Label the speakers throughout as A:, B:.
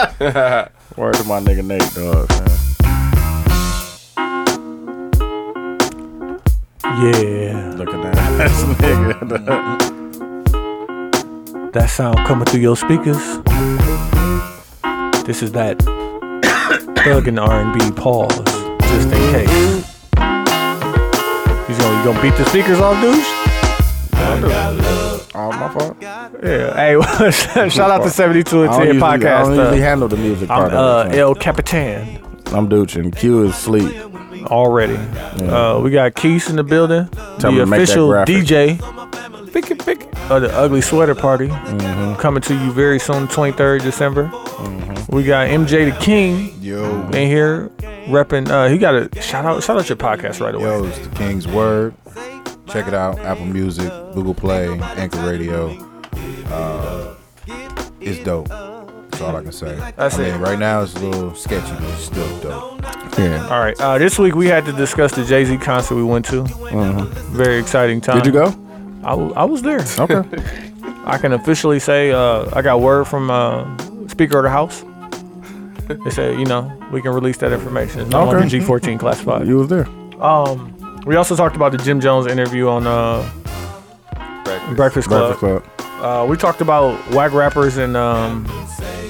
A: Word to my nigga Nate, dog.
B: Yeah,
A: Look at that ass nigga. dawg.
B: that sound coming through your speakers. This is that thug and R&B pause, just in case. He's gonna, you gonna beat the speakers off, douche?
A: All my fault. I
B: Yeah. Hey, shout out to 72 and
A: don't usually, I
B: 10
A: don't usually
B: podcast. uh,
A: handle the music
B: I'm
A: part
B: uh,
A: of it.
B: El Capitan
A: I'm Dooch and Q is sleep.
B: already. Uh, we got Keys in the building,
A: Tell
B: the
A: him to make that
B: official
A: graphic.
B: DJ pick it, pick it, of the Ugly Sweater Party,
A: Mm-hmm.
B: coming to you very soon, 23rd December. We got MJ the King
C: Yo,
B: in here repping. Uh, he got a shout out, shout out your podcast right away.
C: yo, it's the King's Word. Check it out: Apple Music, Google Play, Anchor Radio. Uh, it's dope. That's all I can say.
B: That's
C: I mean,
B: it.
C: right now it's a little sketchy, but it's still dope.
A: Yeah.
B: All right, uh, this week we had to discuss the Jay Z concert we went to. Very exciting time.
A: Mm-hmm. Did you go?
B: I, w- I was there.
A: Okay.
B: I can officially say uh, I got word from uh, Speaker of the House. They said, you know, we can release that information. It's no
A: Okay.
B: longer G14 classified.
A: you was there.
B: Um, we also talked about the Jim Jones interview on uh, Breakfast,
A: Breakfast
B: Club.
A: Club.
B: Uh, we talked about whack rappers and um,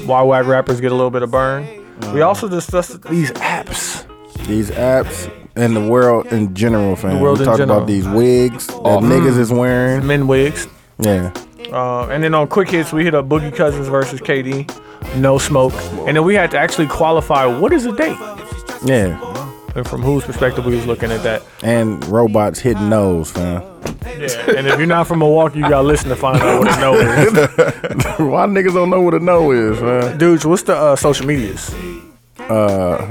B: why whack rappers get a little bit of burn. We
A: Mm.
B: also discussed these apps.
A: These apps and the world in general, fam.
B: The world
A: we
B: in
A: talked
B: general.
A: about these wigs that niggas is wearing.
B: Men wigs.
A: Mm. Yeah.
B: Uh, and then on quick hits, we hit up Boogie Cousins versus KD. No smoke. And then we had to actually qualify what is a date
A: Yeah.
B: and from whose perspective we was looking at that.
A: And robots hitting nose, fam.
B: Yeah. And if you're not from Milwaukee, you gotta listen to find out what a no is.
A: Why niggas don't know what a no is, man?
B: Dudes, what's the uh, social medias?
A: Uh,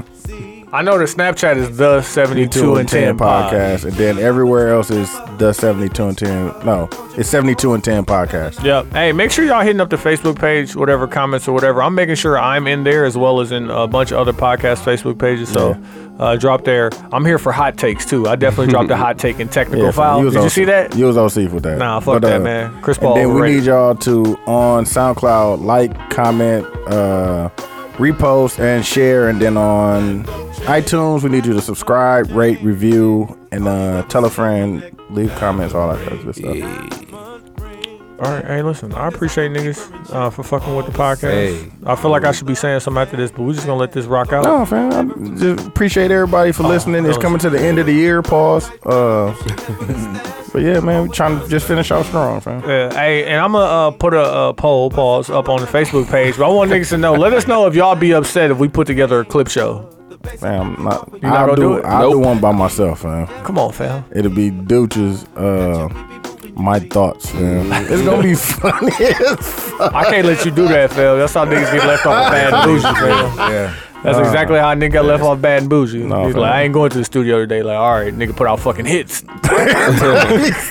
B: I know the Snapchat is the 72
A: two
B: and 10 podcast.
A: podcast, and then everywhere else is the seventy two and ten. No, it's seventy two and ten podcast.
B: Yep. Hey, make sure y'all hitting up the Facebook page, whatever comments or whatever. I'm making sure I'm in there as well as in a bunch of other podcast Facebook pages. So uh, drop there. I'm here for hot takes too. I definitely dropped a hot take in technical
A: Yeah,
B: file. Did you
A: on-
B: see that?
A: You was on C with that. uh,
B: Nah, fuck that, man. Chris Paul
A: And then we
B: overrated.
A: need y'all to on SoundCloud like, comment, uh, repost, and share. And then on iTunes, we need you to subscribe, rate, review, and uh, tell a friend, leave comments, all that kind of good stuff.
B: All right, hey, listen, I appreciate niggas uh, for fucking with the podcast.
C: Hey.
B: I feel like I should be saying something after this, but we're just gonna let this rock out.
A: No, fam. I just appreciate everybody
B: Oh,
A: for listening. It's
B: no.
A: coming to the end of the year. Pause. Uh, but yeah, man, we trying to just finish off strong, fam.
B: Yeah, hey, and I'm gonna uh, put a uh, poll pause up on the Facebook page, but I want niggas to know. Let us know if y'all be upset if we put together a clip show.
A: Fam, I'm not,
B: not
A: I'll
B: gonna
A: do,
B: do it?
A: I'll do one by myself, fam.
B: Come on, fam.
A: It'll be Dooch's, uh My thoughts, fam.
B: Mm.
A: it's gonna be funny. as fuck.
B: I can't let you do that, fam. That's how niggas get left off of bad and bougie, fam.
C: Yeah,
B: That's exactly how a nigga got left off bad and bougie.
A: No,
B: He's
A: fam.
B: like, I ain't going to the studio today. Like, all right, nigga, put out fucking hits.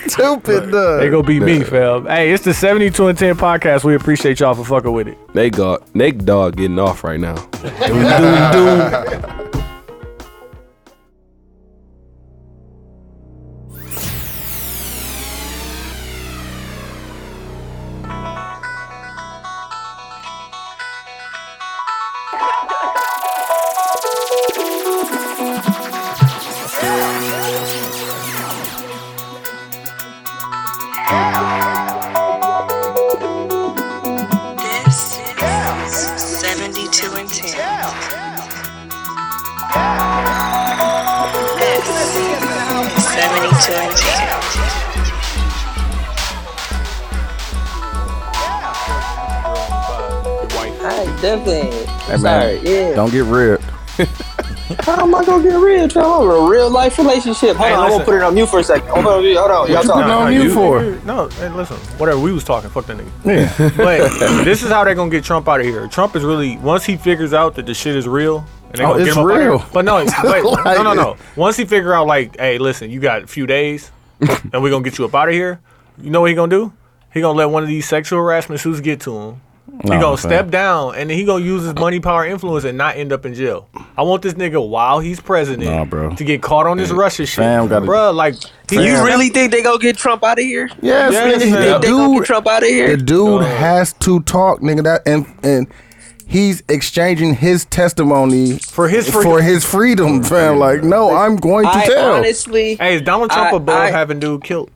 A: Stupid, dog.
B: They gonna be me, fam. Hey, it's the 72 and 10 podcast. We appreciate y'all for fucking with it.
D: They got Nate Dog getting off right now.
E: This is 72 and 10. This is 72 and 10.
F: I definitely.
A: Hey, man,
F: Sorry, yeah.
A: Don't get ripped.
F: How am I gonna get real, Trump? I'm in a real life relationship. Hold
B: Hey,
F: on, I'm
B: listen.
F: gonna put it on mute for a second. Hold on, hold on. Y'all
A: putting
F: talking?
A: on mute for?
B: No, hey, listen, whatever. We was talking. Fuck that nigga.
A: Yeah.
B: But this is how they're gonna get Trump out of here. Trump is really once he figures out that the shit is real. And they
A: Oh,
B: gonna get
A: it's
B: him up out of here.
A: real.
B: But no, but,
A: Like-
B: no, no, no. Once he figure out, like, hey, listen, you got a few days, and we're gonna get you up out of here. You know what he gonna do? He gonna let one of these sexual harassment suits get to him. he
A: Nah,
B: gonna
A: fam.
B: step down, and then he gonna use his money, power, influence, and not end up in jail. I want this nigga while he's president
A: Nah, bro.
B: to get caught on this Russia shit,
A: Fam gotta-
B: bro. Like, he
A: Fam.
F: You really think they gonna get Trump out of here?
A: Yes,
B: Yes,
A: nigga,
B: man.
A: the
B: Oh.
F: They gonna get
A: dude.
F: Trump out of
A: The
F: here?
A: dude has to talk, nigga. That and and he's exchanging his testimony
B: For his freedom. Mm.
A: for his freedom, fam. Like, no, I'm going to
F: I
A: tell.
F: honestly,
B: Hey, is Donald Trump
F: I-
B: above
F: I-
B: having dude killed?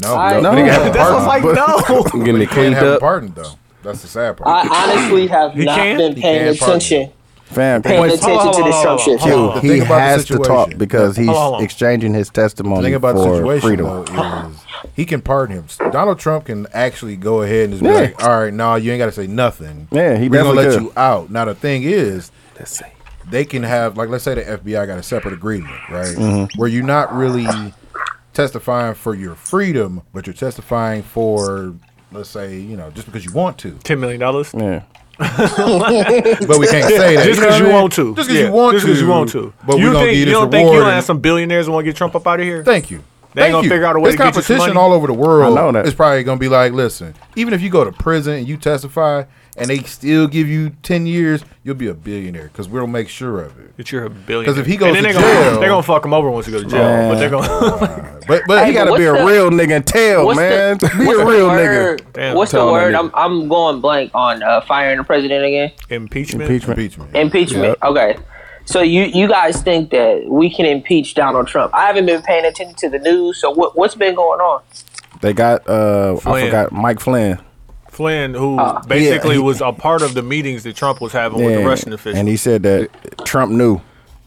C: No,
B: Oh,
F: I-
A: no,
F: Nigga
A: no.
F: have a
B: That's what's like,
A: But-
B: no.
D: I'm getting it
C: Can't
D: cleaned
C: have a
D: up.
C: pardon though. That's the sad part.
F: I honestly have
B: He
F: not
B: can?
F: been
C: He
F: paying
C: can pardon.
F: attention.
A: Fam,
F: Paying
A: point
F: attention
B: hold on,
F: to this
B: hold
F: Trump
B: on,
F: shit.
B: hold on.
A: two,
C: The
A: he
C: thing about the
A: has to talk
C: situation-
A: because he's
B: Hold on.
A: exchanging his
C: The
A: testimony
C: thing about the
A: for
C: situation
A: freedom.
C: though is he can pardon him. Donald Trump can actually go ahead and just be
A: Yeah.
C: like, "All right, no, you ain't got to say nothing.
A: Yeah, he
C: We're gonna
A: definitely
C: let
A: could.
C: you out." Now the thing is, they can have like let's say the FBI got a separate agreement, right?
A: Mm-hmm.
C: Where you're not really testifying for your freedom, but you're testifying for let's say you know just because you want to,
B: Ten million dollars.
A: Yeah.
C: but we can't say that
B: Just
C: know
B: because you
C: what I mean?
B: want to.
C: Just because
B: Yeah,
C: you want
B: just
C: to.
B: 'cause you want to.
C: But
B: you
C: we're gonna
B: think,
C: give
B: you
C: this
B: don't think you
C: reward
B: don't
C: and-
B: have some billionaires want to get Trump up out of here?
C: Thank you.
B: They ain't
C: Thank
B: gonna
C: you.
B: figure out a way
C: this
B: to get you some
C: competition
B: money.
C: all over the world.
A: I know that.
C: It's probably gonna be like, listen, even if you go to prison and you testify and they still give you ten years, you'll be a billionaire because we'll make sure of it.
B: That you're a billionaire.
C: 'Cause if he goes
B: and then
C: to
B: they're gonna,
C: jail-
B: they're gonna fuck him over once he goes to jail. But
A: Man.
B: they're gonna.
C: But but
A: He
C: he
F: but
C: got
A: gotta be a
F: what's the-
A: real nigga and tell,
F: what's the-
A: man. Be
F: what's
A: a
F: the
A: real nigga.
F: word,
B: Damn.
F: What's the
D: Tell that
F: word?
D: nigga.
F: I'm, I'm going blank on uh, firing the president again.
B: impeachment.
A: Impeachment.
C: impeachment.
F: Impeachment. Okay. So you you guys think that we can impeach Donald Trump? I haven't been paying attention to the news. So what what's been going on?
A: They got uh I
B: Flynn.
A: forgot Mike Flynn.
B: Flynn, who basically
A: he-
B: was a part of the meetings that Trump was having with the Russian officials.
A: And he said that Trump knew.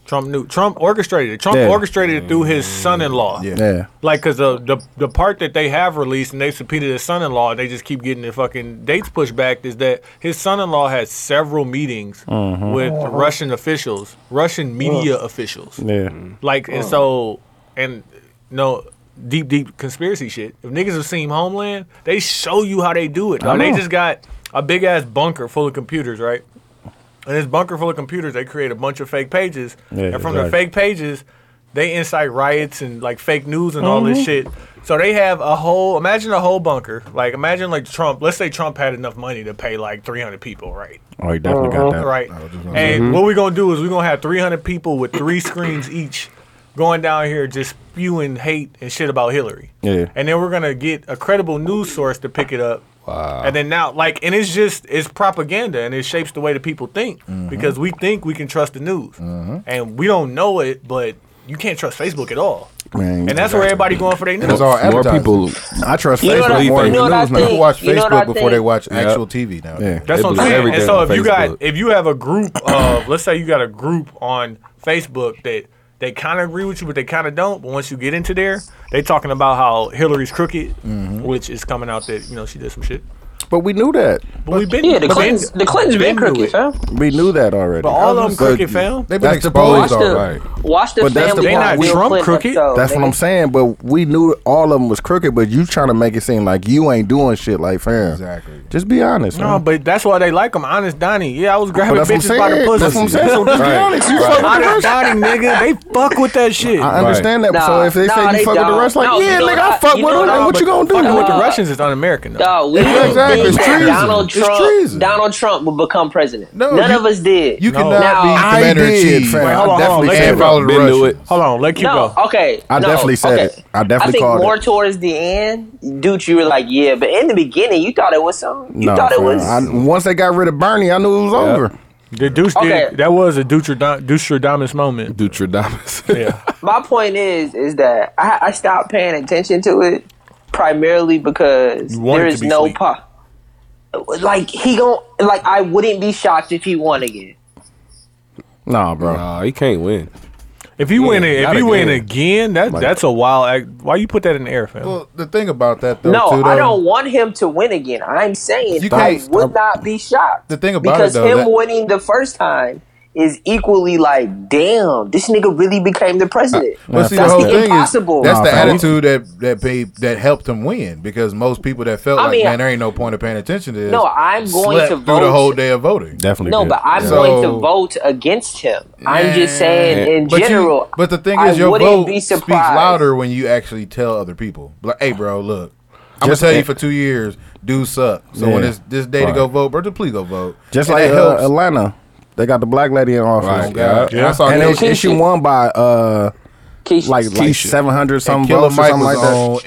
B: Trump knew. Trump orchestrated it. Trump
A: Yeah.
B: orchestrated it through his son-in-law.
C: Mm. Yeah.
A: Yeah.
B: Like, cause the, the the part that they have released and they subpoenaed his son-in-law, and they just keep getting the fucking dates pushed back. Is that his son-in-law had several meetings with Russian officials, Russian media officials.
A: Yeah.
B: Like,
A: Oh.
B: and so, and no deep, deep conspiracy shit. If niggas have seen Homeland, they show you how they do it. dog. They
A: know.
B: just got a big ass bunker full of computers, right? And this bunker full of computers, they create a bunch of fake pages.
A: Yeah,
B: and from the
A: exactly.
B: fake pages, they incite riots and like fake news and all
A: Mm-hmm.
B: this shit. So they have a whole, imagine a whole bunker. Like, imagine like Trump, let's say Trump had enough money to pay like 300 people, right?
A: Oh, he definitely got that.
B: Right.
C: was
B: And
C: just gonna
B: what we're gonna do is we're gonna have 300 people with three screens each going down here just spewing hate and shit about Hillary.
A: Yeah.
B: And then we're gonna get a credible news source to pick it up. Wow. And then now, like, and it's just it's propaganda and it shapes the way that people think
C: Mm-hmm.
B: because we think we can trust the news and we don't know it, but you can't trust Facebook at all.
A: Man,
B: and that's where everybody going for their news.
C: It's all
D: More
C: advertising.
D: people.
A: I trust
F: You know what I-
A: Facebook more
F: you
A: than
F: know what I
A: news
C: People
A: now.
F: think?
C: watch
F: You know what I
C: Facebook before they
F: think?
C: watch
D: Yeah.
C: actual TV now.
A: Yeah.
B: That's what
D: They
B: I'm saying.
D: believe
B: And
D: everything
B: so
D: on
B: if you got
D: Facebook.
B: if you have a group of let's say you got a group on Facebook that they kind of agree with you, but they kind of don't. But once you get into there, they talking about how Hillary's crooked,
A: Mm-hmm.
B: which is coming out that you know she did some shit.
A: But we knew that.
B: But we've been
F: Yeah, the
B: been-
F: Clintons the Clintons
B: been
F: been crooked,
B: through it.
F: fam.
A: We knew that already.
B: But all of them crooked, fam.
C: They've been
A: That's the
C: exposed
A: point.
C: all
F: Watch
C: right.
F: the- Watch the
A: But that's the
F: family.
A: They
F: on
A: not
F: Bill
B: Trump
F: Clinton
B: crooked?
F: episode,
A: That's what
F: nigga.
A: I'm saying. But we knew all of them was crooked. But you trying to make it seem like you ain't doing shit, like fam.
C: Exactly.
A: Just be honest.
B: No,
A: man.
B: but that's why they like him. Honest Donnie. Yeah, I was grabbing
A: that's what I'm
B: bitches by the
A: saying.
B: pussy.
A: That's what I'm saying. So just be honest. You fuck with the
B: Honest Donnie, nigga. They fuck with that shit.
A: I understand that. so
F: Nah,
A: if they
F: nah,
A: say
F: they
A: you fuck with
F: don't.
A: the rest, like
F: No,
A: yeah,
F: you know
A: nigga, I
F: what?
A: fuck
F: You
A: with
F: know
A: them. Like,
F: what?
A: what you gonna do?
B: Fucking with the
F: Nah.
B: Russians is un-American. Though.
F: Dog, we
C: Exactly,
F: didn't
C: it's
F: think that
C: treason.
F: Donald
C: It's
F: Trump,
C: treason.
F: Donald Trump would become president.
C: No,
F: None
C: you-
F: of us did.
C: You
B: No.
C: cannot
F: Now-
C: be
A: I
C: commander in
A: did,
C: chief
A: fam.
B: Wait,
A: I
B: hold on, hold on.
A: definitely
B: Let's
A: said
C: and follow the
D: Been to
C: Russians.
B: Hold on, let you
F: no,
B: go.
F: okay.
A: I
F: no,
A: definitely said
F: okay.
A: it. I definitely
F: I think
A: called
F: more
A: it.
F: towards the end, dude, you were like, yeah, but in the beginning, you thought it was something. You
A: No,
F: thought it
A: fam.
F: was.
A: I- once they got rid of Bernie, I knew it was over.
B: The douche
F: Okay.
B: did. That was a Dutradamus moment.
D: Dutradamus.
B: Yeah.
F: my point is, is that I, I stopped paying attention to it primarily because
B: wanted
F: there
B: to
F: is
B: be
F: no
B: sweet.
F: pa. Like he gon' like I wouldn't be shocked if he won again.
A: Nah, bro.
D: Nah, he can't win.
B: If you win it, if
D: not
B: you win
D: again.
B: again, that that's a wild act. Why you put that in the air, fam?
C: Well, the thing about that though, too,
F: No,
C: though,
F: I don't want him to win again. I'm saying
C: You
F: I
C: can't-
F: would not be shocked.
C: The thing about it,
F: because
C: though,
F: him
C: that-
F: winning the first time is equally like, damn, this nigga really became the president.
C: But see, the
F: That's
C: whole thing
F: impossible.
C: is that's the
A: Nah, fam.
C: attitude that that paid, that helped him win because most people that felt
F: I
C: like
F: mean,
C: man, there ain't no point of paying attention to this.
F: No, I'm going
C: slept
F: to
C: through the
F: vote.
C: whole day of voting.
A: Definitely.
F: no,
A: did.
F: but I'm
C: So-
F: going to vote against him. I'm just saying in
C: But you-
F: general.
C: but the thing
F: I
C: is, your
F: wouldn't
C: vote
F: be
C: speaks
F: surprised.
C: louder when you actually tell other people. Like, hey, bro, look, I'm gonna
A: Just-
C: tell you for two years, do suck. So when
A: Yeah.
C: it's this day to
A: Right.
C: go vote, bro, just please go vote.
A: Just
C: And
A: like
C: that
A: uh,
C: helps.
A: Atlanta, they got the black lady in office.
C: Oh, God.
A: Yeah.
C: And I saw
A: And
C: Hillary-
A: they- and she won by uh,
F: Keisha.
A: like like
D: Keisha.
A: seven hundred
C: And
A: something
C: Killer
A: votes or
C: Mike
A: something
C: was
A: like that.
C: on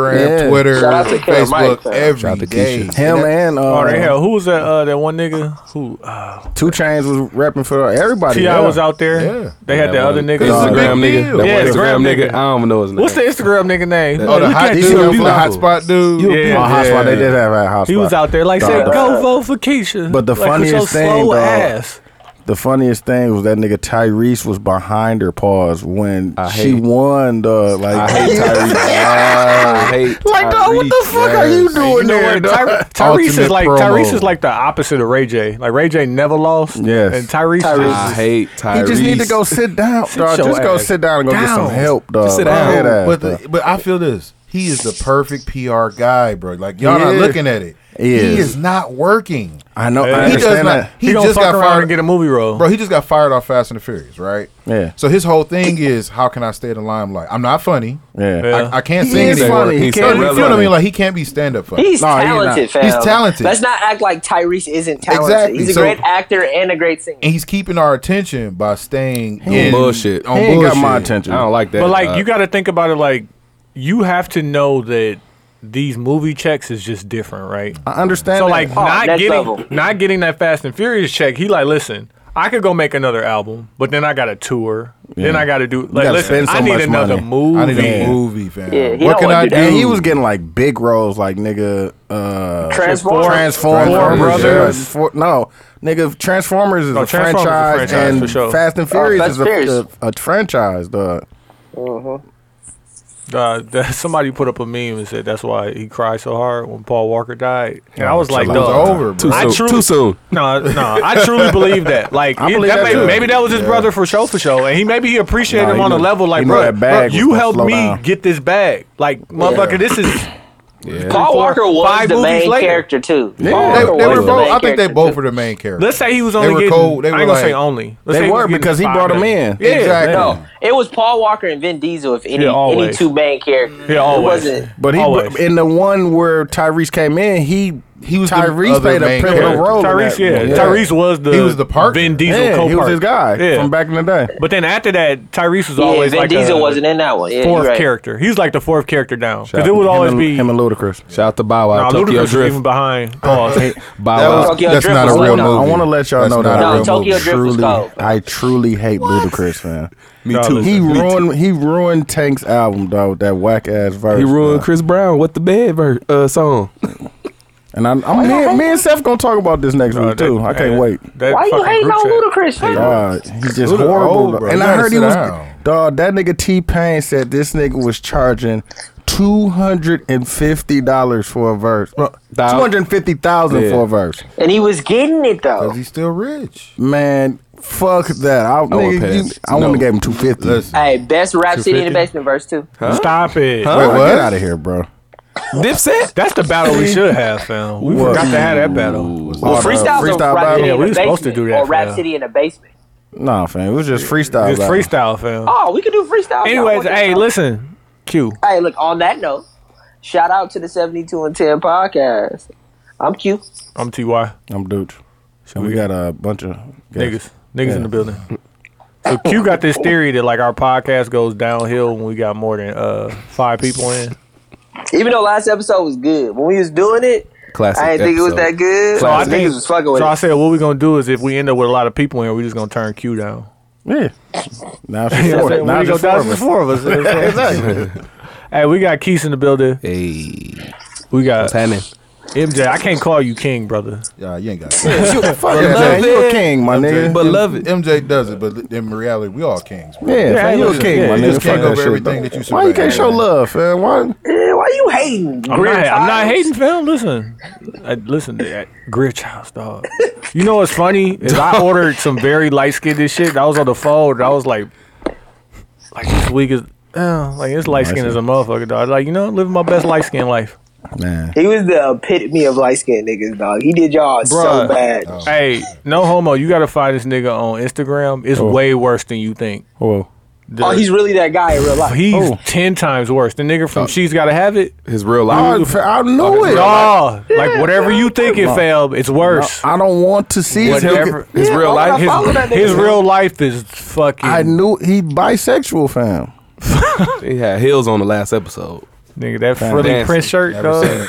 C: Instagram,
A: Yeah.
C: Twitter,
F: Shout out to Killer Mike,
C: Facebook
F: man.
D: Shout out
C: every
D: to
C: day.
D: Keisha.
A: Him and uh,
B: Oh, hell, who was that? Uh, that one nigga who uh,
A: Two Chains was repping for everybody.
B: Ti
A: Oh, yeah.
B: was out there.
C: Yeah.
B: They had
D: That
B: the
D: one
B: other nigga.
D: Instagram
C: big
D: nigga.
C: deal.
D: That
B: Yeah,
D: one
B: the
D: Instagram
B: gram
D: nigga.
B: nigga.
D: I don't even know his name.
B: What's the Instagram nigga name?
C: Oh, the
B: you
C: hot
B: can't-
C: dude,
A: you
C: from the
A: know.
C: hotspot dude.
A: You
B: Yeah.
A: on Oh, hotspot? They did have a hotspot.
B: He was out there like said,
A: Dog.
B: go vote for Keisha.
A: But the
B: Like, with your
A: funniest thing,
B: slow
A: dog,
B: ass.
A: The funniest thing was that nigga Tyrese was behind her paws when
D: I
A: she
D: hate-
A: won the like.
D: I hate Tyrese. I hate
A: Like, dog, what the
D: Tyrese,
A: fuck are
D: yes.
A: you doing
B: You know
A: there?
B: what?
A: dog?
B: Ty- Tyrese
C: Ultimate
B: is like
C: promo.
B: Tyrese is like the opposite of Ray J. Like Ray J never lost.
A: Yes.
B: and Tyrese.
D: I
B: Tyrese.
D: hate Tyrese.
A: You just need to go sit down, dog.
B: your
A: Just go
B: ass
A: sit down and go get some
B: down.
A: help, dog.
D: sit
A: Dog,
D: down.
A: hear that,
C: but
A: dog.
C: the, but I feel this. He is the perfect PR guy, bro. Like y'all
A: He
C: not
A: is.
C: looking at it.
A: He
C: he
A: is.
C: is not working.
A: I know. I
B: He
C: He does
A: understand
C: not.
A: that.
B: He,
C: He
B: gonna
C: just
B: fuck
C: got
B: around
C: fired.
B: and get a movie role.
C: Bro, he just got fired off Fast and the Furious, right?
A: Yeah.
C: So his whole thing is, how can I stay in the limelight? I'm not funny.
A: Yeah.
B: Yeah.
C: I, I can't
A: He
C: sing
A: is
C: anymore.
A: funny. He
C: No,
A: can't
C: you
A: be
C: feel what I
A: funny.
C: mean? Like he can't be stand up funny.
F: He's
A: No, he's
F: talented,
A: not.
F: fam.
C: He's talented.
F: Let's not act like Tyrese isn't talented.
C: Exactly.
F: He's a
C: So-
F: great actor and a great singer.
C: and he's keeping our attention by staying in
D: bullshit.
C: On
A: He ain't got
C: bullshit.
A: my attention.
D: I don't like that.
B: but like
D: uh,
B: you got to think about it. Like you have to know that these movie checks is just different, right?
A: I understand.
B: So
A: that.
B: like not
F: Oh, next
B: getting
F: level.
B: not getting that Fast and Furious check. He like, listen, I could go make another album, but then I got to tour. Then
A: Yeah.
B: I got to do like,
A: gotta
B: listen,
A: spend so
B: I need
A: much
B: another movie.
C: I need a
A: Yeah.
C: movie, fam.
F: Yeah, he
C: what
F: don't
C: can
F: wanna
C: I
F: do
C: do?
F: that.
A: and he was getting like big roles, like nigga. Uh,
F: Transformers.
A: Transformers,
C: Four
B: Brothers.
A: yeah. Four- no, nigga, Transformers is
B: Oh,
A: a
B: Transformers is a
A: franchise,
B: franchise, for
A: and
B: sure.
A: Fast and Furious
F: Fast
A: is a,
F: Furious.
A: a, a franchise, dog.
B: Uh, that, somebody put up a meme and said that's why he cried so hard when Paul Walker died, and I was like,
A: it
C: It was
B: dog,
C: over,
D: too
C: bro.
B: I
D: soon.
B: truly-
D: too soon.
B: No, no, I truly believe that. Like,
A: I
B: it-
A: believe
B: that
A: that
B: may-
A: too.
B: maybe that was his brother for show for show, and he maybe he appreciated
A: Nah,
B: him
A: he
B: on a
A: knew-
B: level like,
A: he knew
B: bro,
A: that bag was
B: you
A: gonna
B: helped
A: slow
B: me
A: down."
B: get this bag. Like, motherfucker, this is
D: Yeah.
B: Fuck.
F: Paul
B: four,
F: Walker was
B: five
F: the
B: movies
F: main
B: later.
F: character too.
A: Yeah.
C: They,
F: Paul
C: they
F: Walker
C: were
F: was the
C: both.
F: main
C: I think they
F: character,
C: both
F: too.
C: were the main characters.
B: Let's say he was only
C: were
B: getting.
C: cold. They
B: I ain't
C: were
B: gonna say
C: like-
B: only. Let's
A: They
B: say he was
A: were
B: getting
A: because he brought 'em
B: 500.
A: in.
B: Yeah,
C: Exactly.
B: No,
F: It was Paul Walker and Vin Diesel, if any,
B: Yeah,
F: any
B: always.
F: two main characters.
B: Yeah, always.
F: It wasn't.
A: But he
B: Always.
A: in the one where Tyrese came in, he
C: He was the
A: Tyrese
C: other
A: played a
C: main
A: pivotal
C: character.
A: role. in
B: Tyrese,
A: that
B: yeah.
A: one.
B: Tyrese was the
C: He was the partner.
B: Vin Diesel
A: Yeah,
B: co-part.
A: he was his guy
B: Yeah.
A: from back in the day.
B: But then after that, Tyrese was
F: Yeah,
B: always
F: Vin
B: like
F: Diesel
B: a
F: wasn't in that one. Yeah,
B: fourth
F: you're right.
B: character. He was like the fourth character down because it would
A: Him
B: always
A: and-
B: be.
A: him and Ludacris.
D: Shout out to Bow Wow.
B: Nah,
D: Tokyo
B: Ludacris was
D: Drift.
B: even behind. Pause.
C: That
D: Bow
C: was-
D: Wow.
F: Tokyo
C: that's
F: Drift
C: not
F: was
C: a real
F: cold.
C: movie.
A: I want to let y'all
C: That's
A: know
C: not
A: that
C: a
A: I
F: No,
C: real
F: Tokyo
C: movie.
F: Drift was
A: truly,
F: cold.
A: I truly hate Ludacris, man.
D: Me
B: Nah,
D: too.
B: listen.
A: He ruined he ruined Tank's album though with that whack ass verse.
D: He ruined
A: bruh.
D: Chris Brown with the bed ver- uh, song.
A: And I'm, I'm me, me and Seth gonna talk about this next
B: Nah,
A: week too.
B: that-
A: I can't
B: that-
A: wait.
B: that
F: Why you
B: fucking
F: hating
B: group
F: on
B: chat.
F: Ludacris? fam?
A: God, he's just
C: Who the-
A: horrible.
C: oh, bro,
A: and
C: you
A: I
C: gotta
A: heard he
C: sit
A: was
C: down.
A: dog. That nigga T Pain said this nigga was charging two hundred and fifty dollars for a verse. Uh, Two
D: Thou-
A: hundred and fifty thousand
D: Yeah.
A: for a verse.
F: And he was getting it though.
C: Cause he's still rich.
A: Man, fuck that. I,
D: won't
A: nigga, you,
D: pass.
A: I
D: No.
A: only gave him two fifty. Wait,
C: Listen,
F: Hey, best rap city in the basement verse two.
B: Stop it.
C: what?
A: Get out of here, bro.
D: Dipset?
B: That's the battle we should have, fam. We
A: What?
B: forgot to have that battle.
F: Well,
A: Oh, the
F: freestyles
A: freestyle
F: on rap
A: battle?
F: city
B: Yeah,
F: in
B: we
F: the
B: was supposed to
F: basement
B: do that,
F: or rap
B: fam.
F: city in the basement.
A: Nah, fam, it was just freestyle.
B: It's
A: battle.
B: freestyle, fam.
F: Oh, we could do freestyle.
B: Anyways,
F: Y'all want
B: hey,
F: that?
B: listen, Q.
F: Hey, look. On that note, shout out to the seventy two and ten podcast. I'm Q.
B: I'm Ty.
A: I'm Dooch. And we got a bunch of
B: Niggas. Niggas
A: Yeah.
B: in the building. So Q got this theory that like our podcast goes downhill when we got more than uh five people in.
F: Even though last episode was good, when we was doing it,
D: Classic.
F: I didn't think it was that good.
B: So I
F: Niggas
B: think
F: was fucking with
B: So I
F: it.
B: said what we're gonna do is if we end up with a lot of people in, we're just gonna turn Q down.
A: Yeah. Now it's
B: I
A: just
B: said,
A: four.
B: when
A: Now
B: we
A: it's
B: go
A: just
B: down,
A: four of
B: it's just
A: us.
B: four of us.
A: Exactly.
B: hey, we got Keith in the building.
D: Hey,
B: We got
D: what's happening?
B: MJ. I can't call you king, brother.
C: yeah, you ain't got. Shit.
A: Fuck man,
D: Yeah, love
A: you a
D: it.
A: king, my nigga.
D: But love it.
C: MJ does it, but in reality, we all kings. Bro.
A: yeah, fam, you a
B: yeah,
A: king,
B: yeah,
A: my
B: you
A: nigga. Fuck
C: just can't go
A: that
C: for
A: shit,
C: everything
A: dog.
C: that you so
A: Why you
C: bad
A: can't
C: at?
A: show love, fam? Why?
F: Eh, Why you hating?
B: I'm
F: Greer
B: not, I'm not
F: Times?
B: hating, fam. Listen, I, listen, that Grinch house dog. You know what's funny is I ordered some very light skinned shit. I was on the phone. and I was like, like this week is, uh, like it's light skin as a motherfucker, dog. Like you know, living my best light skin life.
A: Man,
F: He was the epitome of light skinned niggas, dog. He did y'all so
B: Bruh.
F: bad.
B: Hey, no homo. You gotta find this nigga on Instagram. It's way worse than you think.
A: whoa.
F: Oh, he's really that guy in real life.
B: He's ten times worse. The nigga
F: Oh.
B: from She's Gotta Have It.
D: His real
A: I,
D: life.
A: I knew it.
B: Dog, like whatever you think it failed, it's worse.
A: I don't want to see
B: Whatever.
A: him.
D: His real
F: why would
D: life.
F: I
D: His
F: follow that nigga?
B: His real life is fucking.
A: I knew he bisexual, fam.
D: He had heels on the last episode.
B: Nigga, that frilly
D: Dancing.
B: print shirt,
C: Never
B: dog.
C: seen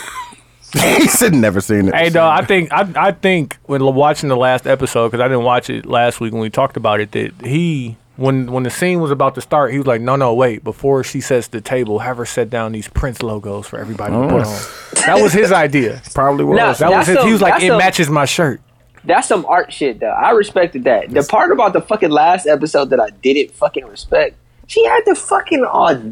C: it.
A: he said never seen it.
B: Hey, dog. I think I, I think when l- watching the last episode because I didn't watch it last week when we talked about it that he when when the scene was about to start he was like no no wait before she sets the table have her set down these Prince logos for everybody to put on. That was his idea.
A: Probably was.
F: Nah,
B: That was
F: That's
B: his.
F: a-
B: He was like
F: that's
B: it
F: a-
B: matches my shirt.
F: That's some art shit, though. I respected that. The part about the fucking last episode that I didn't fucking respect, she had the fucking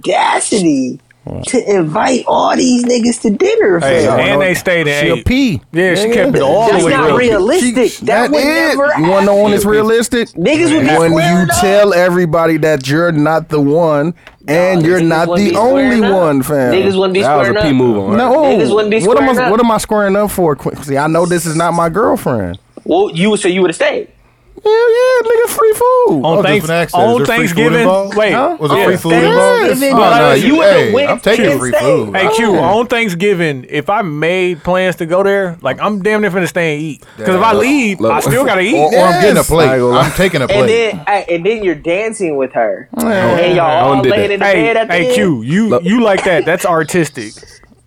F: audacity to invite all these niggas to dinner.
B: Hey,
F: fam.
A: Oh,
B: and they stayed and
C: She a
B: ate.
C: pee.
B: Yeah, she kept it all
F: That's
B: the way
F: not
B: real.
F: realistic.
A: She-
F: that would
A: is.
F: never
A: You want to know when it's
D: Yeah,
A: realistic?
F: Niggas would be
A: when
F: squaring
A: you
F: up.
A: tell everybody that you're not the one and
F: Nah,
A: you're
F: niggas
A: not
F: wouldn't
A: the
F: be
A: only
F: squaring up.
A: one, fam.
F: Niggas wouldn't be
D: That was a
F: squaring
D: P
F: up.
D: move on. her.
A: no,
F: Niggas wouldn't be
A: what am
F: squaring
A: I?
F: up.
A: What am I squaring up for? Qu- See, I know this is not my girlfriend.
F: Well, you so you would have stayed.
A: Yeah, yeah, nigga, free food.
B: On,
C: Oh,
B: thanks-
C: just an accident.
B: on
C: Is there free food
B: Thanksgiving.
C: involved?
B: Wait,
A: Huh?
C: Was it
B: yeah.
C: free food
F: Thanks-
C: involved?
F: Thanksgiving,
C: Oh, no,
F: you
C: you,
F: would've
C: hey,
F: went
C: I'm taking
F: Tuesday.
C: free food.
B: Hey Q,
A: Oh.
B: on Thanksgiving, if I made plans to go there, like I'm damn near finna stay and eat. Because if I
C: Damn.
B: leave,
D: Look.
B: I still gotta eat.
C: or, or I'm getting a
A: Yes.
C: plate.
A: I ain't gonna lie.
C: I'm taking a
F: And
C: plate.
F: then ay, and then you're dancing with her, and
A: Man.
D: I
F: y'all all
D: done did
F: laying
D: that.
F: in the
B: Hey,
F: bed at the
B: hey
F: end.
B: Q, you
D: Look. Oh,
B: you like that? That's artistic.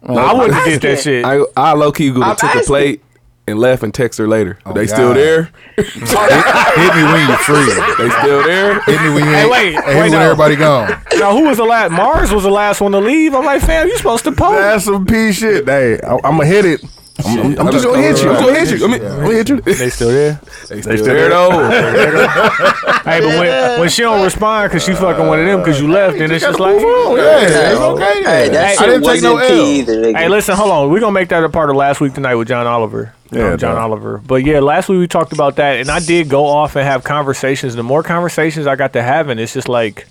B: I wouldn't get that shit.
D: I, I low key would
F: I'm
D: have took the
F: asking.
D: plate and left and text her later.
C: Oh,
D: they
C: God.
D: still there?
C: Hit me when you're free.
D: They still there?
C: Hit me when you
B: Hey,
C: ain't-
B: wait,
C: Hit me
B: wait
C: when
B: now.
C: everybody gone.
B: now who was the last? Mars was the last one to leave. I'm like, fam, you supposed to post.
A: That's some P shit. Hey, I, am gonna hit it. I'm, I'm- I'm
D: I'm
A: just
D: not
A: gonna hit you. I'm
D: coming
A: gonna hit you. I'm
C: around.
A: gonna hit you.
B: they still there.
D: They still there though.
B: Hey, but when, when she don't respond because she fucking one of them because you left, then it's just like,
C: Yeah, it's okay.
F: Hey,
C: then.
F: that
B: Hey,
F: shit
C: I didn't take
F: wasn't
C: no L.
F: key either. nigga.
B: Hey, listen, hold on. We're gonna make that a part of last week tonight with John Oliver.
A: Yeah,
B: Um, John
A: dog.
B: Oliver. But yeah, last week we talked about that, and I did go off and have conversations. The more conversations I got to having, it's just like,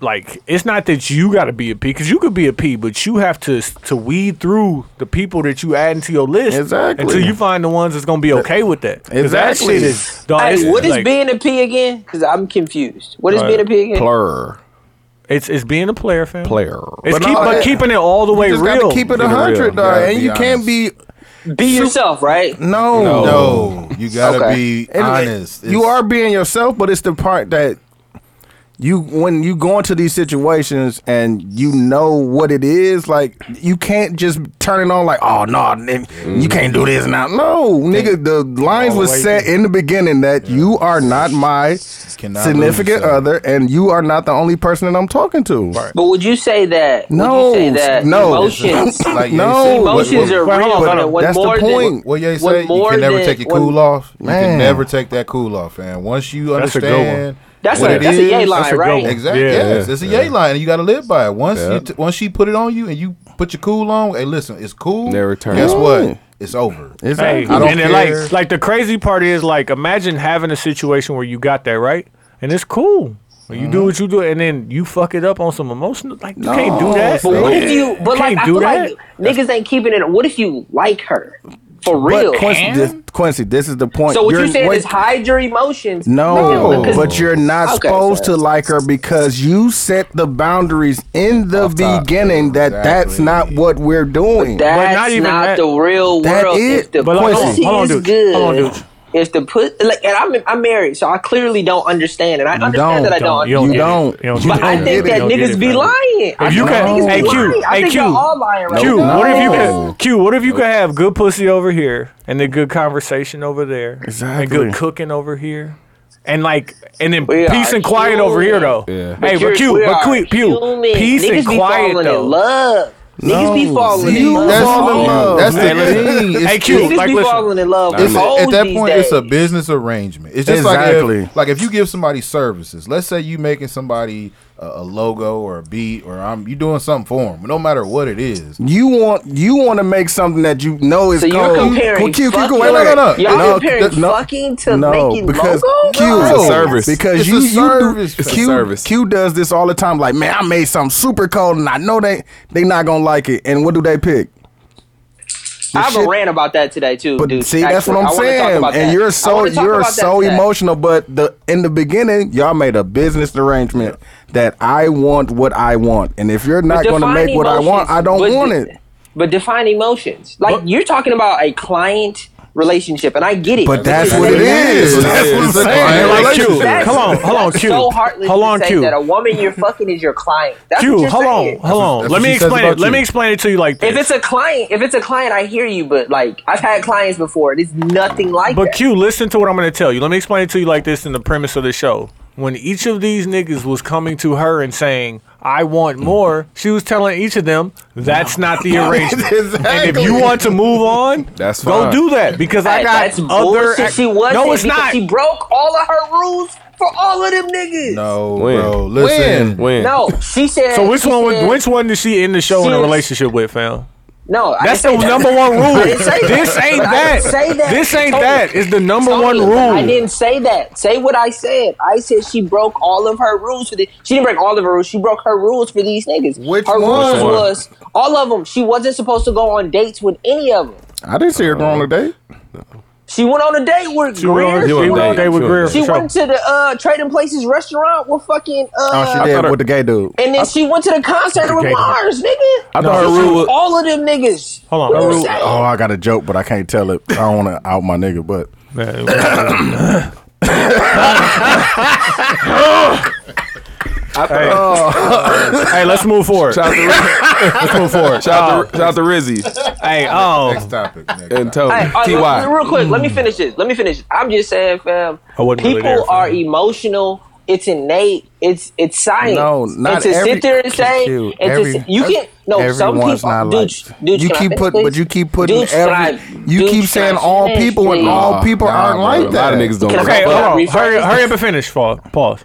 B: like it's not that you got to be a P because you could be a P, but you have to to weed through the people that you add into your list
A: Exactly.
B: until you find the ones that's gonna be okay with that. 'Cause that
A: Exactly.
B: shit is. Dog,
F: Hey,
B: it's,
F: what is
B: like-
F: being a P again? Because I'm confused. What is being a P again?
D: Plur.
B: It's it's being a player, fam.
D: Player.
B: It's
A: But
B: keep,
A: all
B: but
A: that-
B: keeping it all the way
A: Just
B: real.
A: gotta keep it a
D: real.
A: hundred, dog,
C: Gotta
A: and
C: be
A: you can't
C: honest.
A: be
F: Be yourself, right?
A: no.
C: No, you gotta
F: Okay.
C: be
A: And it-
C: honest.
A: you
C: It's-
A: are being yourself, but it's the part that you when you go into these situations and you know what it is. Like you can't just turn it on like, oh no, nigga,
C: Mm-hmm.
A: you can't do this now. No, nigga, the lines
B: All
A: was
B: the way
A: set in the beginning that you are not my
C: cannot
A: significant
C: lose that.
A: other, and you are not the only person that I'm talking to.
F: But would you say that?
A: No,
F: Would you say that
A: no.
F: emotions?
C: Like,
A: No.
C: what-
F: Emotions
C: what-
F: are
B: Wait,
F: real,
B: hold on,
F: but
B: hold on.
F: when
A: That's the
F: more
A: point.
F: Than,
C: What you
F: when
C: say? You
F: more
C: can never
F: than-
C: take your
F: when-
C: cool off. You
A: Man.
C: can never take that cool off, man. Once you
B: That's a good
C: understand,
F: That's
C: what
F: a
C: it
F: that's a yay
C: is-
B: That's a
F: line,
B: good
F: right?
B: one.
C: Exactly.
B: Yeah.
C: yes, it's a yay line, and you got to live by it. Once
D: Yeah.
C: you t- once she put it on you, and you put your cool on. Hey, listen, it's cool.
D: Never turn
C: Guess
A: it.
C: what? It's over.
B: Hey,
A: Exactly.
C: I don't
B: and then
C: care.
B: like like the crazy part is like imagine having a situation where you got that right and it's cool. You do
A: Mm-hmm.
B: what you do and then you fuck it up on some emotional like you can't do that.
F: But what if you? But
B: can't
F: like, I
B: do
F: feel
B: that.
F: like niggas ain't keeping it. What if you like her for real?
A: But Quincy, this, Quincy, this is the point.
F: so what you're, saying
A: what-
F: is hide your emotions.
A: No,
C: No.
A: but you're not
F: Okay,
A: supposed
F: so-
A: to like her because you set the boundaries in the
C: top,
A: beginning that that's
C: exactly.
A: not what we're doing.
F: That's
B: not
F: not,
B: even that.
F: the real
A: That
F: world.
A: is-
F: If the
B: But like,
A: hold on,
F: pussy
B: hold on,
F: is
B: dude.
F: good,
B: Hold on, dude.
F: if the put like, and I'm I'm married, so I clearly don't understand, and I
A: don't,
F: understand that I don't.
A: you
F: understand.
A: don't.
B: You don't
F: But
B: get
F: I
B: it.
F: think
B: You
F: that
B: don't get it,
F: niggas be
B: fam.
F: lying. I
B: If you
F: think
B: can-
F: niggas
B: Hey,
F: be
B: Q.
F: lying. I
B: Hey,
F: think
B: Q.
F: y'all all lying right
B: Q,
F: now.
B: what if you
A: No.
B: could Q, what if you could have good pussy over here and the good conversation over there. And
A: Exactly.
B: good cooking over here. And like and then
F: We
B: peace
F: are
B: and quiet over here though.
D: Yeah.
B: Hey, but
F: You're-
B: Q,
F: we
B: but
F: are
B: Q, Pew,
F: human.
B: peace
F: Niggas
B: and
F: be
B: quiet
F: falling
B: though.
F: in love. Niggas be falling
A: You
F: in love.
A: that's- all
C: fall in love. That's
A: Hey,
C: the
A: listen.
C: thing. It's-
B: Hey, Q,
C: it's-
F: Niggas
B: like,
F: be
B: listen.
F: falling in love. with
C: It's a- at
F: hoes
C: that
F: these
C: point, it's a
F: days.
C: business arrangement. It's just like
A: Exactly.
C: if, like if you give somebody services. Let's say you making somebody a, a logo or a beat, or I'm you doing something for them. No matter what it is,
A: You want you want to make something that you know is
F: So you're
A: cold.
F: comparing
A: Quick, Q, Q,
F: fucking,
A: Q, wait, wait,
C: No, no, no.
A: wait.
F: y'all
A: No,
F: comparing
A: th- no.
F: fucking to
A: no,
F: making
A: because
F: logos?
A: Q
D: It's a
A: No,
D: service.
A: because
C: It's
A: you
C: a
A: you
C: service.
A: do,
C: It's a
A: Q,
D: service.
A: Q does this all the time. Like, man, I made something super cold, and I know they they not gonna like it. And what do they pick?
F: I've
A: shit-
F: ran about that today too,
A: But
F: dude.
A: see, that's what I'm
F: Actually, I wanna talk
A: saying.
F: about that.
A: And
F: I
A: you're so
F: wanna talk
A: you're
F: about that
A: so
F: today.
A: emotional, but the in the beginning, y'all made a business arrangement that I want what I want, and if you're not going to
F: Define
A: make what I want,
F: emotions,
A: I don't
F: but
A: want
F: de-
A: it.
F: But define emotions. Like you're talking about a client relationship, and I get it.
A: But that's
F: Because
A: what it
F: they-
A: is.
D: That's what I'm saying.
A: Like,
D: Like,
A: Q,
D: Q.
F: That's-
B: Hold on, hold on,
F: that's
B: Q.
F: So heartless
B: Hold
F: to
B: on,
F: say
B: Q.
F: That a woman you're fucking is your client. That's what
B: Q,
F: you're
B: hold
F: saying.
B: on, hold on.
C: that's
B: Let
C: what
B: me
C: she says
B: explain it.
C: about
B: Let
C: you.
B: me explain it to you like this.
F: If it's a client, if it's a client, I hear you. But like, I've had clients before. It's nothing like
B: But
F: that.
B: Q, listen to what I'm gonna tell you. Let me explain it to you like this in the premise of the show. When each of these niggas was coming to her and saying, I
C: Mm.
B: want more, she was telling each of them, that's not the arrangement. And if you want to move on,
D: That's
B: go
D: fine.
B: do that because I
F: That-
B: got
F: that's
B: other.
F: bullshit. She was
B: no, it's not.
F: She broke all of her rules for all of them niggas.
C: No,
D: When?
C: bro. Listen.
D: When?
F: No, she said.
B: so which
F: she
B: one?
F: Said,
B: Was, which one did she in the show in a
F: She-
B: relationship with, fam?
F: No, I
B: That's the
F: didn't say that.
B: number one rule.
F: I didn't say that.
B: This ain't
F: But I
B: that.
F: didn't say that.
B: This ain't
F: Tony,
B: that. It's the number
F: Tony,
B: one
F: but
B: rule.
F: I didn't say that. Say what I said. I said she broke all of her rules for the. She didn't break all of her rules. She broke her rules for these niggas.
C: Which
F: her
C: one?
F: rules was all of them. She wasn't supposed to go on dates with any of them.
A: I didn't see her going on a date.
F: She went on a date with
B: She went on-
F: Greer.
B: she
D: You
B: went
D: a
B: on a
D: date.
B: date with
D: You a
B: Greer.
D: date.
F: She
B: for sure.
F: went to the uh, Trading Places restaurant with fucking.
A: Oh,
F: Uh,
A: she did with the gay dude.
F: and then she went to the concert with
B: Okay.
F: Mars, nigga.
D: I thought her
F: She
D: rule was-
F: was all of them niggas.
B: Hold on.
F: What
B: Her
F: you
B: rule-
F: saying?
A: Oh, I got a joke, but I can't tell it. I don't want to out my nigga, but
B: Man, hey. hey, let's move forward.
D: Shout out to
B: Let's move forward.
D: shout out to, shout out to Rizzy
B: hey, oh,
C: Next topic. Next topic.
D: and Tony.
F: Hey, all right,
D: Ty.
F: let- real quick, let
A: Mm.
F: me finish this. Let me finish. I'm just saying, fam.
B: I
F: People
B: wasn't really there, fam.
F: are emotional. It's innate. It's it's science.
A: No,
F: and
A: not
F: to
A: every-
F: sit there and say,
A: Q,
F: and
A: every-
F: to, s- you can no. Some
A: everyone's
F: people,
A: not
F: dude,
A: like.
F: dude,
A: you
F: can I
A: keep
F: finish,
A: putting, but
F: please?
A: you keep putting
F: Dude,
A: every.
F: try-
A: You
F: dude,
A: keep saying
F: try-
A: all
F: finish,
A: people and
F: please.
A: all people
C: Nah,
A: aren't
C: bro.
A: like
D: Oh, A lot
A: that.
D: of niggas
F: Can I-
D: don't.
B: okay,
F: Hold on,
B: hold on.
F: refresh.
B: Hurry, hurry up and finish. Pause. Pause.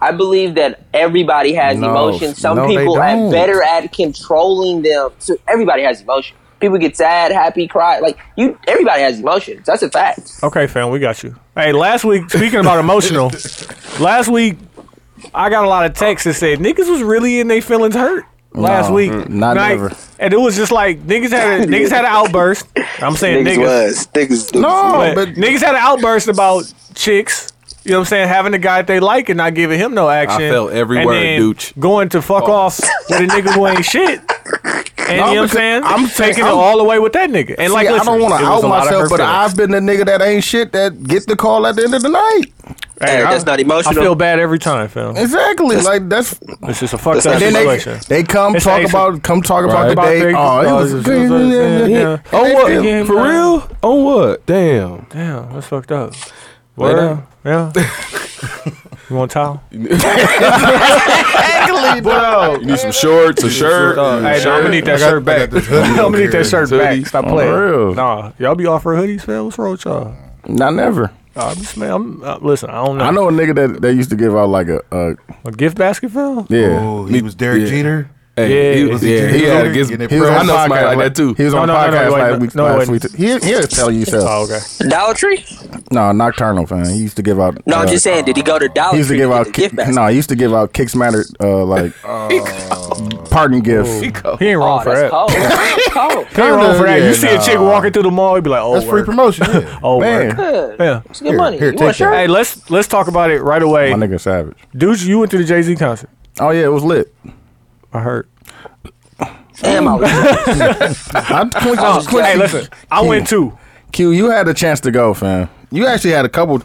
F: I believe that everybody has
A: No,
F: emotions. Some
A: no, they
F: people are
A: don't.
F: better at controlling them. So everybody has emotion. People get sad, happy, cry. Like you, everybody has emotions. That's a fact.
B: Okay, fam, we got you. Hey, last week, speaking about emotional, last week I got a lot of texts that said niggas was really in their feelings hurt. Last
A: No,
B: week,
A: mm, not
B: Like,
A: never.
B: and it was just like niggas had a, niggas had an outburst. I'm saying niggas,
F: was niggas.
A: No,
B: But
A: but
B: niggas had an outburst about chicks. You know what I'm saying? Having a guy that they like and not giving him no action.
D: I felt every
B: and
D: word,
B: then
D: Dooch.
B: Going to fuck off with a nigga who ain't shit. And you know what I'm
A: because
B: saying?
A: I'm saying-
B: taking it
A: I'm-
B: all the way with that nigga. And like,
A: See,
B: listen,
A: I don't want
B: it
A: to
B: was
A: out
B: a lot of her
A: myself, but
B: feelings.
A: I've been the nigga that ain't shit that get the call at the end of the night.
B: Hey,
F: Hey,
B: I-
F: that's not
B: I
F: emotional.
B: feel bad every time, fam.
A: Exactly. like that's
B: It's just a fucked up
F: not-
A: then they,
B: situation.
A: they come
B: It's
A: talk
B: Asian.
A: about come talk about the
B: About
A: day.
B: they-
A: Oh, it
B: oh,
A: was
B: it's- it's- it's- yeah, Oh, yeah.
D: On what?
B: Yeah.
D: For real? On what? Damn.
B: Damn, that's fucked up.
D: Lay
B: Word.
D: down.
B: Yeah. you want a towel?
D: You need some shorts, a shirt.
B: Hey, no, I'm gonna need that
C: I got-
B: shirt
C: I
B: back.
C: got this hoodie
B: I'm gonna need
C: over
B: that
C: here.
B: shirt back.
D: Hoodie.
B: Stop
D: On
B: playing.
A: real.
B: Nah, y'all be offering hoodies, fam. What's wrong with y'all?
A: Not never.
B: Nah, I'm just, man, I'm, uh, listen, I don't know.
A: I know a nigga that that used to give out like a, a
B: A gift basket, fam?
A: yeah.
C: Oh, he was Derek
D: Yeah.
C: Jeter.
D: Hey,
B: Yeah.
D: he, was,
B: Was he
D: yeah, he
C: Jeter?
D: had a gift.
C: Getting it
D: I
A: was
C: Bro,
A: on
D: know
A: podcast
D: somebody like that too.
A: He was
B: No,
A: on
B: no, no,
A: podcast
B: wait,
A: last
B: no,
A: week.
B: no,
A: last
B: wait.
A: week. too. He he'll tell you so.
B: Oh, okay.
F: Dollar Tree?
A: No, nocturnal fan. He used to give out.
F: No, I'm
A: uh,
F: just saying. Did he go to Dollar
A: He used to
F: Tree?
A: give
F: get
A: out.
F: the
A: Kick,
F: gift basket?
A: no, he used to give out kicks matter uh, like pardon gifts.
B: He ain't wrong
F: Oh,
B: for that.
F: that's cold. That's
B: He ain't
F: cold.
B: wrong
C: Kinda,
B: for that.
C: yeah,
B: you see a chick
C: nah.
B: walking through the mall, you be like, oh,
C: That's free
B: word.
C: promotion. yeah.
B: oh,
A: Man.
B: word.
F: Good.
B: Yeah.
F: It's good money.
C: here,
F: you want a
C: take that.
F: shirt?
B: Hey, let's let's talk about it right away.
A: My nigga Savage.
B: Dude, you went to the Jay Z concert.
A: Oh yeah, it was lit.
B: I heard.
F: Damn, I was-
A: I, Quincy, Quincy-
B: Hey, listen, I went too.
A: Q, you had a chance to go, fam. You actually had a couple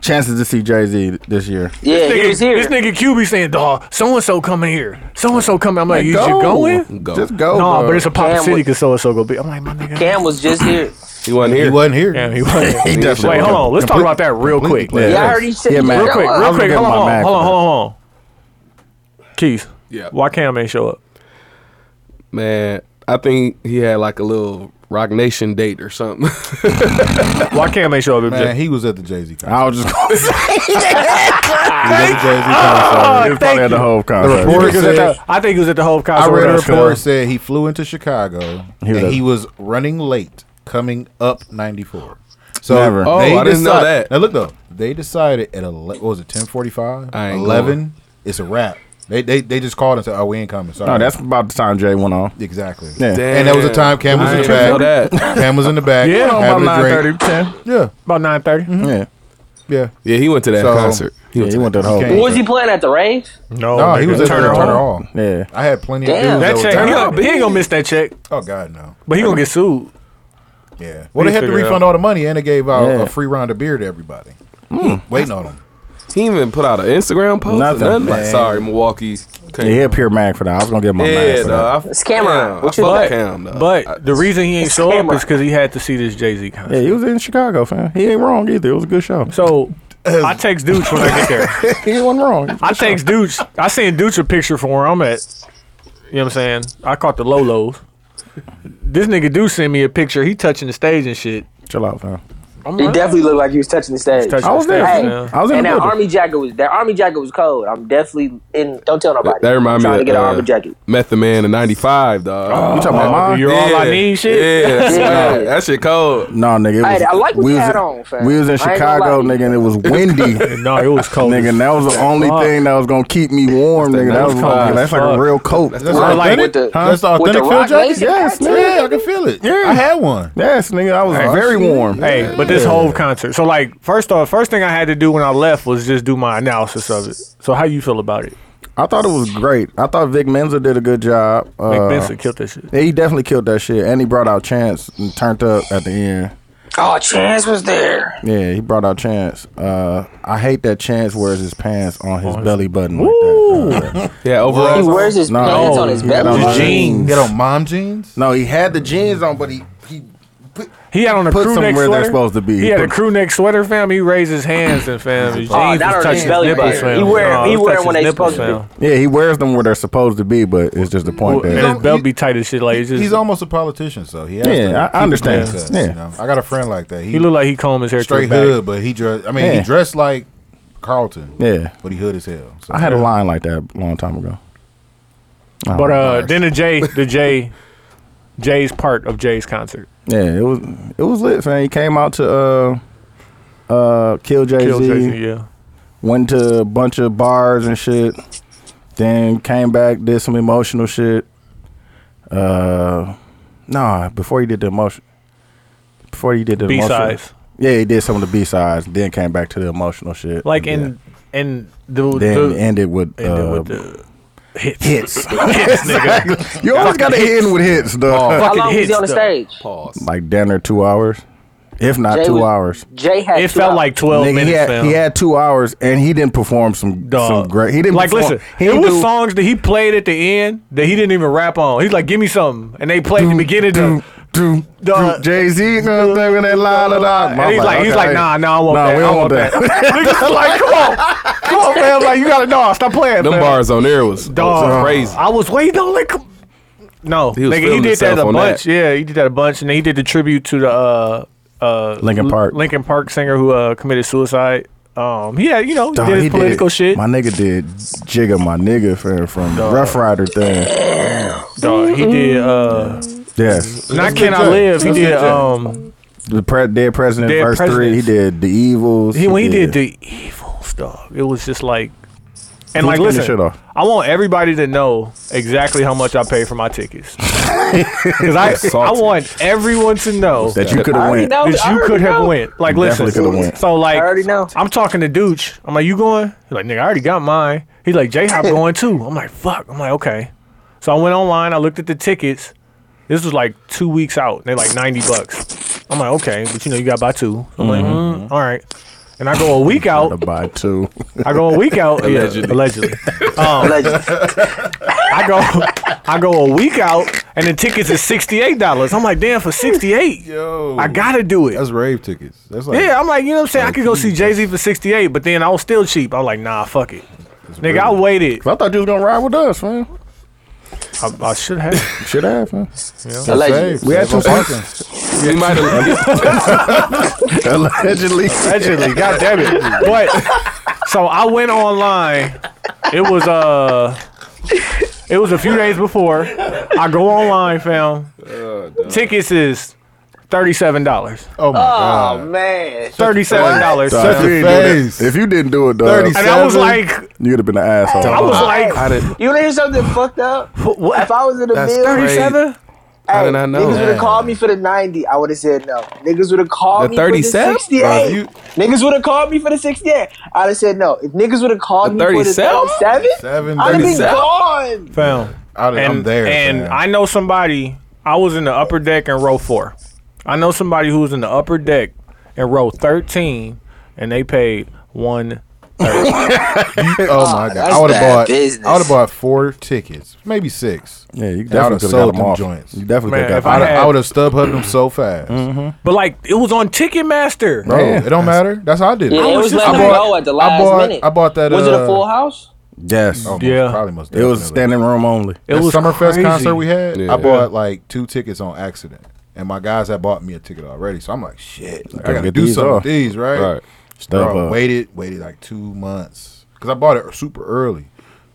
A: chances to see Jay Z this year.
F: yeah, he was here.
B: This nigga Q be saying, dog, so and so coming here. So and so coming. I'm like, you
A: Go.
B: just going?
D: Go.
A: Just go.
B: No,
A: bro.
B: but it's a pop
F: Cam
B: city
F: was-
B: because so and so gonna be. I'm like, my nigga.
F: Cam was just here.
D: He wasn't
C: He
D: here.
C: wasn't here.
B: Damn, he wasn't.
A: He definitely
B: Wait, hold on. Let's talk about that real quick.
A: Yeah,
F: Yeah, I heard he said.
A: Yeah, man.
B: Real quick,
A: I
B: real
A: was
B: quick.
A: gonna give him
B: Hold on, hold
A: my
B: on,
A: Mac
B: hold on,
A: for
B: hold on. Keith,
D: Yeah.
B: why Cam ain't show up?
D: Man, I think he had like a little Rock Nation date or something.
B: Why Cam ain't show up?
C: Man,
B: MJ?
C: he was at the Jay Z concert.
A: I was just going to say.
B: Oh,
A: he was
B: thank
A: probably at the
B: you.
A: whole
C: The
A: concert.
B: I
C: report-
B: think it was at
C: said-
B: the- I think it was at the whole
C: I
B: concert.
C: read a
B: with us,
C: report
B: Cam.
C: said he flew into Chicago
A: He was
C: and
A: a-
C: he was running late coming up 94. So
A: Never.
D: Oh, I didn't know that.
C: Now look though, they decided at ele- what was it 10:45,
D: I ain't
C: 11, it's a wrap. They, they they just called and said, "Oh, we ain't coming." Sorry.
A: No, that's about the time Jay went on.
C: exactly.
A: Yeah.
C: And that was a time Cam was
D: I
C: in the
D: didn't know
C: back.
D: that.
C: Cam was in the back.
B: Yeah,
A: About
C: having a drink.
A: 9:30, 10.
C: Yeah,
B: about nine thirty.
A: Yeah.
C: yeah.
D: Yeah, he went to that
C: So-
D: concert. He
A: Yeah,
D: went
A: he
D: to
A: went to the whole
C: Okay.
A: thing.
F: Was he playing at the rave?
B: No,
D: Oh,
C: No, he was at Turner, Turner
B: Hall.
C: Hall.
A: Yeah.
C: I had plenty
F: Damn.
C: of
B: That
C: dudes.
B: check,
C: That
B: he,
C: were
B: gonna- he ain't gonna miss that check,
C: oh God, Oh, no.
B: but he gonna get sued.
C: Yeah. Well, they had to
B: figure it
C: refund
B: out.
C: all the money, and they gave out
A: Yeah. Hmm.
C: a free round of beer to everybody. Waiting on them.
D: He even put out an Instagram post. or
A: Nothing,
D: Nothing. Like,
A: man.
D: sorry, Milwaukee.
A: Yeah, he a pure mag for that. I was gonna get my mag
D: Yeah,
A: for that.
D: dog. I-
F: It's Cameron.
D: Damn, I
F: What you
D: fuck
B: But,
F: like?
D: Cam, dog.
B: but
D: I-
B: the reason he ain't
F: It's
B: show up
F: camera.
B: is because he had to see this Jay Z
A: Yeah,
B: concert.
A: he was in Chicago, fam. He ain't wrong either. It was a good show.
B: so I text Dooch when I get there.
A: he wasn't wrong.
B: I text Dooch. I seen Dooch a picture from where I'm at. You know what I'm saying? I caught the low lows. This nigga do send me a picture. He touching the stage and shit.
A: Chill out, fam.
B: I'm
F: He
B: like,
F: definitely looked like he was touching the stage.
B: touching
A: I was
B: the
A: there.
B: stage,
F: Hey,
B: man.
A: I was in
F: and
A: the
F: that
A: building.
F: army jacket was that army jacket was cold. I'm definitely in. Don't tell nobody.
D: That reminds me
F: I'm
D: of
F: trying to get an
D: uh,
F: army jacket.
D: Method Man in '95, dog.
A: you talking about mine?
B: You're all I need, shit.
D: Yeah, that's-
F: Yeah.
D: nah, that shit cold.
A: No, nigga. It was,
F: Hey, I like what
A: we
F: you
A: was
F: had
A: in-
F: on, fam.
A: We was in
F: I ain't gonna
A: Chicago,
F: lie
A: nigga, and it was windy.
B: No, it was cold.
A: Nigga, and that was the only
B: Fuck.
A: thing that was gonna keep me warm, nigga. That
B: that
A: was
B: was cold
A: nigga, that's
B: as
A: like a
B: fuck.
A: real coat.
C: That's
F: Right,
C: authentic.
F: with the-
C: That's the
F: with the
C: authentic
F: rock
C: field jacket.
F: nation
C: Yes,
F: tattoo.
C: yeah, I can feel it. Yeah, I had one.
A: Yes, nigga, I was very warm.
B: Hey, but this whole concert. So like, first off, first thing I had to do when I left was just do my analysis of it. So how you feel about it?
A: I thought it was great. I thought Vic Menza did a good job. Uh,
B: Nick Benson killed that shit.
A: He definitely killed that shit, and he brought out Chance and turned up at the end.
F: Oh, Chance was there.
A: Yeah, he brought out Chance. Uh, I hate that Chance wears his pants on his belly button like
B: Woo!
A: that. Uh,
D: Yeah,
F: He
D: overall.
F: wears his
A: No,
F: pants on his
A: he had
F: belly.
A: on
B: His jeans.
C: Get on mom jeans.
A: No, he had the jeans on, but he he put,
B: He had on a
A: Put
B: crew
A: some
B: neck
A: where
B: sweater.
A: they're supposed to be.
B: He had a
A: Put-
B: crew neck sweater, fam. He raised his hands and fam. His jeans
F: Oh,
B: was
F: not on
B: touching
F: his
B: his
F: belly
B: nipples,
F: button.
B: fam.
F: He wear-
B: Nah,
F: he
B: it was
F: wear
B: touching
F: when
B: his
F: they
B: nipples,
F: supposed to
B: fam.
A: yeah, he wears them where they're supposed to be, but it's just the point
B: And
A: that
B: his belt be tight as shit. Like it's just,
C: He's almost a politician, so he has
A: Yeah,
C: to
A: I- I
C: keep it
A: understand.
C: clean cut,
A: Yeah.
C: you know? I got a friend like that. He,
B: he looked like he combed his hair
C: straight
B: straight back.
C: hood, but he dressed. I mean,
A: Yeah.
C: he dressed like Carlton.
A: yeah.
C: but he hood as hell. So.
A: I had a line like that a long time ago. I don't
B: But
A: know.
B: uh, then the J, the J, Jay's part of Jay's concert.
A: yeah, it was it was lit, man. He came out to uh uh Kill Jay
B: Killed Jay-Z,
A: Z,
B: yeah.
A: went to a bunch of bars and shit, then came back, did some emotional shit. Uh nah, before he did the emotion before he did the
B: B
A: emotional-
B: sides.
A: Yeah, he did some of the B sides, then came back to the emotional shit.
B: Like
A: Yeah.
B: in and the
A: then
B: the,
A: ended with,
B: and then
A: uh,
B: with the hits.
A: hits.
B: hits, nigga. Oh,
A: you always got to end with hits, dog.
F: How
B: fucking
F: long was
B: hits,
F: he on the
B: though.
F: stage?
D: Pause.
A: like down there two hours, if not
F: Jay
A: two
F: was-
A: hours.
F: Jay had.
B: It
F: two
B: felt
F: out-
B: like twelve
A: Nigga, he
B: minutes.
A: had
B: fam.
A: he had two hours and he didn't perform some
B: Dog.
A: some great. He didn't
B: like.
A: perform,
B: Listen,
A: He
B: it
A: didn't
B: was
A: do-
B: songs that he played at the end that he didn't even rap on. He's like, "Give me something," and they played the beginning.
A: Do,
B: of
A: do,
B: Dog.
A: Jay Z, no, that la la la. la.
B: and he's like, he's
A: okay,
B: like, nah, nah, I want
A: nah,
B: that.
A: we
B: I
A: don't
B: want that. Niggas like, come on, come on, man. Like, you gotta know. Stop playing.
D: Them
B: man.
D: bars on there was, was
B: dog.
D: crazy.
B: I was waiting on like. No,
D: He was
B: nigga, he
D: feeling
B: did that
D: himself
B: a
D: on
B: bunch.
D: that.
B: Yeah, he did that a bunch, and then he did the tribute to the uh, uh,
A: Linkin
B: L-
A: Park.
B: Linkin Park singer who uh, committed suicide. Um, he had, you know, he
A: Dog,
B: did his
A: he
B: political shit.
A: My nigga did Jigga, my nigga from, from Rough Rider thing.
B: Dog, he did. Uh,
A: Yes,
B: not can I
C: Jay.
B: live. He
C: Let's
B: did.
C: get Jay.
B: Um,
A: the pre- dead president
B: Dead
A: verse three. He
B: Presidents.
A: did the evils.
B: he when he did the evils, dog. It was just like,
A: Who's
B: and like,
A: getting the
B: listen,
A: shit off?
B: I want everybody to know exactly how much I paid for my tickets because I I
D: Salty.
B: want everyone to know
A: that you could have
F: already
A: went.
F: know.
B: that
F: I
B: you
F: already
B: could have
F: know.
B: went. Like,
A: Definitely
B: listen,
A: coulda went.
B: so like,
F: I already know.
B: I'm talking to Dooch. I'm like, you going? He's like, nigga, I already got mine. He's like, J Hop going too. I'm like, fuck. I'm like, okay. So I went online. I looked at the tickets. This was like two weeks out. They're like ninety bucks. I'm like, okay, but you know, you got to buy two. So I'm like, mm, all right. And I go a week
A: to
B: out.
A: buy two.
B: I go a week out. yeah,
D: Allegedly.
B: allegedly. Um,
F: Legend.
B: I go, I go a week out, and the tickets is sixty eight dollars. I'm like, damn, for sixty eight,
C: Yo,
B: I gotta do it.
C: That's rave tickets. That's like
B: Yeah, I'm like, you know what I'm saying? I could go see Jay Z for 68, but then I was still cheap. I'm like, nah, fuck it. Nigga, I waited.
A: I thought you was gonna ride with us, man.
B: I, I should have.
A: Shit happened.
F: Legend.
A: We had some
C: parking.
D: We might have.
A: Allegedly.
B: Allegedly, god damn it. But so I went online. It was uh it was a few days before. I go online, fam. Tickets is thirty-seven dollars.
C: Oh my
F: Oh
C: god.
F: man.
B: Thirty-seven dollars.
A: Dog, if
B: And
C: Shut the
A: you didn't do
C: face.
A: that- If you didn't do it, dog,
C: Thirty-
B: I was
C: Seven.
B: like,
A: you'd have been an asshole.
B: I was like,
D: I didn't.
F: You wanna hear something fucked up?
B: what?
F: If I was in the
D: That's
F: bill,
D: crazy.
B: Thirty-seven?
D: How
F: Hey,
D: did I know?
F: Niggas would
D: Man.
F: have called me for the 90. I would have said no. Niggas would have called
D: The
F: me for the
D: 37?
F: 68.
D: Bro, you-
F: Niggas would have called me for the 68. I'd have said no. If niggas would have called
D: The
F: me for the
D: 37?
F: 37,
C: Seven,
F: I'd have been
D: 37.
F: gone.
B: Fam.
C: I'd- I'm there.
B: And
C: fam.
B: I know somebody. I was in the upper deck in row four. I know somebody who was in the upper deck and row 13 and they paid one.
C: Oh my god!
F: Ah, that's
C: I would have
F: bad
C: bought.
F: business.
C: I would have bought four tickets, maybe six.
A: Yeah, you
C: And I
A: definitely
C: would've
A: could have got
C: sold
A: them off.
C: joints.
A: You definitely
B: Man,
A: could have
B: if
A: got
B: I
A: them
C: I'd
A: off.
B: had-
C: have, I would have stub hubbed them so fast,
A: Mm-hmm.
B: But like it was on Ticketmaster.
C: bro.
A: Yeah.
C: It don't matter. That's how I did. it.
F: Yeah, it
B: was
F: was
B: just-
F: letting
B: I
F: them
B: bought-
F: go at the
C: I
F: last
C: bought-
F: minute.
C: I bought that,
F: Was it
C: uh,
F: a full house?
A: Yes.
C: Oh, most-
B: Yeah.
C: probably most.
A: It was
C: definitely.
A: standing room only.
B: It
C: That
B: was
C: Summerfest
B: crazy.
C: concert we had.
D: Yeah.
C: I bought like two tickets on accident, and my guys had bought me a ticket already. So I'm like, shit, I
A: Gotta
C: gotta
A: get
C: do
A: these
C: something
A: off.
C: with these, right?
D: Right.
A: Stuff
C: Bro,
A: up.
C: waited, waited like two months because I bought it super early.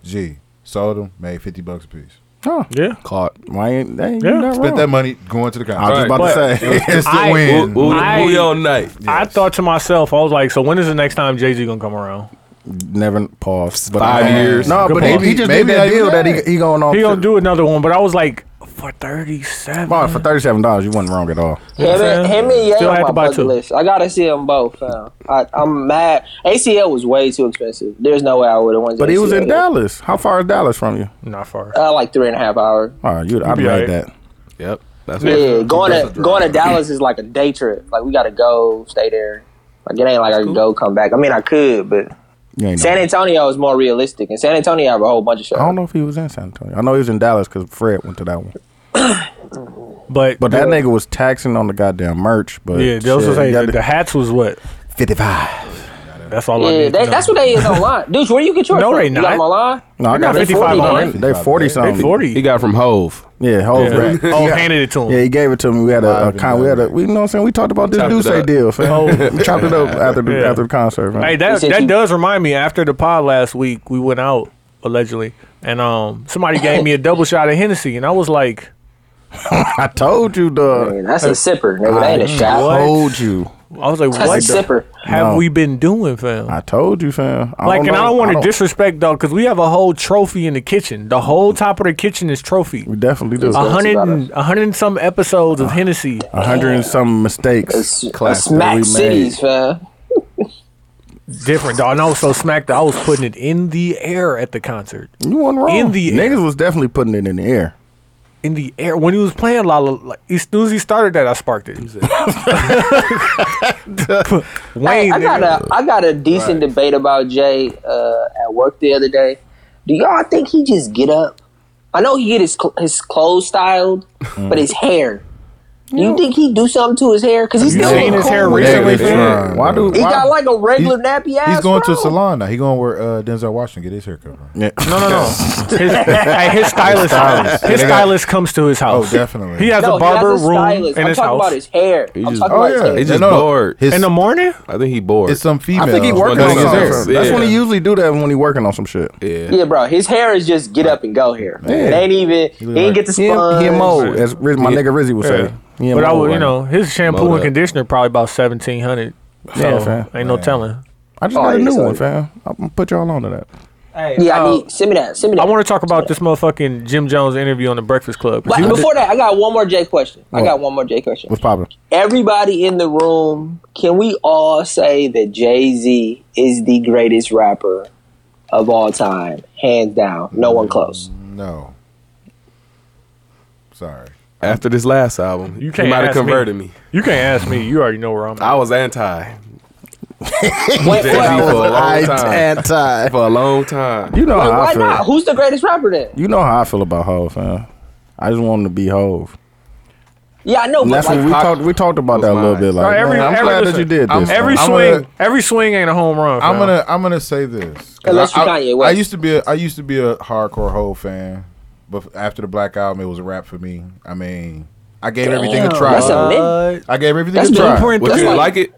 C: Gee, sold them, made fifty bucks a piece.
A: Huh.
B: Yeah.
D: Caught.
A: Why ain't that?
B: Yeah.
A: Yeah. Not
C: Spent
A: wrong.
C: that money going to the concert.
A: I was just about
B: But-
A: to say.
C: Instant
B: I-
C: win.
D: Woo- woo-
B: I-
D: woo your night.
B: I thought to myself, I was like, so when is the next time Jay Z gonna come around?
A: Never pause.
D: Five years.
A: No,
B: Good
A: but he,
B: point.
A: he just
C: Maybe
A: made that
C: not even
A: deal that
C: that.
A: he, he going off.
B: He gonna
A: to-
B: do another one, but I was like, for thirty seven.
A: Well, for thirty seven dollars, you wasn't wrong at all.
B: know what
F: Him,
B: I'm
F: and-
B: saying?
F: him and Ye
B: Still
F: on
B: had
F: my
B: to buy
F: bucket
B: two.
F: list. I gotta see them both. Fam. I, I'm mad. ACL was way too expensive. There's no way I would have won.
A: But he was in Dallas. How far is Dallas from you?
B: Not far.
F: Uh, like three and a half hour.
A: Oh, you I'd
B: be
A: made
B: alright.
A: that.
D: Yep. That's
F: Yeah,
D: what.
F: going to going to Dallas is like a day trip. Like we gotta go stay there. Like it ain't like I can go come back. I mean I could, but
A: You ain't know.
F: San Antonio is more realistic. And San Antonio have a whole bunch of shows.
A: I don't know if he was in San Antonio. I know he was in Dallas because Fred went to that one.
B: But,
A: But that nigga was taxing on the goddamn merch. But
B: yeah, those was
A: shit,
B: like,
A: you
B: the,
A: got
B: the hats was what?
A: fifty five.
B: That's all I
F: Yeah,
B: need. to
F: they,
B: know.
F: that's what they is online. Dude, where you get yours?
B: No,
F: from?
B: they
F: You got them
B: not.
F: online?
A: No, I got
F: They
A: fifty
F: 40
A: five
F: on
A: on
F: it.
A: it. They forty
D: They
A: something.
D: He got from Hove.
A: Yeah, whole
B: Yeah.
A: rack.
B: Oh, handed it to him.
A: Yeah, he gave it to me. We had a, a
C: Live and
A: con. We had a.
C: direct.
A: We, you know what I'm saying? We talked about this
D: Chopped it
A: Duce
D: up.
A: deal. fam. we chopped it up after the
B: Yeah.
A: after the concert, man.
B: Hey,
F: He
B: that
F: said
B: that
F: you-
B: does remind me. After the pod last week, we went out allegedly, and um, somebody gave me a double shot of Hennessy, and I was like,
A: I told you, dog.
F: Man, that's a sipper, nigga. That ain't a
A: I
F: shot.
A: told you.
B: I was like,
F: That's
B: what
F: a sipper.
B: have
A: No.
B: we been doing, fam?
A: I told you, fam. I
B: like, and I
A: know.
B: don't want to disrespect though, because we have a whole trophy in the kitchen. The whole top of the kitchen is trophy.
A: We definitely do.
B: A hundred,
F: about
B: and, a hundred and some episodes of Hennessy.
A: A hundred and some mistakes.
F: It's
A: Class that we
F: smack
A: made.
F: cities, fam.
B: Different, dog. And I was so smacked. that I was putting it in the air at the concert.
A: You wasn't wrong.
B: In the
A: Niggas was definitely putting it in the air.
B: in the air when he was playing Lala. Like, as soon as he started that, I sparked it.
F: Hey,
B: Wayne,
F: I got
B: nigga.
F: a I got a decent debate about Jay uh, at work the other day. Do y'all think he just get up? I know he get his cl- his clothes styled,
B: Mm.
F: but his hair. Do you think he do something to his hair? Cause he's
B: You
F: still
B: seen his
F: cool.
B: hair
C: Nigga,
B: recently,
C: it's
B: fam?
C: fine,
A: Why
C: bro.
A: do?
F: He
A: why,
F: got like a regular
C: He's-
F: nappy ass.
C: He's going to
F: bro.
C: a salon now. He going where uh, Denzel Washington get his haircut. Bro.
A: Yeah.
B: No, no,
F: um,
B: no. His, hey, his stylist, his stylist comes to his house.
C: Oh, definitely.
B: He has
F: No,
B: a
F: he has
B: barber
F: a
B: room
F: stylist.
B: in
F: I'm
B: his
F: talking
B: house.
F: about his hair.
D: He
F: I'm
D: just-
F: talking
C: Oh
F: about his
C: yeah,
F: hair.
D: He just
C: No, no.
D: bored.
C: His-
B: in the morning.
D: I think he bored.
C: It's some female.
A: I think he working
D: Well,
A: on
D: niggas
A: something.
D: there.
A: That's
D: Yeah.
A: when he usually do that when he working on some shit.
D: yeah.
F: Yeah, bro. His hair is just get up and go hair. It ain't even. He
C: like-
F: didn't get the
A: He and,
F: sponge.
A: he and Mo, Oh, as Riz, my
D: Yeah.
A: nigga Rizzy would say. He and
B: But I
A: Mo,
B: would, you
A: like,
B: know, his shampoo
D: Mowed
B: and
D: up.
B: conditioner probably about seventeen hundred. So
A: Yeah, fam.
B: ain't no telling.
A: I just
F: Oh,
A: got a
F: yeah,
A: new
F: so-
A: one, fam. I'm gonna put y'all on to that.
F: yeah, I
A: uh,
F: need. Send me that. Send me that.
B: I want to talk about this motherfucking Jim Jones interview on the Breakfast Club. 'cause
F: But
B: he was-
F: before that, I got one more Jay question. I got one more Jay question.
A: What's poppin'?
F: Everybody in the room, can we all say that Jay Z is the greatest rapper of all time, hands down, no one close?
C: No. Sorry.
D: After this last album,
B: You
D: you
B: can't
D: might have
B: ask me.
D: converted me.
B: you can't ask me. You already know where I'm. At.
D: I was anti
F: Wait,
D: Jay-Z
F: wait,
D: for a long time.
A: anti.
D: For a long time.
A: You know how
F: why
A: I feel.
F: not? Who's the greatest rapper then?
A: You know how I feel about Hove, fam. I just want him to be Hove.
F: Yeah, I know,
A: And
F: but
A: that's
F: like,
A: what we talked. We talked about that a little bit. Like,
B: Right, every-
A: man, I'm
B: every-
A: glad that
B: listen,
A: you did
C: I'm-
A: this.
B: Every
A: fam.
C: I'm
B: swing,
C: gonna-
B: every swing ain't a home run.
C: I'm
B: fam.
C: gonna I'm gonna say this. 'Cause
F: Unless
C: I,
F: you
C: I-
F: Kanye West.
C: I used to be a I used to be a hardcore Hole fan, but after the Black Album, it was a wrap for me. I mean, I gave everything a try.
F: that's a minute.
C: I gave everything
F: that's
C: a try.
F: blueprint.
D: Would
F: That's
D: you
F: like-
D: like it?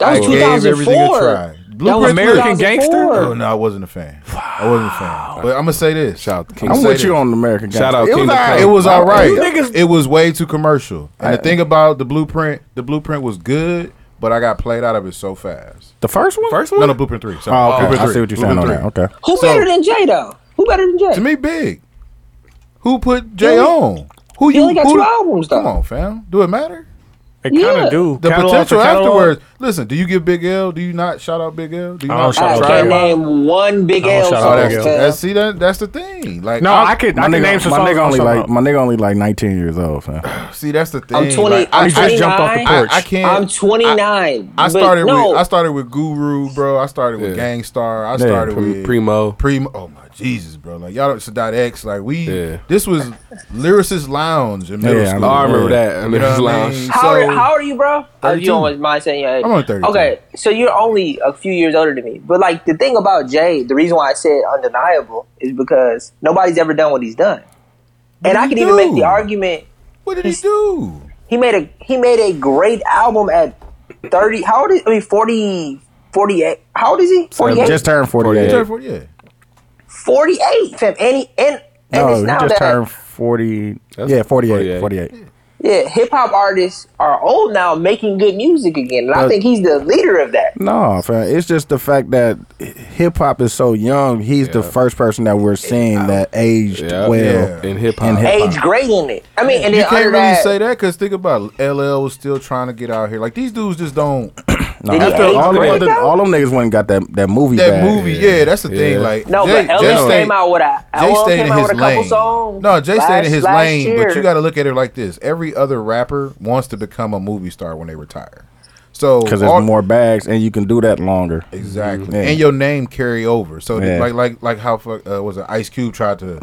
F: That
C: I
F: was
C: gave everything a
F: 2004.
C: try.
F: That was
C: Blueprint
B: American
F: 2004.
B: Gangster?
C: Oh, no, I wasn't a fan. I wasn't a fan. But I'm gonna say this. Shout out
D: King
A: I'm with you on the American.
D: Shout
A: Gangster.
D: out
A: It was
D: King
A: all
D: of
A: right.
D: Kong.
C: It was all right.
B: You niggas-
C: It was way too commercial. And the thing about the blueprint, the blueprint was good, but I got played out of it so fast.
A: The first one.
D: First one?
C: No, no, blueprint three. Sorry.
A: Oh, okay.
C: Blueprint
A: I see
C: three.
A: what you're saying on
C: Blueprint
A: that.
C: three.
A: Okay.
F: Who
C: So-
F: better than Jay though? Who better than Jay?
C: To me, big. Who put Jay
F: You
C: on? Who you?
F: only got
C: who
F: two
C: the-
F: albums, though.
C: Come on, fam. Do it matter?
B: It kind
F: Yeah.
B: of do.
C: The
B: Catalog for
C: potential
B: catalog.
C: afterwards. Listen, do you give Big L? Do you not shout out Big L? Do you
B: I
C: not
B: don't shout
F: I
B: out
C: try
F: can't
B: Big
C: to-
B: L.
F: name one big
B: I
F: L
B: don't shout
F: song.
B: out
C: Oh, that's,
B: Big L.
F: Tell.
C: that's see that that's the thing. Like
B: No,
C: I'm-
B: I could.
A: My
B: I could
A: nigga,
B: name some
A: my
B: songs.
A: nigga only
B: myself.
A: like my nigga only like 19 years old, fam.
C: see that's the thing.
F: I'm 20
C: Like,
F: I'm
C: I,
B: He just jumped off the
F: 29.
B: porch.
C: I, I can't.
F: I'm 29.
C: I
F: but
C: started
F: no,
C: with I started with Guru, bro. I started with
D: Yeah.
C: Gangstar. I started with
D: Primo.
C: Primo. Oh my Jesus, bro! Like y'all don't Sadat X. Like we.
D: Yeah.
C: This was Lyricist Lounge in middle
A: Yeah, I
C: school.
D: Oh, I remember
A: Yeah.
D: that. I
C: You
D: mean,
C: know
D: it's
C: what I
D: lounge.
C: mean?
F: How,
C: So-
F: are, how are you, bro? If
C: 32.
F: you don't mind saying your age.
C: I'm only 32.
F: Okay, so you're only a few years older than me. But like the thing about Jay, the reason why I said undeniable is because nobody's ever done what he's done. And I
C: do
F: can
C: you
F: even make
C: do?
F: the argument
C: What did he do?
F: he made a he made a great album at 30 how old is I mean 40 48 how old is he
C: Uh,
F: 48
A: Just turned 48.
C: He turned 40, yeah.
F: 48 fam and he, and, and
A: no,
F: it's
A: Oh, he
F: now
A: just
F: that
A: turned 40.
D: That's
A: yeah, 48,
D: 48.
A: 48.
F: yeah hip hop artists are old now making good music again and I
A: Uh,
F: think he's the leader of that
A: No, fam, it's just the fact that hip hop is so young. He's the first person that we're seeing that aged
D: Yeah.
A: well.
D: in hip
A: in hip-
D: hip hop.
F: age great in it I mean and
C: You
F: then
C: can't
F: under
C: really
F: that
C: say that because think about it. LL was still trying to get out here. Like these dudes just don't.
A: No,
F: Did he
A: after
F: age
A: all, them
F: great
A: other-
F: though?
A: all them niggas went and got that that movie.
C: That
A: bag.
C: movie, yeah, that's the thing.
D: Yeah.
C: Like
F: no
C: Jay,
F: but
C: Jay
F: LL
C: stayed-
F: came out with a
C: Jay
F: LL
C: stayed
F: came
C: in
F: out
C: his
F: with a couple
C: lane.
F: songs
C: No, Jay stayed
F: last-
C: in his
F: last
C: lane, but
F: year.
C: you got to look at it like this: every other rapper wants to become a movie star when they retire. So
A: because
C: all-
A: there's more bags and you can do that longer.
C: exactly,
A: Yeah.
C: and your name carry over. So
A: Mm-hmm. Yeah. Mm-hmm.
C: like like like how fuck, uh, was it Ice Cube tried to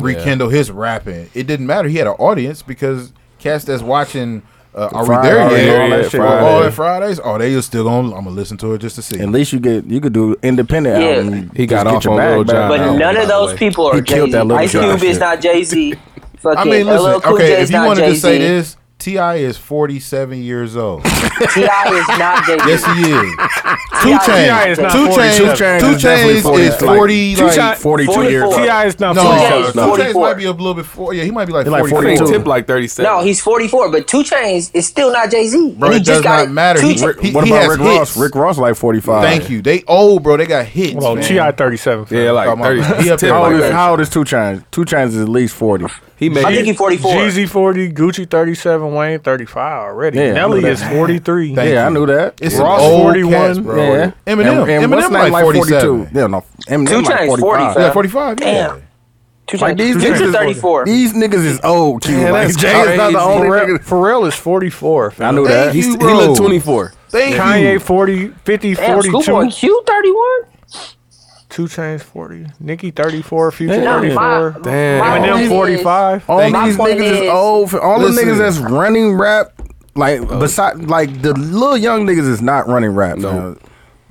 C: rekindle his rapping? It didn't matter. He had an audience because cats that's watching. Uh, are
A: Friday,
C: we
A: all
C: there yet?
A: that
C: All that
A: shit.
C: Friday. Fridays. Oh, they are still gonna. I'm gonna listen to it just to see.
A: At least you get you could do independent
F: Yeah.
A: album.
D: He
A: Just
D: got
A: get
D: off
A: your
D: on
A: bag
D: Lil
A: back.
D: Jon.
F: But
D: No,
F: none
D: by
F: of
D: the
F: those
D: way.
F: people are
A: He
F: Jay
A: killed
F: Z.
A: that Lil
F: Ice
A: Jon
F: Cube
A: shit.
F: is not Jay Z. Fucking
C: I mean, listen.
F: LL Cool
C: okay,
F: J
C: if
F: is
C: you
F: not
C: wanted
F: Jay
C: to say
F: Z.
C: this, Ti is 47 years old.
F: Ti is not Jay Z.
C: Yes, he is. Two
F: Ti
B: is
C: Chainz.
B: not
C: Two
B: 40.
A: Two
C: Chainz.
A: Chainz
C: Two
A: is definitely
C: Chainz
A: 40.
C: is 40.
B: Two
C: like,
B: Chainz-
A: 42 years.
F: Forty-four.
B: Ti is not.
C: No,
B: from
F: Two
B: Chicago.
F: Chainz-
C: Two
F: no.
C: Chainz might be a little bit before. Yeah, he might be like
A: He like
C: 44.
D: He
A: 42.
D: tip like 37.
F: No, he's 44, but Two Chains is still not Jay Z.
C: Bro, it does not matter.
F: Two
C: He-
F: Chainz-
C: he-
A: What about
C: has
A: Rick
C: hits.
A: Ross? Rick Ross like 45.
C: Thank you. They old, bro. They got hits.
B: Well,
C: man.
B: Ti thirty-seven. fam.
D: yeah, like
C: Come on,
D: 30.
C: man. He up
D: tip
C: there
A: How
D: like
A: old, is,
D: 30.
A: how old is Two Chains? Two Chains is at least 40.
D: He
F: I think
D: made
F: he 44.
B: Jeezy forty, Gucci thirty-seven, Wayne thirty-five already.
A: Yeah, I
B: Nelly
A: know
B: is
A: that.
B: forty-three.
C: Thank
A: yeah, I
C: you.
A: knew that.
C: It's
B: Ross
C: some old
B: 41.
C: Cats, bro.
A: yeah.
C: Eminem.
A: And, and
C: Eminem
A: what's
C: like
A: like 42.
C: 47.
A: Yeah, no. Eminem
F: Two
A: like
F: Chainz
A: 45.
F: 40,
C: Yeah, 45. Yeah.
F: Damn. Two
A: Like,
F: Chainz.
A: these
F: Two Chainz
A: niggas
F: is
A: is-
F: 34.
A: These niggas is old, Q.
D: Man,
A: like,
D: that's
A: Jay is not the
D: crazy.
A: only
B: Pharrell,
A: nigga.
B: Pharrell is forty-four. fam.
A: I knew
C: Thank
A: that.
D: he's,
C: you,
D: he
C: bro.
D: looked 24.
C: Thank you.
B: Kanye 40, 50,
F: Damn,
B: 42.
F: Schoolboy Q 31?
B: Two Chains 40. Nicki 34, Future
A: Yeah.
F: No, my,
B: 34.
F: my
D: Damn.
F: point
B: Eminem
F: is-
B: 45.
A: All
D: Thank
A: these
F: you.
A: niggas is,
F: My point
A: old. All the
C: Listen. Uh,
A: niggas that's running rap, like beside, like the little young niggas is not running rap.
D: No.
A: man.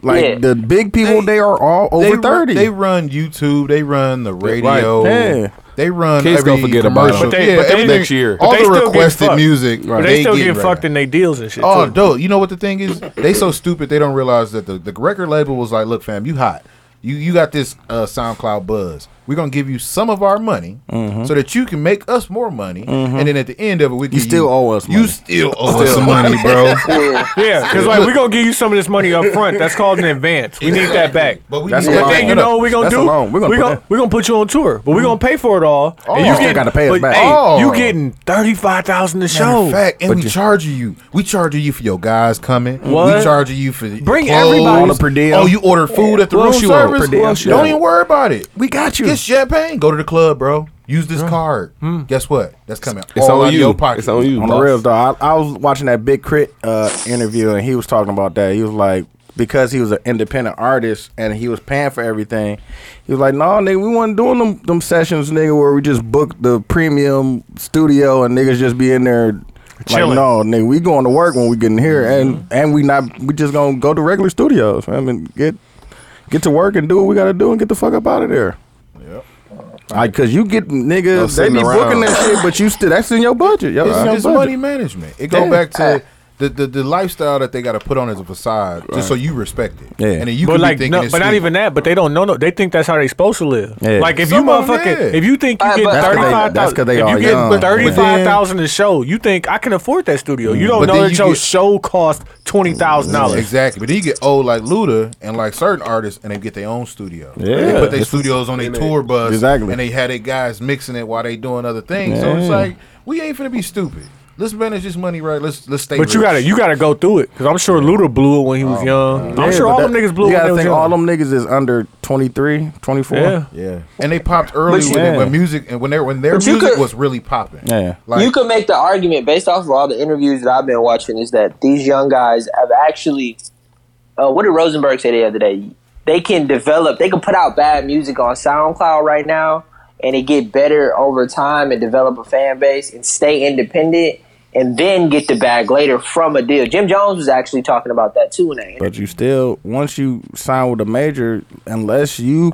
A: Like
F: Yeah.
A: the big people, they,
C: They-
A: are all
C: They
A: over
C: run-
A: thirty.
C: They run YouTube. They run the radio.
A: Yeah.
C: They run.
D: Kids
C: every
D: don't forget about
C: commercial.
D: it. But
B: they- but they-
C: everything-
D: next year.
B: but
C: All
B: they
C: the
B: still getting
C: requested
B: fucked.
C: music.
B: But they, still
C: get
B: getting
C: right
B: fucked
C: now.
B: in their deals and shit.
C: Oh,
B: too.
C: dope. You know what the thing is? They so stupid they don't realize that the, the record label was like, look, fam, you hot. You you got this uh, SoundCloud buzz. We're gonna give you some of our money so that you can make us more money, and then at the end of it, we give
A: still owe us money.
C: You still owe us some money, bro.
F: Yeah.
B: Yeah, because like we're gonna give you some of this money up front. That's called an advance. We need that back.
C: But we
A: That's
C: need
A: a
B: But
A: loan.
B: then you know what we're gonna
A: That's
B: do?
A: a loan. We're gonna
B: We're gonna, we're
A: put
B: gonna,
A: that-
B: put you on tour, but we're gonna pay for it all.
A: you still
B: getting-
A: gotta pay us
B: but,
A: back.
B: Hey,
C: Oh.
B: you getting thirty five thousand a
C: Matter
B: show?
C: of fact, and we charging you. We charging you for your guys coming.
B: What?
C: We charging you for your
B: Bring
C: clothes.
B: everybody. All the
A: per diem.
C: Oh, you ordered food at the
A: What
C: room
A: else you owe? Per
C: service.
A: diem.
C: Don't
A: Yeah.
C: even worry about it.
A: we got you.
C: Get champagne. Go to the club, bro. Use this card.
A: Hmm.
C: Guess what? That's coming.
D: It's
C: all
D: on
C: out of
D: you.
C: Your pocket.
D: It's on you.
A: On the
D: boss.
A: real though, I, I was watching that Big Crit uh, interview and he was talking about that. He was like, because he was an independent artist and he was paying for everything, he was like, "No, nigga, we wasn't doing them them sessions, nigga, where we just booked the premium studio and niggas just be in there." Like
B: Chilling.
A: no, nigga, we going to work when we get in here, and and we not we just gonna go to regular studios, I mean get get to work and do what we gotta do and get the fuck up out of there. Yep. cause you get
D: No
A: niggas, they
D: sitting
A: be booking
D: around.
A: that shit, but you still that's in your budget. Yo,
C: It's,
A: in your
C: it's
A: budget.
C: money management. It go
A: Yeah. Uh,
C: back to the, the, the lifestyle that they got to put on as a facade, just so you respect it.
A: Yeah.
C: And then you
B: but
C: can
B: like,
C: be thinking,
B: no,
C: it's
B: but not
C: sweet.
B: even that. But they don't know. No, they think that's how they supposed to live.
A: Yeah.
B: Like if
C: Some
B: you
C: of 'em
B: motherfucking,
C: is.
B: if you think you
F: Uh,
B: get
F: but- That's
A: they-
F: 'cause
B: thirty-five
A: that's 'cause
B: thousand,
A: they
B: if
A: are
B: you
A: young,
B: get
A: but then- Mm.
B: thirty-five thousand a show, you think I can afford that studio. You don't
C: But
B: know
C: then
B: that
C: you
B: your
C: get-
B: show cost twenty thousand dollars.
C: Exactly. But then you get old like Luda and like certain artists and they get their own studio. They
A: Yeah.
C: put their studios on their tour bus.
A: Exactly.
C: And they had their guys mixing it while they doing other things. So it's
A: Yeah.
C: like, we ain't finna be stupid. let's manage this money right. Let's let's stay.
B: But you
C: rich.
B: gotta you gotta go through it because I'm sure Luda blew it when he was young. I'm
A: Oh, Yeah,
B: sure
A: but
B: all
A: that-
B: them niggas blew
A: You
B: it when they
A: gotta
B: was
A: think
B: young.
A: all them niggas is under 23, 24.
B: yeah.
A: Yeah.
C: and they popped early
F: But
C: with
A: you-
C: it when music and when their when their
F: But you
C: music
F: could-
C: was really popping.
A: Yeah.
C: like
F: you could make the argument based off of all the interviews that I've been watching is that these young guys have actually, uh, what did Rosenberg say the other day? They can develop, they can put out bad music on SoundCloud right now, and it get better over time and develop a fan base and stay independent, and then get the bag later from a deal. Jim Jones was actually talking about that too in that interview.
A: But you still, once you sign with a major, unless you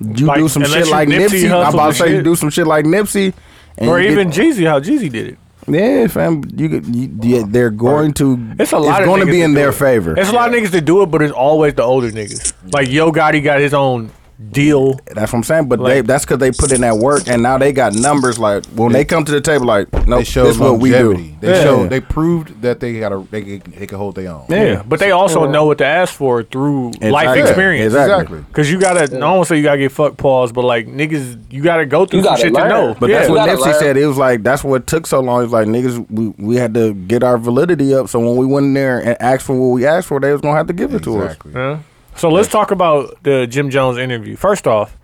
A: you
B: Like,
A: do some
B: unless
A: shit
B: you
A: like
B: Nipsey
A: Nipsey, I'm about
B: Hussle
A: to
B: and
A: say you
B: shit.
A: do some shit like Nipsey, and
B: Or
A: you
B: even
A: get,
B: Jeezy, how Jeezy did it.
A: yeah, fam, you, could, you yeah, they're going to
B: It's a lot.
A: it's
B: of
A: going to
B: niggas
A: be in
B: do
A: their
B: it.
A: favor.
B: It's a lot of niggas that do it, but it's always the older niggas. Like Yo Gotti got his own deal.
A: That's what I'm saying, but they
B: Like-
A: that's because they put in that work, and now they got numbers. Like when they come to the table, like no,
C: they
A: this
C: showed
A: is what we do.
C: longevity. They
A: Yeah.
C: showed they proved that they got a they could- they could hold their own.
A: Yeah.
B: but they also know what to ask for through life
A: Exactly.
B: experience.
A: Exactly.
B: Cause you gotta, I don't say you gotta get fuck paused, but like niggas, you gotta go through
F: You
B: some
F: gotta
B: shit to
F: learn.
B: know.
A: But
B: Yeah.
A: that's
F: You
A: what
F: gotta
A: Nipsey
F: learn.
A: said. It was like that's what took so long. It's like niggas, we, we had to get our validity up. So when we went in there and asked for what we asked for, they was gonna have to give it to us.
C: Exactly.
B: Yeah. So let's talk about the Jim Jones interview. First off,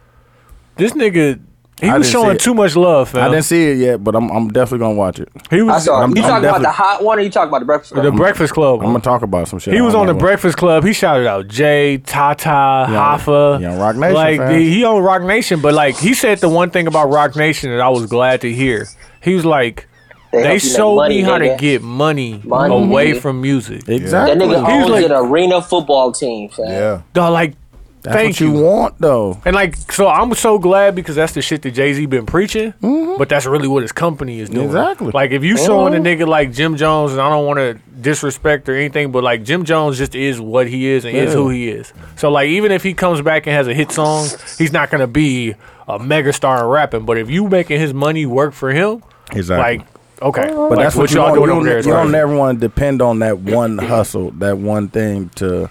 B: this nigga, he
A: I didn't
B: was
A: see
B: showing
A: it.
B: too much love,
A: I
B: fam.
A: didn't see it yet, but I'm, I'm definitely gonna watch it.
B: he
F: I
B: was
F: saw
A: I'm- I'm
F: you talking about
A: definitely-
F: the hot one, or you talking about the Breakfast Club?
B: the Breakfast Club.
A: I'm gonna talk about some shit.
B: He was
A: I
B: on the
A: don't know what-
B: Breakfast Club. He shouted out Jay, Tata, Hoffa.
A: he on Rock Nation,
B: Like
A: fam.
B: the, he on Rock Nation, but like he said the one thing about Rock Nation that I was glad to hear. He was like, they,
F: help you make
B: showed
F: money,
B: me how to
F: nigga.
B: get money,
F: Money.
B: away from music.
A: Exactly.
F: That nigga
B: He was
F: owns
B: like-
F: an arena football team, fam.
C: Yeah.
B: Dawg, like,
A: That's
B: thank
A: what you, want though.
B: And like, so I'm so glad because that's the shit that Jay Z been preaching. But that's really what his company is doing.
A: Mm-hmm. Exactly. Uh-huh.
B: Like, if you showing a nigga like Jim Jones, and I don't want to disrespect or anything, but like Jim Jones just is what he is and is
A: Yeah.
B: who he is. So like, even if he comes back and has a hit song, he's not gonna be a megastar in rapping. But if you making his money work for him,
A: Exactly.
B: like, okay,
A: But
B: Like,
A: that's what, you
B: y'all
A: want.
B: doing
A: You
B: over
A: don't,
B: there. is
A: you don't
B: crazy.
A: never want to depend on that one hustle, that one thing to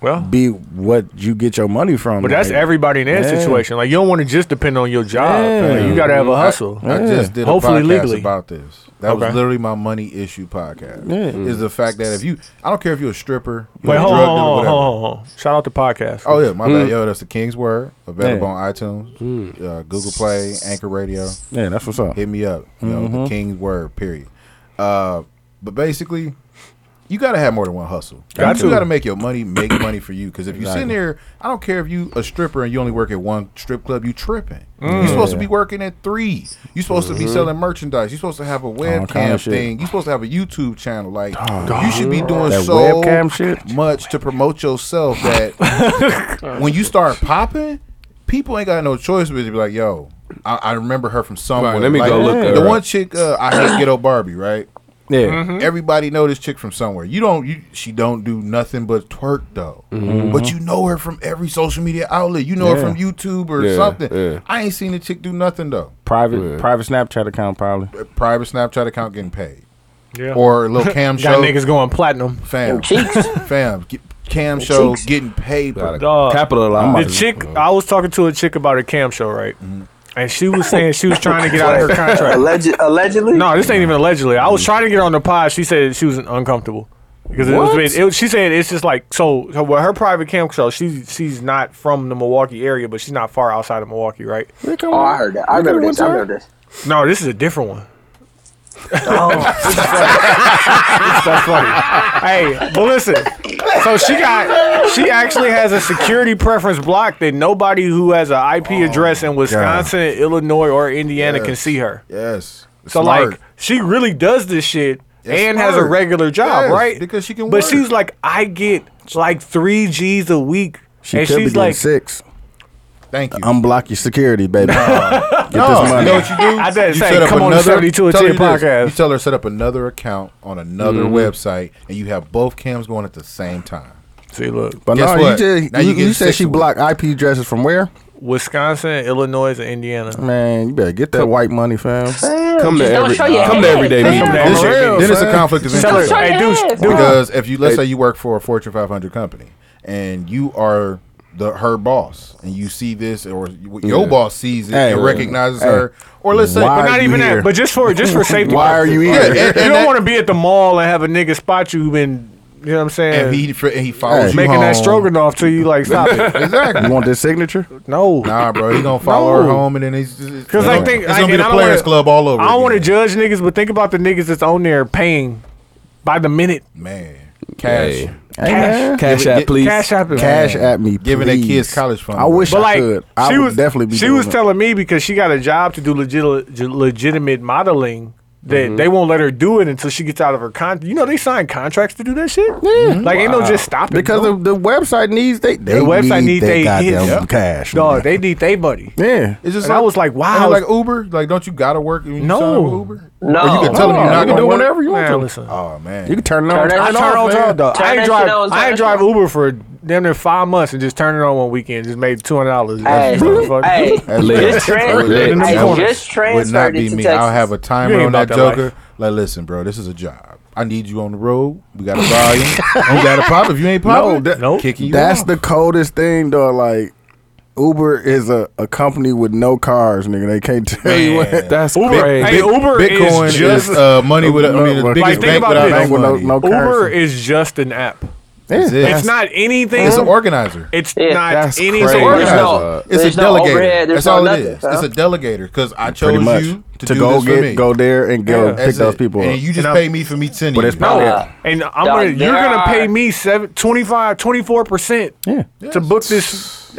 B: well.
A: be what you get your money from.
B: But that's
A: like,
B: everybody in that
A: Yeah.
B: situation. Like you don't want to just depend on your job.
A: Yeah.
B: man. You gotta have a hustle.
C: I, I just did a
B: Hopefully
C: podcast
B: legally.
C: about this. That
B: Okay.
C: was literally my money issue podcast.
A: Yeah.
C: Is the fact that if you, I don't care if you're a stripper, you're
B: Wait,
C: a
B: hold on,
C: drug dealer,
B: hold on,
C: whatever.
B: hold on, hold on. Shout out to podcast.
C: Oh yeah, my bad. Yo, that's the King's Word. Available
A: Mm. Yeah.
C: on iTunes, uh, Google Play, Anchor Radio.
A: Yeah, that's what's up. Mm-hmm.
C: Hit me up. You know, the King's Word. Period. Uh, but basically, you gotta have more than one hustle.
B: Got
C: you
B: to.
C: gotta make your money make money for you. Because if you sitting
A: Exactly.
C: there, I don't care if you a stripper and you only work at one strip club, you tripping.
A: Mm.
C: You're supposed to be working at three. You're supposed to be
A: Mm-hmm.
C: selling merchandise. You're supposed to have a
A: kinda
C: webcam
A: shit.
C: thing. You're supposed to have a YouTube channel. Like you should be doing
A: That
C: so
A: webcam shit?
C: much to promote yourself that when you start popping, people ain't got no choice but to be like, yo, I, I remember her from somewhere.
D: Right, let me
C: Like,
D: go look her
C: The
D: up.
C: one chick, uh, I hate Ghetto Barbie, right?
A: Yeah.
B: Mm-hmm.
C: Everybody know this chick from somewhere. You don't. You, she don't do nothing but twerk though. But you know her from every social media outlet. You know her
A: Yeah.
C: from YouTube or
D: Mm-hmm. Yeah,
C: something.
D: yeah.
C: I ain't seen the chick do nothing though.
A: Private
D: Yeah.
A: private Snapchat account probably.
C: Private Snapchat account getting paid
B: Yeah.
C: or a little cam
B: Got
C: show.
B: niggas going platinum.
C: Fam,
F: cheeks.
C: fam, get- cam show getting paid. bro.
D: Gotta
B: Dog.
D: capitalize.
B: The chick,
C: Uh-huh.
B: I was talking to a chick about a cam show, right?
C: Mm-hmm.
B: And she was saying she was trying to get out of her contract.
F: Alleged, allegedly?
B: No, this ain't even allegedly. I
C: Mm-hmm.
B: was trying to get on the pod. She said she was uncomfortable because it was, it was- She said it's just like so. so with her private cam show, she's she's not from the Milwaukee area, but she's not far outside of Milwaukee, right?
F: Oh, I heard that. I remember this. I remember this.
B: No, this is a different one.
C: Oh.
B: That's funny. hey, but listen. So she got she actually has a security preference block that nobody who has an IP address in Wisconsin, Illinois, or Indiana can
C: Oh, Yes.
B: see her.
C: Yes.
B: So
C: Smart.
B: like she really does this shit
C: That's
B: and has a
C: smart.
B: regular job,
C: Yes,
B: right?
C: because she can
B: But
C: work.
B: she's like, I get like three G's a week.
A: She
B: and
A: could be
B: she's
A: getting
B: like
A: six.
C: thank you.
A: Unblock your security, baby. Get this
C: You
A: money.
C: know what you do?
B: I dare
C: you
B: say, come on to 72 and Mm-hmm.
C: tell
B: 10
C: you this,
B: podcast.
C: You tell her set up another account on another website, and you have both cams going at the same time.
B: See look.
A: But
C: Guess
A: no,
C: what?
A: you just
C: Now
A: you,
C: you getting
A: you said
C: six
A: she
C: of them.
A: blocked IP addresses from where?
B: Wisconsin, Illinois, and Indiana.
A: Man, you better get that white money, fam.
D: Come to every.
F: show your
D: Come to
F: hand,
D: everyday
F: fam.
D: meeting.
B: Come to
C: Then,
B: For
C: she-
B: real,
C: then it's a
B: son.
C: conflict of
B: Tell her,
C: interest
B: hey, dude, dude,
C: because if you let's say you work for a Fortune 500 company and you are the her boss, and you see this, or what
D: Yeah.
C: your boss sees it
A: Hey,
C: and
A: well,
C: recognizes
A: hey.
C: her, or let's say,
A: Why
C: but
B: Not
A: you
B: even
A: here?
B: that, but just for just for safety.
A: Why are you here?
B: purposes.
C: Yeah, and-
B: you don't
C: and that-
B: want to be at the mall and have a nigga spot you and you know what I'm saying.
C: and he and he follows you
B: making
C: home.
B: that stroganoff to you like stop it.
C: Exactly.
A: You want this signature?
B: No,
C: Nah, bro, he gonna follow her
B: No.
C: home, and then he's just
B: because I
A: No.
B: think
C: it's
B: I,
C: gonna be
B: and
C: the
B: I don't
C: Players
B: wanna-
C: Club all over.
B: I don't want to
C: again.
B: judge niggas, but think about the niggas that's on there paying by the minute.
C: man cash,
D: Hey.
B: Cash.
D: Cash
C: Give it-
D: app, please.
B: Cash app. is-
A: Cash at me,
C: giving their
A: please.
C: kids college fund.
A: I wish
B: But
A: I
B: like
A: could. I
B: she
A: would
B: was
A: definitely be.
B: she
A: doing
B: was
A: it.
B: telling me because she got a job to do legit, legi- legitimate modeling that
A: Mm-hmm.
B: they won't let her do it until she gets out of her contract. You know they sign contracts to do that shit. Yeah, like ain't no just stopping
A: because
B: no.
A: the, the website needs they they
B: website
A: need
B: need they
A: their goddamn
B: hits.
A: cash.
B: dog
A: man.
B: they need they buddy.
A: yeah.
C: It's just
B: And I was like, wow.
C: and like Uber. Like, don't you gotta work? When you
B: No.
C: sign up with Uber.
F: No,
C: Or you can tell them
A: No, you
C: you're not
A: can
C: gonna
A: do
C: work?
A: whatever you want
B: Man,
A: to.
B: listen.
C: Oh man,
A: You can turn it on.
F: Turn that
A: turn
B: I
A: it
F: shit
B: turn
A: off,
B: on
A: man.
B: time though.
F: Turn
B: I
F: that
B: ain't
F: shit
B: drive.
F: on, turn
B: I ain't
F: that shit
B: drive Uber for damn near five months and just turn it on one weekend. Just made two hundred dollars.
F: Hey, hey,
C: That's
F: just,
C: lit.
F: trans-
C: Lit.
F: hey,
C: That would-
F: just
C: would not
F: transferred
C: be
F: it to
C: me.
F: Texas.
C: I'll have a
B: You
C: timer
B: ain't
C: on
B: about
C: that
B: that
C: joker.
B: life.
C: Like, listen, bro, this is a job. I need you on the road. We got a volume. you got to pop. If you ain't popping,
A: No, that-
B: Nope.
C: kicking you
A: That's
C: off.
A: the coldest thing though. Like Uber is a, a company with no cars, nigga. They can't tell you what.
C: Man.
D: That's
B: Uber-
D: crazy.
B: Hey, Uber is
C: Bitcoin is,
B: just-
C: uh, money with. I mean, the
A: Like,
C: biggest
B: think
C: bank
B: about
C: without
B: this.
C: no
A: With no-
C: money.
A: no
B: Uber
A: currency.
B: is just an app.
C: That's it.
B: It's not anything.
C: It's an organizer.
B: It's
F: Yeah.
B: not
D: That's
B: any
D: crazy.
B: sort
C: It's
B: of-
C: an
F: There's no-
C: organizer.
F: there's
C: it's a
F: no
C: delegator.
F: overhead, there's
C: That's
F: no
C: all
F: nothing,
C: it is.
F: fam.
C: It's a delegator because I
A: Pretty
C: chose
A: much
C: you to,
A: to
C: do
A: go
C: this for me.
A: get go there and go
B: Yeah.
A: pick
C: That's
A: those
C: it.
A: people
C: and
A: up.
C: you
B: And
C: just
B: I'm-
C: pay me for me ten.
A: But it's
C: years.
A: not-
F: uh,
B: Oh, And I'm
F: Dog,
B: gonna, you're
F: there
B: gonna pay
F: are-
B: me seven, 25, 24 percent
A: yeah.
B: to book mm-hmm. this.
C: Yes.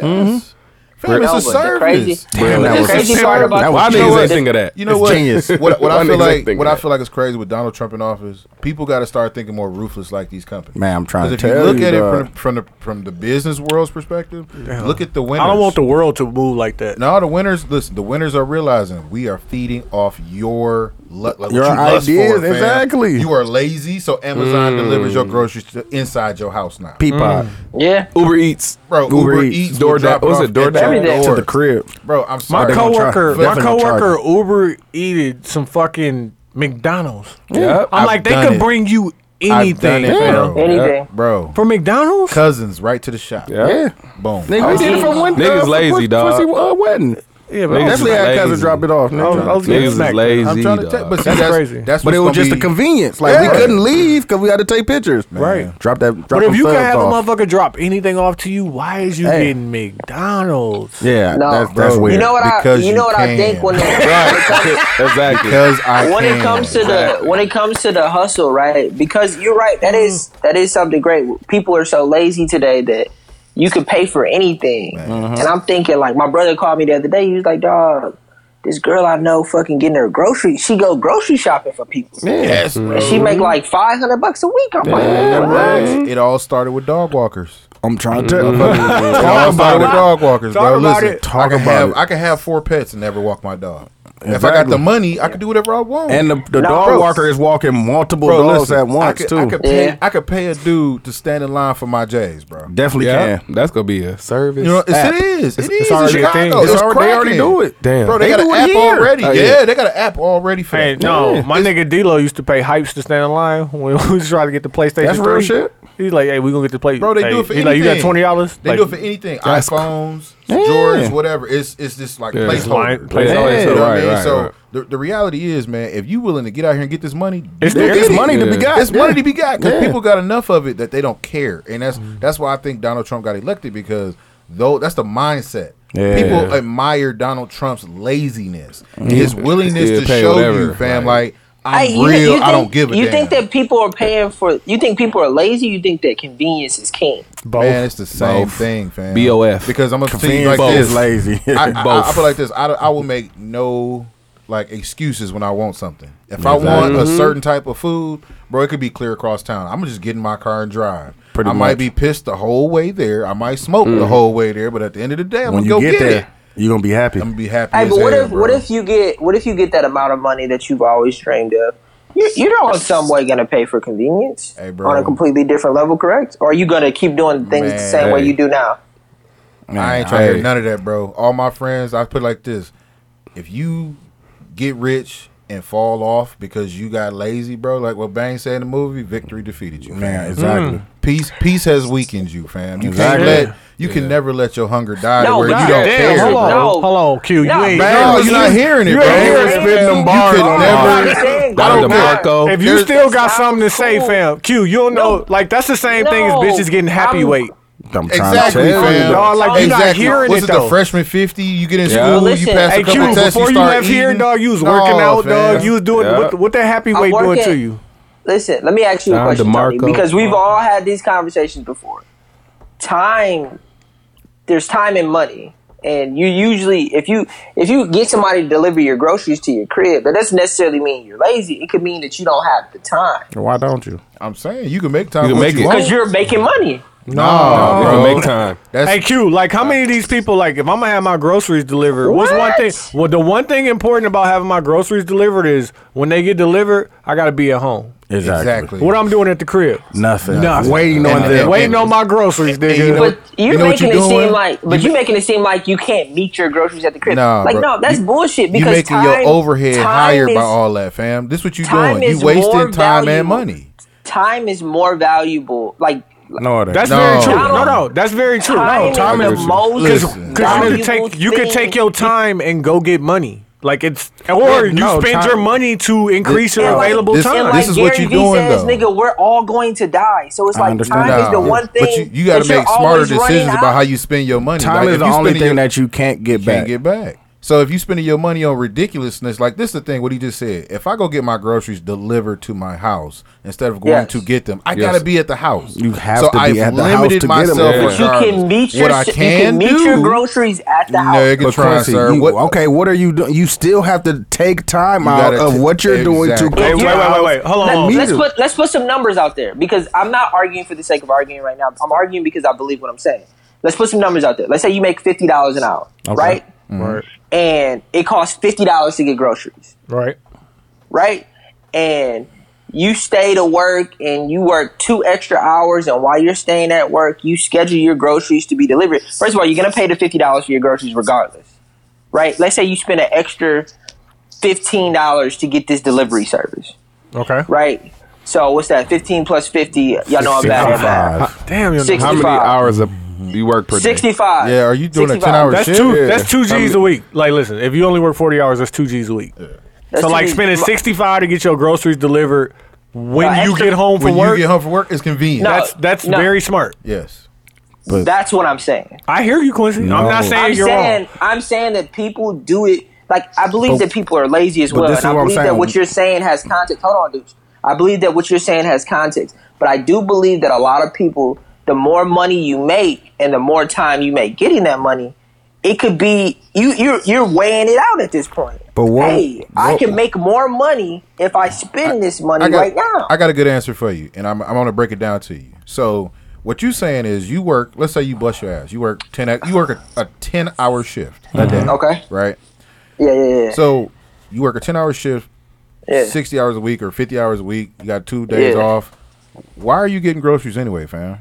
C: Fam, it's
F: no,
C: a
F: but the
C: service.
F: Crazy,
A: Damn,
F: but
A: that
F: the
A: was
F: crazy
A: a
F: part
A: service.
F: about
A: That
F: the
A: was
D: Why
F: show
D: niggas
F: is-
D: ain't think of that?
C: You know
A: It's
C: what?
A: genius.
C: What, what
D: Why
C: I feel
D: niggas ain't
C: like,
D: think
C: what
D: of
C: I
D: that?
C: feel like is crazy with Donald Trump in office. People got to start thinking more ruthless like these companies.
A: Man, I'm trying
C: 'Cause
A: to
C: if you
A: tell
C: look
A: you,
C: at it
A: dog.
C: from, from the from the business world's perspective, look at the winners.
B: I don't want the world to move like that.
C: No, the winners. Listen, the winners are realizing we are feeding off your lu- like what
A: Your
C: you lust
A: ideas,
C: for, fam.
A: exactly.
C: You are lazy, so Amazon
A: Mm.
C: delivers your groceries to inside your house now,
A: Peapod
F: Yeah,
D: Uber Eats.
C: bro.
A: Uber
C: Uber
A: Eats,
C: Eats, will
D: DoorDash-
C: drop
D: what's
C: off
D: it,
C: at your
D: DoorDash?
F: Everything.
A: to
C: door.
A: the crib.
C: bro. I'm
B: My
C: sorry,
A: they gonna charge-
B: coworker, my
A: definitely gonna charge
B: coworker Uber eated some fucking McDonald's.
D: Yep.
B: I'm
C: I've
B: like, they
C: done
B: could
C: it.
B: bring you
C: I've done
B: anything,
C: it,
B: fam.
C: bro.
F: anything.
C: bro.
B: From McDonald's?
C: cousins right to the shop.
A: Yeah.
C: Boom.
A: Nigga, we did it from one
D: Niggas lazy, dog.
A: Pussy, uh, wedding.
B: Yeah,
D: Niggas
A: Definitely
D: is
A: had cousin
D: lazy.
A: drop it off.
B: I was-
A: Nigga.
B: I was getting
D: Niggas is
B: smacked.
D: lazy.
C: I'm trying to
D: dog.
C: tell but see,
B: That's
C: that's,
B: crazy.
C: That's
A: But it was
C: what's gonna
A: just a
C: be-
A: convenience. Like
C: Yeah.
A: we couldn't leave because we had to take pictures.
B: Right.
A: Drop that. Drop
B: But if
A: them
B: you can
A: subs
B: have
A: off.
B: a motherfucker drop anything off to you, why is you
A: Hey.
B: getting McDonald's?
A: Yeah,
F: No.
A: that's, that's
C: Bro,
A: weird.
F: You know what I?
C: Because
F: You
C: you
F: know what I
C: can.
F: think when the,
D: Right. exactly.
C: because I
F: when
C: can.
F: it comes to the when it comes to the hustle, right? Because you're right. That
C: Mm.
F: is that is something great. People are so lazy today that you could pay for anything. And I'm thinking like my brother called me the other day. He was like, "Dog, this girl I know fucking getting her grocery. She go grocery shopping for people.
C: yes, bro.
F: And she make like five hundred bucks a week. I'm like,
C: It all started with dog walkers.
A: I'm trying to tell you. motherfucker.
C: It all started with dog walkers,
B: Talk
C: bro.
B: about
C: Listen,
B: it.
A: Talk
C: I can
A: about
C: have
A: it.
C: I can have four pets and never walk my dog. If I got
A: Exactly.
C: the money, I can do whatever I want.
A: And the, the
F: Nah,
A: dog
F: bro.
A: walker is walking multiple
C: Bro,
A: dogs
C: listen,
A: at once
C: I could,
A: too.
C: I could pay,
F: Yeah.
C: I could pay a dude to stand in line for my J's, bro.
A: Definitely
D: yeah,
A: can.
D: that's gonna be a service.
C: You know, it's,
A: app.
C: it is. It
B: it's
C: is
B: already
C: in
B: a thing.
C: Chicago.
A: It's
C: It's
A: already- they already
C: cracking.
A: do it.
D: Damn.
C: Bro, they,
A: They
C: got
A: do
C: an
A: it
C: app
A: here.
C: already.
D: Oh,
C: yeah.
D: yeah.
C: they got an app already for
B: Hey,
C: that.
B: no, my nigga D-Lo used to pay hypes to stand in line when we was trying to get the PlayStation.
A: That's real
B: 3.
A: shit.
B: He's like, "Hey, we gonna get the play."
C: Bro, they
B: hey,
C: do it for
B: he's
C: anything.
B: like, "You got twenty dollars?"
C: They
B: like,
C: do it for anything. iPhones,
A: Yeah.
C: Jordans, whatever. It's it's just like
D: Yeah. It's
B: line-
C: placeholder.
B: placeholder,
A: Yeah.
C: You know what I
D: Right,
C: mean?
D: right,
C: so
D: right.
C: The, the reality is, man, if you willing to get out here and get this money,
B: It's
C: you
B: there.
C: go get
A: It's
C: it.
A: money to be got.
C: It's money to be got because
A: Yeah.
C: people got enough of it that they don't care, and that's that's why I think Donald Trump got elected because though that's the mindset.
A: Yeah.
C: People admire Donald Trump's laziness, his willingness
D: Yeah,
C: to
D: pay
C: show
D: whatever,
C: you, fam.
D: like-
C: Like, I'm
F: Hey, you-
C: real.
F: you
C: I
F: think-
C: don't give a
F: You
C: damn.
F: think that people are paying for? You think people are lazy? You think that convenience is king?
B: both.
C: Man, it's the same
D: Both.
C: thing, fam.
D: BOF.
C: Because I'm gonna tell you
A: Being
C: like
A: both
C: this.
A: is lazy.
C: I, I,
D: Both.
C: I feel like this. I, I will make no like excuses when I want something. If
A: Exactly. Mm-hmm.
C: I want a certain type of food, bro, it could be clear across town. I'm gonna just get in my car and drive.
A: Pretty much.
C: I
A: Mm-hmm.
C: might be pissed the whole way there. I might smoke the whole way there. But at the end of the day, I'm
A: when
C: gonna
A: you
C: go
A: get,
C: get,
A: there,
C: it.
A: you're gonna be happy.
C: I'm gonna be happy.
F: Hey,
C: as
F: but what
C: hell,
F: if
C: bro.
F: what if you get what if you get that amount of money that you've always dreamed of? You, you're not in some way going to pay for convenience
C: Hey, bro.
F: on a completely different level, correct? Or are you going to keep doing things the
C: Man.
F: same way
D: Hey.
F: you do now?
C: I ain't trying to
D: Hey.
C: hear none of that, bro. All my friends, I put it like this: if you get rich and fall off because you got lazy, bro, like what Bang said in the movie, victory defeated you,
A: Man,
C: man.
A: exactly.
C: Peace, peace has weakened you, fam. You
A: Exactly.
C: can't let You can never let your hunger die
F: No,
C: to where you
F: God
C: don't
F: damn,
C: care.
F: hold
C: bro.
F: on. No.
B: Hold on, Q.
F: No,
B: you ain't.
F: man.
C: No,
F: No,
C: you're not
A: you-
C: hearing it,
A: you
C: bro.
A: ain't hearing it.
C: spitting them bars. You
A: Oh,
C: could
A: I'm
C: never.
A: not
F: saying-
C: I don't care.
D: Dr. Marco.
B: If you
C: There's-
B: still got
F: That's
B: something to say,
F: cool.
B: fam, Q, you don't know.
F: No.
B: Like that's the same thing as
F: No.
B: bitches getting happy
F: I'm-
B: weight.
A: I'm trying
C: Exactly,
A: to tell you.
C: fam.
B: Dog, like, you not
C: exactly.
B: hearing
C: Was
B: it,
C: it
B: though.
C: the freshman fifty? You get in
A: Yeah.
C: school,
A: Well,
C: you
F: listen,
C: pass
B: Hey
C: a couple
B: Q,
C: tests,
B: before you
C: start
B: left here,
C: eating.
B: dog, you was
C: No,
B: working out,
C: fam.
B: dog. You was doing
A: Yeah.
B: what, what that happy weight doing
F: working.
B: to you?
F: Listen, let me ask you a
D: Don
F: question, Tony,
D: DeMarco.
F: because we've all had these conversations before. Time, there's time and money, and you usually if you if you get somebody to deliver your groceries to your crib, that doesn't necessarily mean you're lazy. It could mean that you don't have the time
A: Why don't you?
C: I'm saying you can make time.
D: You can
C: what
D: make
C: you
D: it.
C: want.
F: because you're making money.
C: Nah,
D: You
C: bro.
D: can make time.
C: That's
B: Hey Q, like how many of these people like if I'm gonna have my groceries delivered? What's one
F: What?
B: thing? Well, the one thing important about having my groceries delivered is when they get delivered, I gotta be at home.
C: exactly.
B: What I'm doing at the crib,
A: Nothing.
B: Nothing.
A: Waiting
C: And-
A: on
C: and-
A: them.
B: waiting on my groceries,
C: you
B: nigga.
C: know-
F: But you're
C: You know what
F: making
C: you're
F: it
C: doing?
F: seem like, but
C: You
F: you're making it seem like you can't meet your groceries at the crib.
C: Nah,
F: like
C: bro.
F: no, that's
C: You-
F: bullshit.
C: you
F: Because
C: making
F: time,
C: your overhead
F: time
C: higher
F: is-
C: by all that, fam. This what you
F: time
C: doing? You
F: is more
C: wasting time and
F: valuable.
C: money.
F: Time is more valuable. Like
A: No, it ain't.
B: That's
C: No.
B: very true. No,
F: Donald,
B: no, that's very true.
F: time,
B: no, time
F: is the
A: is-
F: most
B: because
C: Listen.
B: you
F: valuable
B: could take you could take
F: thing.
B: your time and go get money. Like it's or you
A: no,
B: spend
A: time-
B: your money to increase your
F: And like-
B: available
C: this-
B: time.
F: And
C: this
F: like
C: is
F: Gary
C: what you
F: Vee
C: doing,
F: says,
C: though.
F: nigga, we're all going to die. So it's
A: I
F: like
A: understand
F: time
A: that.
F: is
A: Nah,
F: the one thing.
C: But you, you got
F: that
C: to
F: you're
C: make smarter
F: always running
C: decisions
F: out.
C: about how you spend your money.
A: Time
C: Like,
A: is
C: if
A: the
C: you
A: only
C: spending
A: thing
C: your-
A: that you can't get
C: can't
A: back.
C: get back. So if you spending your money on ridiculousness, like this, is the thing. What he just said. If I go get my groceries delivered to my house instead of going
F: Yes.
C: to get them, I
D: Yes.
C: gotta be at the house.
A: You have
C: so
A: to be
C: I've
A: at the house
C: limited
A: to get 'em.
C: myself
A: Yeah. But
F: You can meet your
C: what I
F: you
C: can,
F: can meet
C: do,
F: your groceries at the house.
C: Nigga,
A: But
C: try,
A: Quincy,
C: sir.
A: you-
C: What-
A: okay, what are you doing? You still have to take time out
C: gotta
A: of
C: t-
A: what you're doing to
C: Exactly.
A: go
B: Hey,
A: to
B: wait,
A: the
B: wait, wait,
A: house.
B: wait. Hold
F: Let,
B: on.
A: Me
F: us
A: too.
F: put let's put some numbers out there because I'm not arguing for the sake of arguing right now. I'm arguing because I believe what I'm saying. Let's put some numbers out there. Let's say you make fifty dollars an hour, right?
C: Mm-hmm.
B: Right,
F: And it costs fifty dollars to get groceries,
B: right.
F: right? And you stay to work and you work two extra hours, and while you're staying at work, you schedule your groceries to be delivered. First of all, you're gonna pay the fifty dollars for your groceries regardless, right? Let's say you spend an extra fifteen dollars to get this delivery service
B: Okay.
F: right? So what's that? Fifteen plus fifty. Y'all know I'm bad at math.
A: Five.
B: Damn, you
F: Six-
D: How many
F: 65.
D: hours of you work per day?
F: Sixty-five.
C: Yeah, are you doing a
F: 65.
C: ten hour
B: That's
C: shift?
B: two.
D: Yeah.
B: That's two G's
D: I mean-
B: a week. Like, listen, if you only work forty hours, that's two G's a week.
F: That's
B: so,
F: too
B: like,
F: easy.
B: spending
F: No,
B: sixty five to get your groceries delivered when
F: No,
B: you
F: extra-
B: get home from
C: When
B: work.
C: you get home from work, it's convenient.
F: No.
B: that's that's
F: No.
B: very smart.
C: Yes.
F: That's what I'm saying.
B: I hear you, Quincy. I'm not
A: No.
B: saying
F: I'm
B: you're
F: saying
B: wrong.
F: I'm saying that people do it. Like I believe that people are lazy as well,
A: this
F: and
A: is
F: I
A: what I'm
F: believe that
A: saying.
F: what you're saying has context. Hold on, dude. I believe that what you're saying has context, but I do believe that a lot of people, the more money you make and the more time you make getting that money, it could be you. You're you're weighing it out at this point.
A: But what-
F: hey, I
A: what-
F: can make more money if I spend this money
C: I got,
F: right now.
C: I got a good answer for you, and I'm, I'm going to break it down to you. So, what you saying is, you work. Let's say you bust your ass. You work ten. hou- You work a, a ten hour shift a day.
F: Mm-hmm. Okay.
C: Right.
F: yeah, yeah, yeah.
C: So, you work a ten hour shift,
F: Yeah.
C: sixty hours a week or fifty hours a week. You got two days
F: Yeah.
C: off. Why are you getting groceries anyway, fam?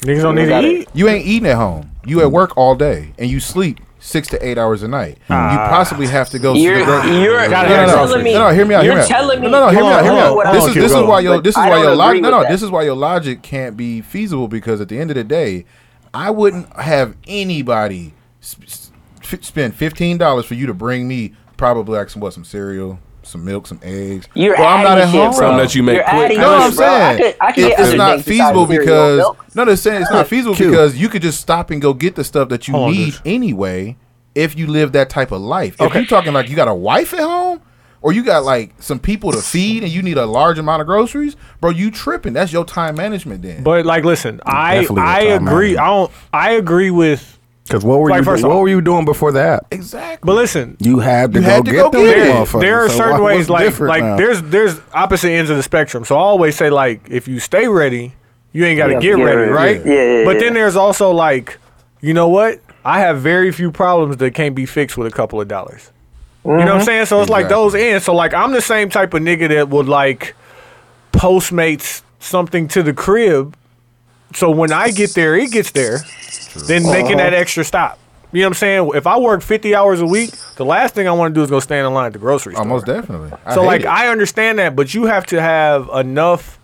B: Niggas don't need
F: got
B: to
F: it.
B: eat.
C: You ain't eating at home. You at work all day, and you sleep six to eight hours a night. you possibly have to go.
F: Ah. You're
C: to the grocery-
F: you're,
B: Gotta
C: no,
B: have
C: no,
F: you're
C: no.
F: telling me.
C: No, no, hear me out.
F: You're
C: hear me out.
F: telling me.
C: No, no, hear me
B: Hold
C: out.
B: on,
C: Hear me
B: hold
C: out.
B: on,
C: This
B: hold
C: is
B: on,
C: this is
B: Hugo.
C: why your
F: But
C: this is
F: I
C: why
F: don't
C: your
F: agree
C: logic. No,
F: with
C: no,
F: that.
C: this is why your logic can't be feasible because at the end of the day, I wouldn't have anybody sp- sp- spend fifteen dollars for you to bring me probably like some what some cereal, some milk, some eggs.
F: You're
C: Well, I'm not
F: adding
C: at
F: shit,
C: home.
F: bro.
D: Something that you make
F: You're
D: quick.
F: adding
C: No, I'm
F: shit, bro. I
C: saying
F: could, I could get
C: it- it's
F: other
C: not
F: things besides
C: feasible
F: cereal,
C: because
F: milk.
C: no, they're saying it's not feasible
A: Cute.
C: because you could just stop and go get the stuff that you
B: Hold on,
C: need
B: dude.
C: anyway if you live that type of life. If
B: Okay.
C: you're talking like you got a wife at home or you got like some people to feed and you need a large amount of groceries, bro, you tripping. That's your time management then.
B: But like, listen, I
A: Definitely
B: I
A: a time
B: agree. I don't. I agree with.
A: Because what were
B: Like,
A: you
B: first
A: do-
B: off-
A: what were you doing before the app?
C: exactly.
B: But listen,
A: You had to
C: You
A: go
C: had to
A: get
C: go
A: them.
C: get it.
A: motherfuckers.
B: there are
A: So
B: certain
A: why-
B: ways
A: what's
B: like
A: different
B: like
A: now?
B: there's there's opposite ends of the spectrum. So I always say like if you stay ready, you ain't got to
F: Yeah,
B: get
F: get
B: ready,
F: ready.
B: right?
F: Yeah, yeah, yeah.
B: But then there's also like, you know what? I have very few problems that can't be fixed with a couple of dollars. You know
F: Mm-hmm.
B: what I'm saying? So it's like
C: Exactly.
B: those ends. So like I'm the same type of nigga that would like Postmates something to the crib. So when I get there, it gets there. Then making
A: Uh-huh.
B: that extra stop. You know what I'm saying? If I work 50 hours a week, the last thing I want to do is go stand in line at the grocery store.
C: Almost definitely. I
B: So
C: hate
B: like
C: it.
B: I understand that, but you have to have enough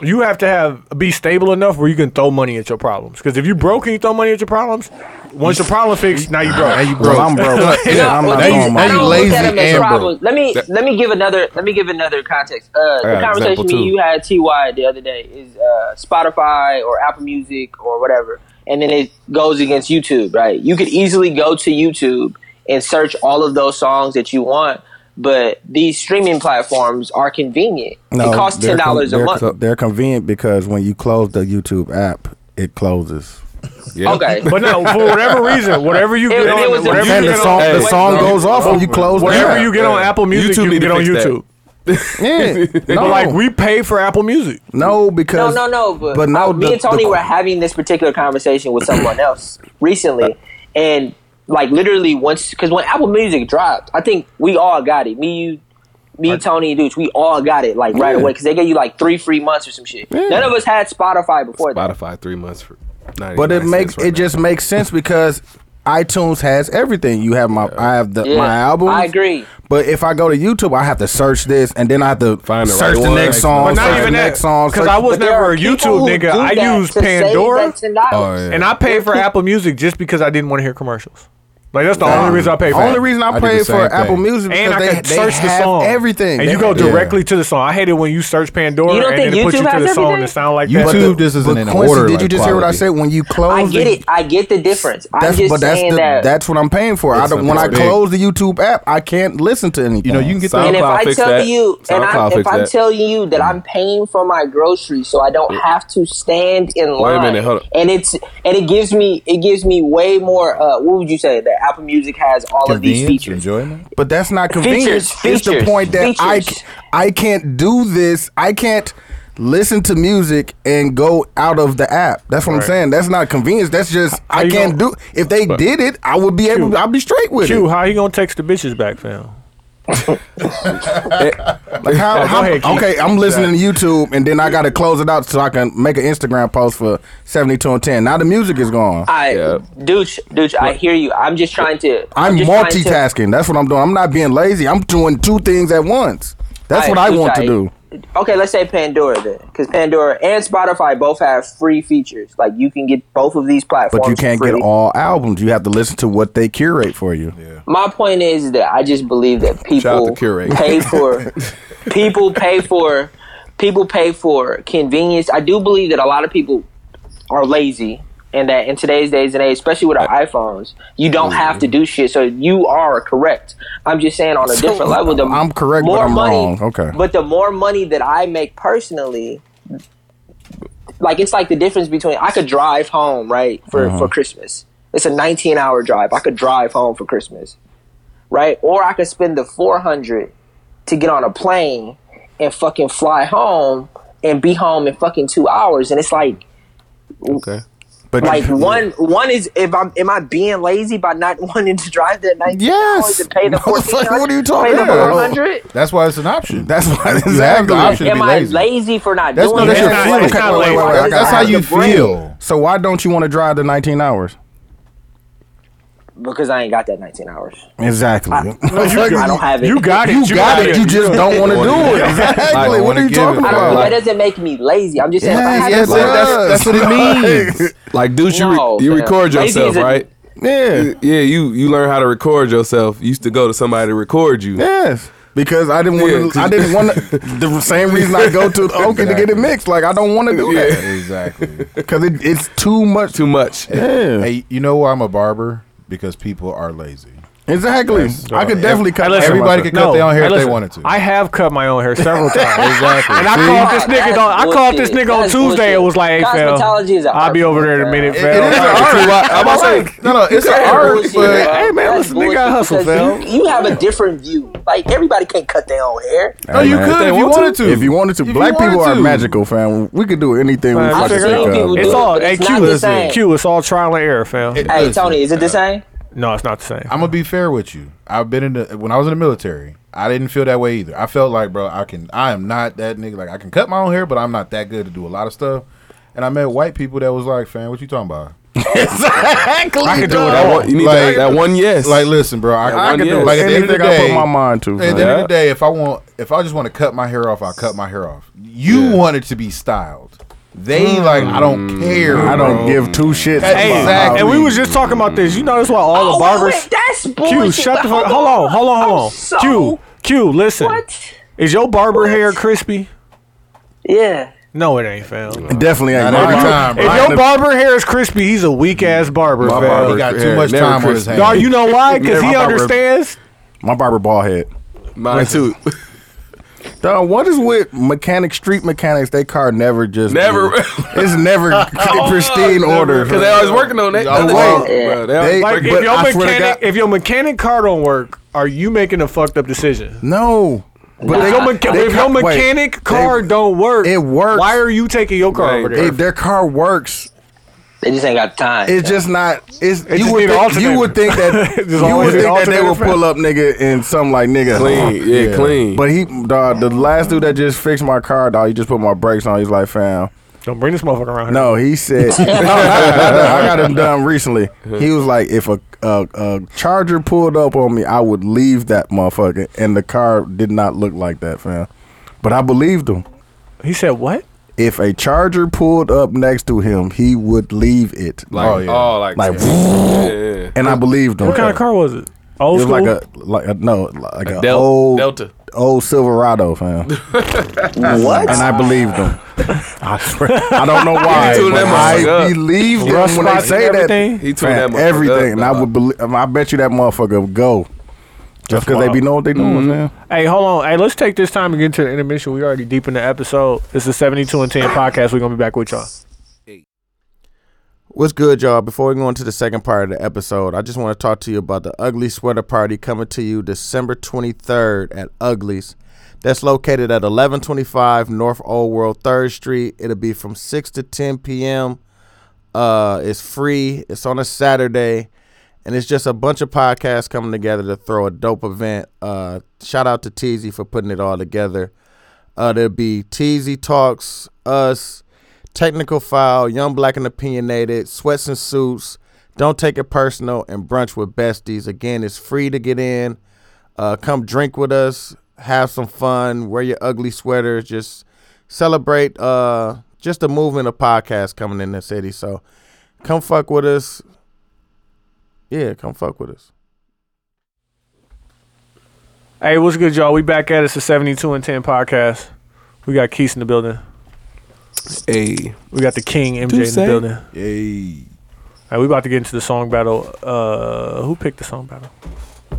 B: you have to have be stable enough where you can throw money at your problems. Because if you broke and you throw money at your problems, once your problem fixed, now you broke.
C: Now you
A: Bro,
C: broke.
A: I'm broke. yeah, I'm not
C: now you-
A: throwing
C: now
A: my
C: you
A: money.
C: lazy
F: Look at him as
C: and broke.
F: problems. Let me
D: That-
F: let me give another let me give another context. Uh,
D: got
F: the
D: an
F: conversation
D: example,
F: me
D: too.
F: you had Ty the other day is uh, Spotify or Apple Music or whatever, and then it goes against YouTube, right? You could easily go to YouTube and search all of those songs that you want, but these streaming platforms are convenient. it costs
A: they're
F: ten
A: con-
F: dollars a
A: they're
F: month.
A: co- they're convenient because when you close the YouTube app, it closes.
D: Yeah.
F: okay,
B: But no, for whatever reason, whatever you
F: If
B: get
F: it
B: on,
F: was a
B: whatever
A: And
B: you
A: the
B: get
A: song,
B: on,
A: the
D: Hey,
A: song
D: no.
A: goes off when you close. the
B: whatever
A: app.
B: you get on Apple Music,
D: YouTube
B: you can
D: need to
B: get on
D: fix that.
B: YouTube.
A: yeah, no,
B: But like we pay for Apple Music.
A: no,
F: No,
A: because
F: no, no. But,
A: but now
F: uh, me
A: the-
F: and Tony
A: the-
F: were having this particular conversation with someone else recently, and like literally once, because when Apple Music dropped, I think we all got it. Me, you, me, Tony, and Dooch, we all got it like right
A: Yeah.
F: away because they gave you like three free months or some shit. None of us had Spotify before that.
D: Spotify three months for.
A: But it makes it just makes sense because iTunes has everything. You have my I have the
F: Yeah,
A: my album.
F: I agree.
A: But if I go to YouTube, I have to search this and then I have to
D: Find the
A: search
D: right
A: the
D: one.
A: next song.
B: But not
A: search
B: even
A: the
B: that,
A: next song.
B: because
A: search-
B: I was
F: But there
B: never
F: are
B: a
F: people
B: YouTube
F: who
B: nigga.
F: do
B: I
F: that
B: use
F: to save
B: Pandora,
F: that $10.
C: Oh, yeah.
B: and I pay for Apple Music just because I didn't want to hear commercials. Like that's the only reason I pay for.
A: only
B: it.
A: reason I,
C: I did the
A: paid for
C: same thing.
A: Apple Music
B: and I
A: because they,
B: can
A: they
B: search
A: have
B: the song,
A: everything.
B: and
A: They-
B: you go
A: yeah.
B: directly to the song. I hate it when you search Pandora
F: You don't
B: and then
F: think
B: it puts you
F: YouTube
B: to
F: has
B: the song
F: everything?
B: and sound
A: But
B: like that.
C: YouTube
A: the-
C: this isn't
A: but
C: in
A: Quincy,
C: order,
A: Did you
C: like,
A: just hear what I
C: quality.
A: said? When you close,
F: I get
A: the-
F: it. I get the difference. I'm
A: That's,
F: just
A: but that's
F: saying
A: the,
F: that.
A: that's what I'm paying for. I don't,
D: something
A: when I
D: big.
A: close the YouTube app, I can't listen to anything.
C: You know, you can get
D: Sound-
F: and
C: the
F: if
D: SoundCloud
F: I
D: fix
F: tell
D: that.
F: you, and I,
D: SoundCloud
F: if
D: fix that.
F: I'm
D: Mm-hmm. Mm.
F: telling you that I'm paying for my groceries, so I don't have to stand in line.
D: minute, hold up.
F: And it's and it gives me it gives me way more. Uh, what would you say that Apple Music has all of these
C: convenience,
F: features?
C: enjoyment.
A: But that's not convenient.
F: Features,
A: it's the
F: features,
A: point that I
F: features.
A: ca- I can't do this. I can't listen to music and go out of the app. That's what I'm saying. That's not convenience. That's just I
B: you
A: can't do. If they did it, I would be able. I'd be straight with
B: Q,
A: it.
B: how you gonna text the bitches back, fam?
A: Like how, how-
B: ahead, Q.
A: okay, I'm listening to YouTube and then I got to close it out so I can make an Instagram post for 72 and 10. Now the music is gone.
F: I,
D: Yeah.
F: douche, douche. I hear you. I'm just trying to.
A: I'm
F: just trying to-
A: multitasking. That's what I'm doing. I'm not being lazy. I'm doing two things at once. That's
F: All
A: what
F: right,
A: I
F: Douche,
A: want to do.
F: Okay, let's say Pandora then, because Pandora and Spotify both have free features. Like you can get both of these platforms,
A: But you can't
F: for free.
A: get all albums. You have to listen to what they curate for you.
F: my point is that I just believe that
D: out
F: people
D: to Curate.
F: pay for people pay for people pay for convenience. I do believe that a lot of people are lazy and that in today's days and age, especially with our iPhones, you don't have to do shit. So you are correct. I'm just saying on a
A: Mm-hmm. So,
F: different level. The
A: I'm correct, but
F: more
A: I'm
F: money,
A: wrong. Okay.
F: But the more money that I make personally, like it's like the difference between I could drive home right for
A: Mm-hmm.
F: for Christmas. It's a 19 hour drive. I could drive home for Christmas, right? Or I could spend the 400 to get on a plane and fucking fly home and be home in fucking two hours. And it's like
D: okay.
A: But
F: like one one is if I'm am I being lazy by not wanting to drive that 19 hours
A: Yes.
F: to pay the
A: Motherfucker,
F: fourteen
A: what are you
F: hundred?
A: talking
F: Pay the
A: about?
F: four hundred.
C: That's why it's an option.
A: That's why this
C: you have the
A: happening.
C: option to
F: Am
C: be
F: I
C: lazy.
F: lazy for not
C: That's
F: doing
C: no, that's
F: that?
C: your
B: not-
C: feeling.
B: it's not
A: I
B: lazy.
A: got-
C: That's
A: I
C: how
A: got
C: you
A: the brain.
C: feel.
A: So why don't you want to drive the 19 hours?
F: because I ain't got that nineteen hours.
A: Exactly.
F: I don't have it.
B: You got it.
A: you got it. You just don't want to
D: You don't
A: do
D: wanna
A: it.
D: do it.
C: I
A: Exactly.
C: don't
A: What
C: wanna
A: are you
C: give
A: talking
C: it. I
A: about?
C: don't
F: that doesn't make me lazy. I'm just saying. if I had
A: Yes, yes,
F: to-
A: it
D: Like, that's-
A: does.
D: that's what it means. Like, dude, you re-
F: No,
D: you
F: fam.
D: record
F: Lazy
D: yourself,
F: is a-
D: right?
A: Yeah.
D: Yeah, you you learn how to record yourself. You used to go to somebody to record you.
A: Yes. Because I didn't
D: Yeah,
A: want
D: 'cause-
A: to. I didn't want to. The same reason I go to Okie to get it mixed. Like I don't want to do that
C: Exactly.
A: because it, it's too much.
D: Too much.
A: yeah.
C: hey, you know why I'm a barber? Because people are lazy.
A: Exactly. I could definitely cut.
B: listen,
C: Everybody could cut their own hair
B: I
C: if they
B: listen,
C: wanted to.
B: I have cut my own hair several times. exactly. And I
C: See?
B: called this
F: Ah,
B: nigga.
F: that's
B: On, I called this
F: bullshit.
B: nigga on
F: That's
B: Tuesday. It
F: bullshit.
B: was like, hey, fam,
F: Cosmetology is a
B: I'll be
F: art
B: over there in a
F: form,
B: minute,
F: fam.
B: fam.
C: It is an
B: Like,
C: art.
D: I'm about to say,
C: No, no, it's an art,
F: bullshit,
C: but
F: bro.
B: Hey, man,
F: That's
B: listen, nigga, I
F: bullshit,
B: hustle,
F: because
B: fam.
F: You, you have a different view. Like everybody can't cut their own hair.
C: no, you could if you wanted to.
A: If you wanted to,
C: If you
A: black people
C: wanted
A: are
C: to.
A: magical, fam. We could do anything. we
B: Man,
A: fucking
B: figure it
A: think
B: out.
A: of.
F: people do
B: It's
F: it,
B: all
F: but
B: hey,
F: it's not
B: Q.
F: the
B: Listen,
F: same.
B: Q. It's all trial and error, fam.
C: It-
F: Hey,
C: listen,
F: Tony, is it the same?
B: no, it's not the same.
C: I'm gonna be fair with you. I've been in the when I was in the military. I didn't feel that way either. I felt like, bro, I can. I am not that nigga. Like I can cut my own hair, but I'm not that good to do a lot of stuff. And I met white people that was like, "Fam, what you talking about?"
A: Exactly.
B: I could do it.
A: dog.
D: That one, you need
C: Like-
D: that, that one yes.
C: Like, listen, bro, I,
D: I
C: I
D: can
C: can
D: do it.
C: Like at the end of
A: Anything
C: the
A: I
C: day,
A: put my mind to.
C: At the
A: fam.
C: end of the day, if I want if I just want to cut my hair off, I'll cut my hair off. You
D: Yeah.
C: want it to be styled. They like Mm. I don't care.
A: I
C: bro.
A: don't give two shits.
C: Hey,
A: about
C: Zach,
A: how
B: And we was just talking about this. You know that's why all the
F: Oh, wait,
B: barbers.
F: wait, that's bullshit.
B: Q, shut
F: but
B: the fuck. Hold on, hold on, hold
F: I'm
B: on.
F: so-
B: Q, Q, listen.
F: What?
B: Is your barber
F: What?
B: hair crispy?
F: Yeah.
B: No, it ain't, fam.
A: Definitely ain't
C: Not
A: my
C: every
A: barber.
C: time, bro.
B: If
C: Mine
B: your barber hair is crispy, he's a weak ass barber, fam.
D: My barber
C: he got too
D: hair
C: much
D: never
C: time on his
D: crispy.
C: hands.
B: Dog, you know why? Because
D: Yeah,
B: he
D: my barber-
B: understands.
A: My barber bald head.
D: Mine too.
A: Dog, what is with mechanic street mechanics? They car never just
D: Never.
A: It's never
B: Oh,
A: pristine order.
D: Because they always working on that.
C: Y'all
D: other
A: wrong.
D: shit, bro. They
A: They-
D: always
B: Like
A: But
B: if your
A: I swear to
B: mechanic,
A: God-
B: if your mechanic car don't work, are you making a fucked up decision?
A: No, but
B: If your, mecha- if your
A: ca- wait,
B: mechanic car
A: they-
B: don't work,
A: it works.
B: Why are you taking your car
D: Right.
B: over there?
A: If their car works,
F: They just ain't got time.
A: it's just not. It's
B: just
A: you
B: need
A: would
B: an
A: think,
B: alternator.
A: you would think that
B: Just
A: you would
B: always an
A: think that they
B: alternator
A: would
B: for-
A: pull up nigga and something like nigga
D: clean. Yeah,
C: Yeah.
D: clean.
A: But he dog the last dude that just fixed my car dog. He just put my brakes on. He's like fam.
B: don't bring this motherfucker around.
A: No, he said No, I got done- I got him done recently. He was like, if a, a a charger pulled up on me, I would leave that motherfucker. And the car did not look like that, fam. But I believed him.
B: He said what?
A: If a charger pulled up next to him, he would leave it.
D: like,
C: Oh,
D: oh,
C: yeah.
D: like,
A: Like,
D: yeah, yeah.
A: and I believed him.
B: What kind of car was it? Old
A: It was
B: school.
A: like a like a no like a,
D: Del-
A: old
D: Delta.
A: old Silverado fam.
F: what?
A: and I believed them. I swear, I don't know why.
D: tuned
A: but
D: that motherfucker
A: I
D: up.
A: believed them
B: Rust
A: when they
B: spots
A: say
B: and everything?
A: that.
D: He tuned
A: Fam,
D: that motherfucker
A: everything,
D: up,
A: and I
D: dog.
A: would believe. I bet you that motherfucker would go. Just because they be knowing what they doing,
B: Mm-hmm.
A: man.
B: Hey, hold on. Hey, let's take this time to get into the intermission. We already deep in the episode. It's the 72 and 10 podcast. We're gonna be back with y'all.
A: What's good, y'all? Before we go into the second part of the episode, I just want to talk to you about the Ugly Sweater Party coming to you December 23rd at Ugly's. That's located at 1125 North Old World 3rd Street. It'll be from 6 to 10 p.m. Uh, it's free, it's on a Saturday, and it's just a bunch of podcasts coming together to throw a dope event. Uh, shout out to Teasy for putting it all together. Uh, there'll be Teasy Talks, us, Technical File, Young Black and Opinionated, Sweats and Suits, Don't Take It Personal, and Brunch with Besties. Again, it's free to get in. Uh, come drink with us, have some fun, wear your ugly sweaters, just celebrate uh, just the movement of podcasts coming in the city. So come fuck with us. Yeah, come fuck with us.
B: Hey, what's good, y'all? We back at it. It's the 72 and 10 podcast. We got Keith in the building.
D: Hey,
B: We got the King MJ in the
D: say.
B: building.
C: Hey,
B: Hey, we about to get into the song battle. Uh, who picked the song battle?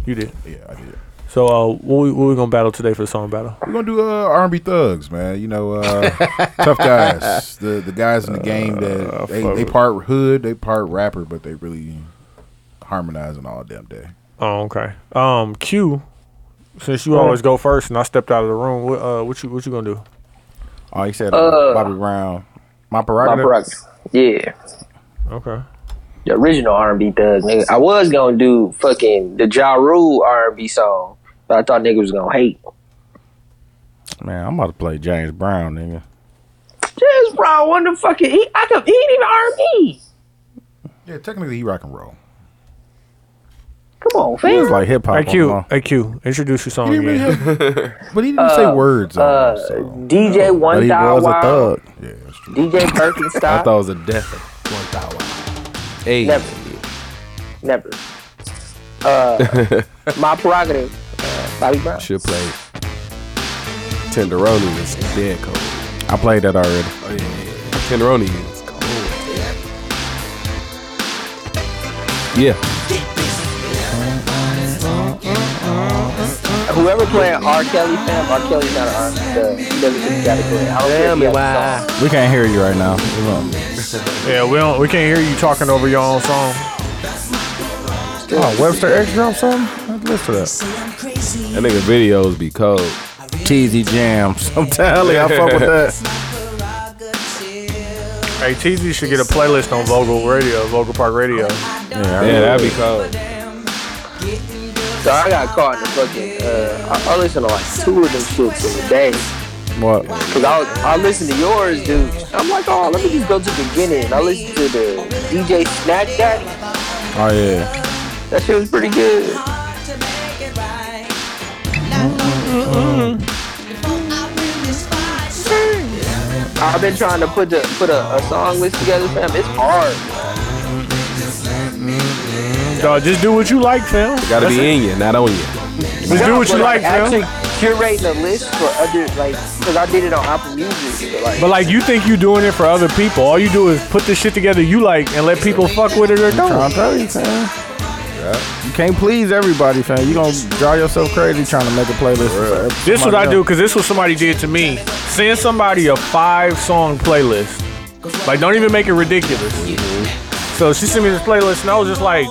B: You did.
C: yeah, I did.
B: So, uh, what we, what we gonna battle today for the song battle?
C: We're gonna do uh, R&B thugs, man. You know, uh, tough guys. The the guys in the game that
A: Uh,
C: they,
B: fuck
C: they
B: with-
C: part hood, they part rapper, but they really harmonizing all damn day.
B: Oh, okay. Um, Q, since you always go first and I stepped out of the room, what, uh, what you what you gonna do?
A: Oh, he said
F: Uh,
A: Bobby Brown. My
F: My
A: prerogative.
F: brother. Yeah.
B: Okay.
F: The original R&B thugs, nigga. I was gonna do fucking the Ja Rule R&B song, but I thought nigga was gonna hate.
A: Man, I'm about to play James Brown, nigga.
F: James Brown, what the fucking he? I could he ain't even R&B.
C: Yeah, technically he rock and roll.
F: Come on,
A: It's
F: fam.
A: like hip hop.
B: Hey
A: I'm
B: Q,
A: on.
B: hey Q, introduce your
A: Oh,
B: song
C: He didn't really
B: again.
C: have, but he didn't say words. on
F: Uh,
C: it, so,
F: DJ
A: But
F: One
A: he
F: Thou
A: was a
F: Wow,
A: thug.
C: yeah, that's true.
F: DJ
D: I
F: Birkenstock.
D: thought it was a death. of One thousand. Hey,
F: Never. Never. Uh, my prerogative. Uh, Bobby Brown.
D: should play Tenderoni is dead cold.
A: I played that already.
D: Oh yeah, yeah. Tenderoni is cold. Yeah,
F: Whoever playing R. Kelly fam, R. Kelly's not an R&B thug. He doesn't fit the category. I don't care if he has a song.
A: We can't hear you right now.
B: Yeah, we don't we can't hear you talking over your own song.
A: Oh, Webster X dropped something? I'd listen to that.
D: that nigga videos be cold.
A: Teasy Jams. I'm telling you, I fuck with that.
B: Hey, TZ should get a playlist on Vogel Radio, Vogel Park Radio.
A: Yeah,
D: Yeah, that'd be cold.
F: So I got caught in the fucking. Uh, I, I listen to like two of them shits in a day.
A: what?
F: Cause I, was, I listened to yours, dude. I'm like, oh, let me just go to the beginning. And I listened to the DJ Snack Daddy.
A: Oh, yeah.
F: That shit was pretty good. I've been trying to put the put a, a song list together, fam. It's hard.
B: Dog, just do what you like, fam.
D: Gotta be in you, not on you.
B: Just do what you
F: But,
B: like, fam.
F: Actually, curating a list for other like, cause I did it on Apple Music. But like,
B: But like, you think you doing it for other people? All you do is put the shit together you like and let people fuck with it or
A: I'm
B: don't.
A: telling you, fam. You can't please everybody, fam. You gonna drive yourself crazy trying to make a playlist. for
B: This what
A: somebody
B: I do
A: else.
B: because this what somebody did to me. Send somebody a five song playlist. Like, don't even make it ridiculous. So she sent me this playlist, and I was just like,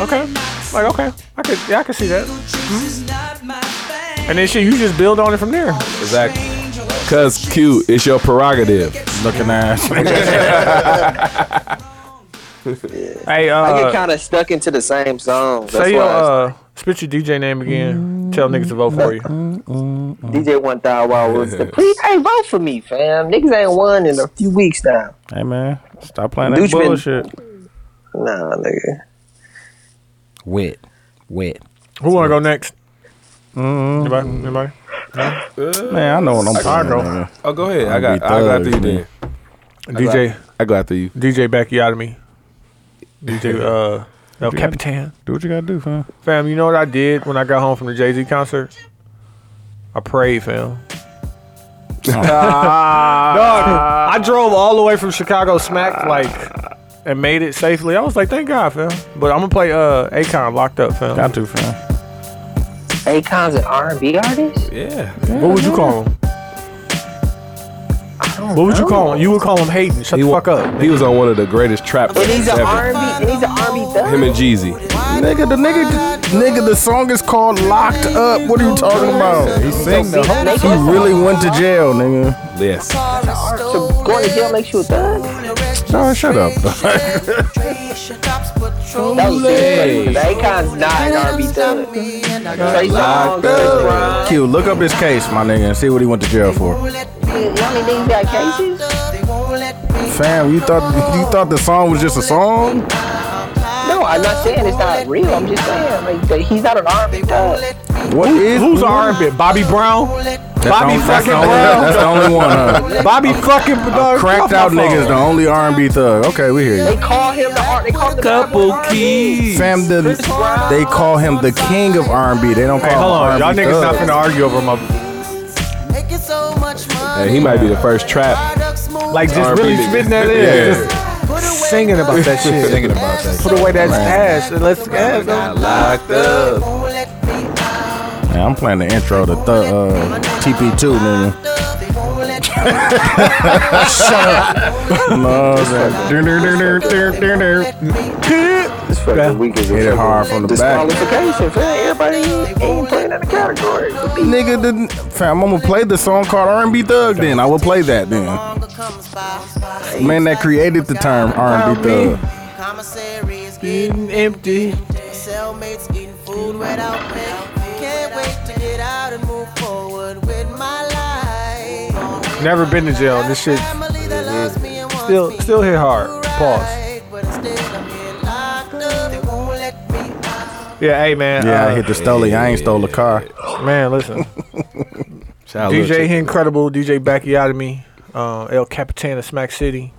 B: okay, like okay, I could, yeah, I could see that. And then shit, you just build on it from there.
D: Exactly. Cause Q, it's your prerogative.
A: Looking ass.
B: Hey, uh,
F: I get kind of stuck into the same song. That's
B: say
F: why
B: your
F: I-
B: uh, spit your DJ name again. Tell niggas to vote for you.
F: DJ One Thousand Wild Woods. said, Please, hey, vote for me, fam. Niggas ain't won in a few weeks now.
A: hey man, stop playing that
F: Dude's been-
A: bullshit.
F: Nah, nigga.
A: Wet, wet.
B: Who wanna go next?
A: Mm-hmm.
B: Anybody? Anybody?
A: Man, I know what I'm talking
B: know.
A: about.
D: Oh, go ahead. I
A: I'm
D: got.
A: be
D: I got
A: thugs,
D: after you then.
A: man.
B: DJ
D: I go after you.
B: DJ Bacchiotomy. DJ uh El Capitan.
A: Do what you gotta do, fam.
B: Fam, you know what I did when I got home from the Jay Z concert? I prayed, fam. Dog, I drove all the way from Chicago smack like and made it safely. I was like, thank God, fam. But I'm gonna play uh Akon locked up, fam.
A: Got to, fam.
F: Akon's an R&B artist.
D: Yeah.
B: What would you call him? What would you call him? You would call him Hayden. Shut
D: He
B: the
D: wa-
B: fuck up.
D: He was on one of the greatest trap
F: And
D: records
F: he's an
D: ever.
F: R&B. And he's an R&B thug.
D: Him and Jeezy.
A: Nigga, the nigga, nigga, the song is called "Locked Up." What are you talking about?
C: He sing the whole
A: He really went to jail, nigga.
D: Yes.
F: So going to jail makes you a thug.
A: No, shut up.
F: That was
D: Hey.
F: hey. Akon's not an R&B thug. Trey Songz,
D: Locked
F: Chris Brown.
A: Q, look up his case, my nigga, and see what he went to jail for.
F: You know how many niggas got cases?
A: Fam, you thought you thought the song was just a song?
F: No, I'm not saying it's not real. I'm just saying like that he's not an Uh, R&B thug.
A: What is?
B: Who's our bit? Bobby Brown?
A: That's
B: Bobby
A: the only- that's the
B: fucking
A: only-
B: Brown?
A: That's the only one. Huh?
B: Bobby fucking dog,
A: Cracked out niggas, the only R&B thug. Okay, we hear
F: They
A: you.
F: call him the art. They call him the
D: Couple
F: R&B.
D: keys.
A: Fam, the, they call him the king of R&B. They don't call
B: Hey, hold on,
A: him
B: y'all
A: R&B
B: niggas not
A: thug.
B: finna argue over my
D: Hey, he might be the first trap.
B: like just
D: R&B
B: really
D: niggas.
B: spitting that in, just singing about that shit.
C: Thinking about that.
B: Put away that ass and let's ass.
D: Locked up.
A: Yeah, I'm playing the intro to th- uh, TP2, nigga. Shut up. No, that.
F: This fucking weak as a
A: Hit it
F: fucking
A: hard from the back.
F: Disqualification. fam. Everybody ain't playing in the category.
A: Nigga, the, fam, I'm gonna play the song called R&B Thug. Then I will play that. Then man that created the term R&B Thug.
G: Commissaries
B: Getting empty.
G: cellmates eating food without me. Can't wait to get out and move forward with my life.
B: Never been to jail. This shit
G: Family that loves me and wants
B: still
G: me
B: still hit hard. Pause.
G: right, but instead I'm here locked up. They won't let me out.
B: Yeah, hey man.
A: Yeah,
B: uh,
A: I hit the stole. I ain't stole a car.
B: man. Listen,
D: Shout out Lil
B: DJ
D: Chick.
B: Incredible, DJ Bacchiotomy, uh, El Capitan of Smack City.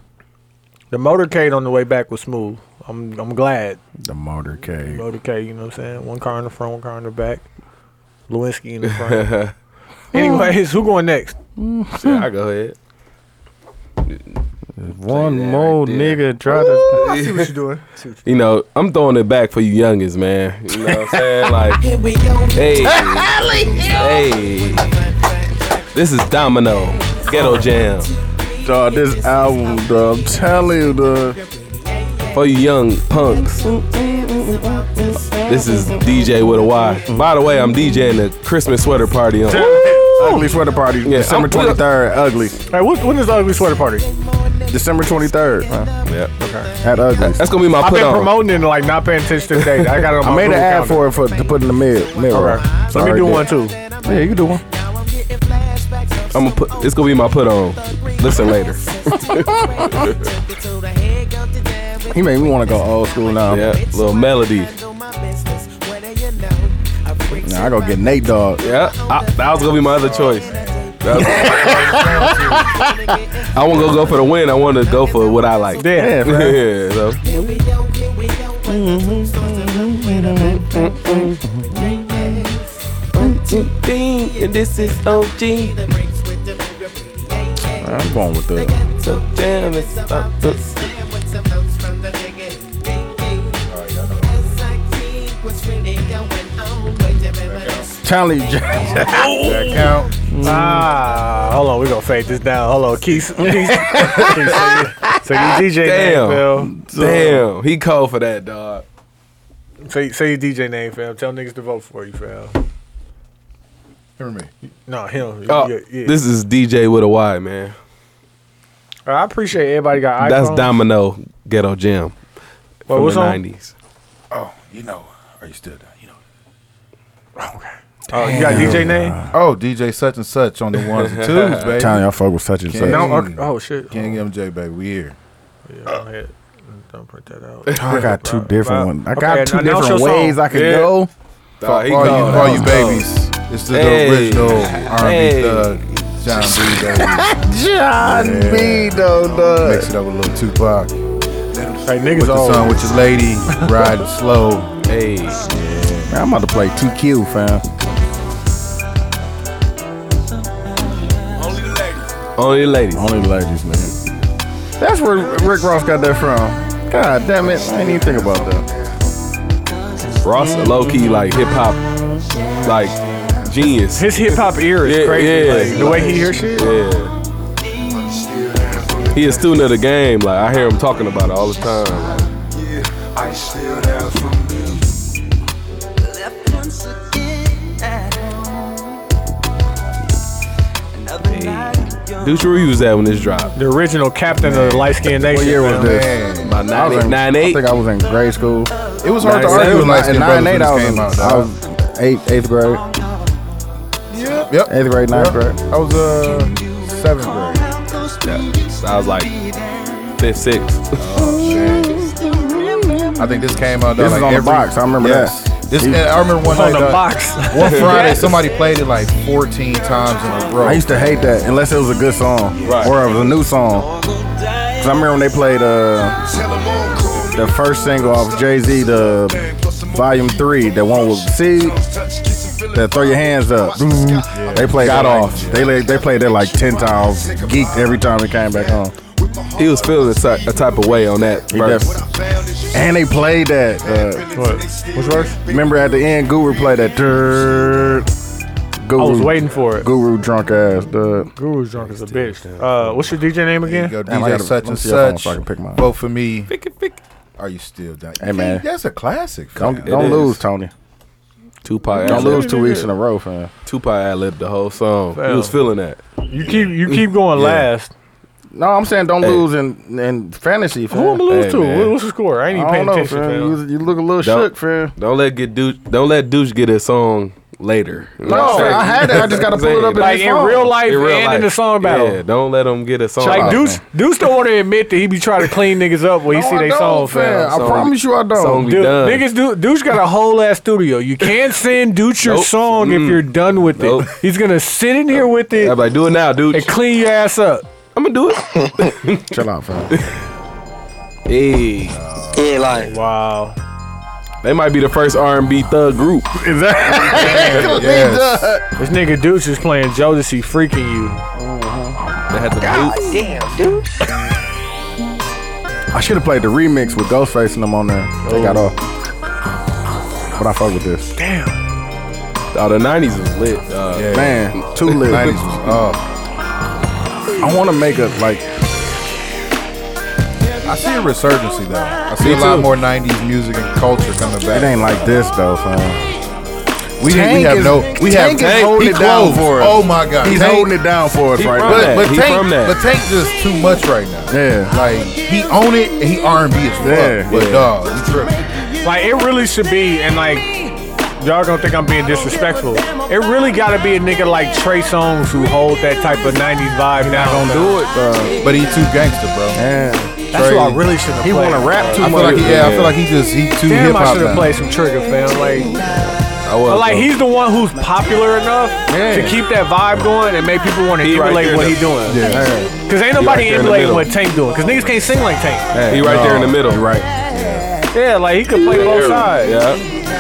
B: The motorcade on the way back was smooth. I'm I'm glad.
A: The motorcade.
B: motorcade, you know what I'm saying? One car in the front, one car in the back. Lewinsky in the front. Anyways, who going next?
D: Yeah, I go ahead.
A: One
D: that
A: more
D: right there.
A: nigga try to.
B: I see what you're doing.
D: You know, I'm throwing it back for you youngins, man. You know what I'm saying? Like, hey, hey, this is Domino, Ghetto Jam.
A: Dog, this album, dog. I'm telling you, dog.
D: For you young punks, this is DJ with a Y. By the way, I'm DJing the Christmas sweater party on.
A: Ugly sweater party,
D: Yeah,
A: December
D: I'm put-
A: 23rd. Ugly,
B: Hey, what, when is the ugly sweater party?
A: December 23rd huh,
D: Yep.
A: at Ugly's.
D: That's gonna be my
B: I've
D: put
B: been
D: on.
B: promoting it and like not paying attention to the date. I got it on my
A: I made an
B: Google
A: ad
B: calendar.
A: for it for to put in the mid mirror.
B: Okay. Let me do one too.
A: Yeah, you can do one.
D: I'm gonna put. It's gonna be my put on. Listen later.
A: He made me want to go old school now.
D: Yeah, little melody.
A: Nah, I go get Nate Dog.
D: Yeah, I, that was gonna be my other choice. I won't go go for the win. I want to go for what I like.
A: Yeah, bruh.
D: yeah. So and this is OG.
A: I'm going with the.
D: So damn, it's
A: Tally J.
C: That count.
B: Ah, hold on, we're gonna fade this down. Hold on, Keith. Keith, Keith, so you DJ
D: Damn.
B: name, fam.
D: damn. He called for that, dog.
B: Say, say your DJ name, fam. Tell niggas to vote for you, fam.
C: Remember me.
B: No, him.
D: Oh,
B: yeah, yeah.
D: this is DJ with a Y, man.
B: I appreciate everybody got iPhones.
D: That's Domino Ghetto Jam
B: Wait,
D: from
B: what's
D: the
B: on?
D: '90s.
C: Oh, you know. Are you still down? You know.
B: Oh, you got DJ name?
C: Oh, DJ such and such on the ones and twos, baby.
A: Tally, I fuck with such and
C: Can't-
A: such.
B: No.
C: Dang.
B: Okay. Oh shit. Oh,
C: King MJ, baby. We here.
B: Yeah, go ahead. Don't print that out.
A: I got two different ones. I got
B: Okay,
A: two
B: announce
A: different
B: your song.
A: ways I can
D: Yeah.
A: go.
D: Dog, he
C: all you,
D: called.
C: all
D: That
C: you
D: was dope.
C: babies. It's the
D: Hey.
C: original R&B
D: Hey.
C: thug, John B. Baby.
A: John B. Though,
C: Mix it up with a little Tupac.
B: Hey, niggas
C: Put this on
B: old.
C: with your lady, riding slow.
D: Hey.
A: Man, I'm about to play 2Q, fam.
D: Only ladies.
A: Only ladies, man. That's where Rick Ross got that from. God damn it. I didn't even think about that.
D: Ross a low key like hip hop like genius.
B: His hip hop ear is
D: Yeah,
B: crazy.
D: yeah.
B: like, the way he hears shit.
D: Yeah. He a student of the game. Like I hear him talking about it all the time. Dude, where you was at when this dropped?
B: The original captain of the light skinned nation.
A: What year was
B: fam.
A: this?
C: Man.
D: About
A: I, was
D: 98,
A: in, I
D: 98.
A: think I was in grade school.
C: It was hard to
A: It
C: argue
A: was
C: with light
A: like
C: skin
A: in
C: brothers
A: nine eight.
C: when this
A: I was,
C: came
A: in,
C: out.
A: I
C: dog.
A: was eighth, eighth grade.
C: Yep.
A: Eighth grade, ninth grade.
C: I was uh seventh grade.
D: I was like fifth, sixth.
C: I think this came out. dog,
A: This is
C: like
A: on the
C: every,
A: box. I remember that.
C: This I remember one
B: On the
C: night. dog,
B: box.
C: One Friday, somebody played it like 14 times in a row.
A: I used to hate that unless it was a good song
D: Right.
A: or it was a new song. Cause I remember when they played uh, the first single off Jay Z, the Volume Three, that one was see that throw your hands up. Boom. They played got off. They la- they played that like ten times. Geeked every time they came back home.
D: He was feeling a, ty- a type of way on that
A: He
D: verse.
A: def- and they played that. Uh,
B: What? Which verse?
A: remember at the end, Guru played that. Durr, Guru,
B: I was waiting for it.
A: Guru drunk ass. Duh.
B: Guru's drunk as a bitch. Uh, what's your DJ name
C: There you
B: again?
C: go,
A: Damn, I
C: DJ
A: gotta-
C: such
A: let me
C: and
A: see if I can
C: such.
A: fucking pick mine.
C: Vote for me.
D: pick.
C: Are you still down?
A: Hey, man.
C: that's a classic.
A: Don't,
C: fam.
A: don't
D: is.
A: lose, Tony.
D: Tupac.
A: Don't
D: ad-libbed-
A: lose two weeks in a row, fam.
D: Tupac ad libbed the whole song. He
B: Fam.
D: was feeling that.
B: You keep you keep going last.
A: No, I'm saying don't
D: Hey.
A: lose in, in fantasy, fam.
B: Who am I lose
D: Hey,
B: to?
D: man.
B: What's the score? I ain't even
A: I don't
B: paying
A: know,
B: attention.
A: fam.
B: fam.
A: You, you look a little
D: Don't-
A: shook, fam.
D: Don't let get douche. Don't let douche get his song later. You know
A: No,
D: what I'm
A: I
D: saying?
A: had it. I just gotta pull it up. In
B: Like
A: this
B: in
A: phone.
B: real life
D: In real
B: and in
D: life.
B: the song battle.
D: Yeah, don't let him get his song.
B: Like
D: out.
B: Deuce, Deuce don't want to admit that he be trying to clean niggas up when he
A: No,
B: see
A: I
B: they
A: don't,
B: song, fam.
A: I
D: Song-
A: promise you, I don't.
D: song be
B: Dude,
D: done.
B: niggas do Deuce got a whole ass studio. You can't send Deuce your
D: Nope.
B: song
A: Mm.
B: if you're done with
D: Nope.
B: it. He's gonna sit in here with it
D: I'm like, do it now, dude.
B: and clean your ass up.
D: I'm gonna do it.
A: Chill out, fam.
D: hey,
F: Yeah, like
B: Wow.
D: they might be the first R&B thug group.
C: Yes.
B: This nigga Deuce is playing Jodeci freaking you.
D: They had the boots.
F: damn, dude.
A: I should have played the remix with Ghostface and them on there. They got off. But I fuck with this.
D: Oh, the '90s was lit. Uh,
C: Yeah.
A: Man, two
C: Nineties
A: lives.
C: was up.
A: I want to make a like.
C: I see a resurgency though. I see
D: Me
C: a lot
D: too.
C: more '90s music and culture coming
A: It
C: back.
A: ain't like this though, fam.
C: We, didn't- we
A: Tank
C: have
A: is-
C: no. We have
A: Tank is holding
C: he
A: it down
C: closed.
A: for us.
C: Oh my God,
A: He's
C: Tank-
A: holding it down for us
D: He
A: right
D: from
A: now.
D: that.
C: But, but
D: He
C: Tank,
D: from that.
C: but Tank just too much right now.
A: Yeah.
C: like he own it and he R and B as fuck.
A: Yeah.
C: But
D: Yeah.
C: dog, he tripping.
B: Like it really should be, and like y'all gonna think I'm being disrespectful. It really gotta be a nigga like Trey Songz who hold that type of '90s vibe down.
A: Don't do it, bro.
C: but he too gangster, bro.
A: Yeah.
B: That's who I really should have.
A: He want to rap too
C: I feel
A: much.
C: like he, yeah, I feel like he just he too
B: Damn,
C: hip
B: I
C: hop
B: should have
C: now.
B: played some Trigger, fam. Like
D: I was.
B: But like
D: though.
B: he's the one who's popular enough
D: Yeah.
B: to keep that vibe going and make people want to
D: He right
B: emulate
D: there
B: what
D: in
B: he's
D: the-
B: doing.
D: Yeah.
B: Cause ain't nobody
D: there in the
B: emulating
D: middle.
B: what Tank doing. Cause niggas can't sing like Tank.
D: He right there in the
A: No,
D: middle.
A: you're Right.
B: Yeah, like he could play both sides.
D: Yeah.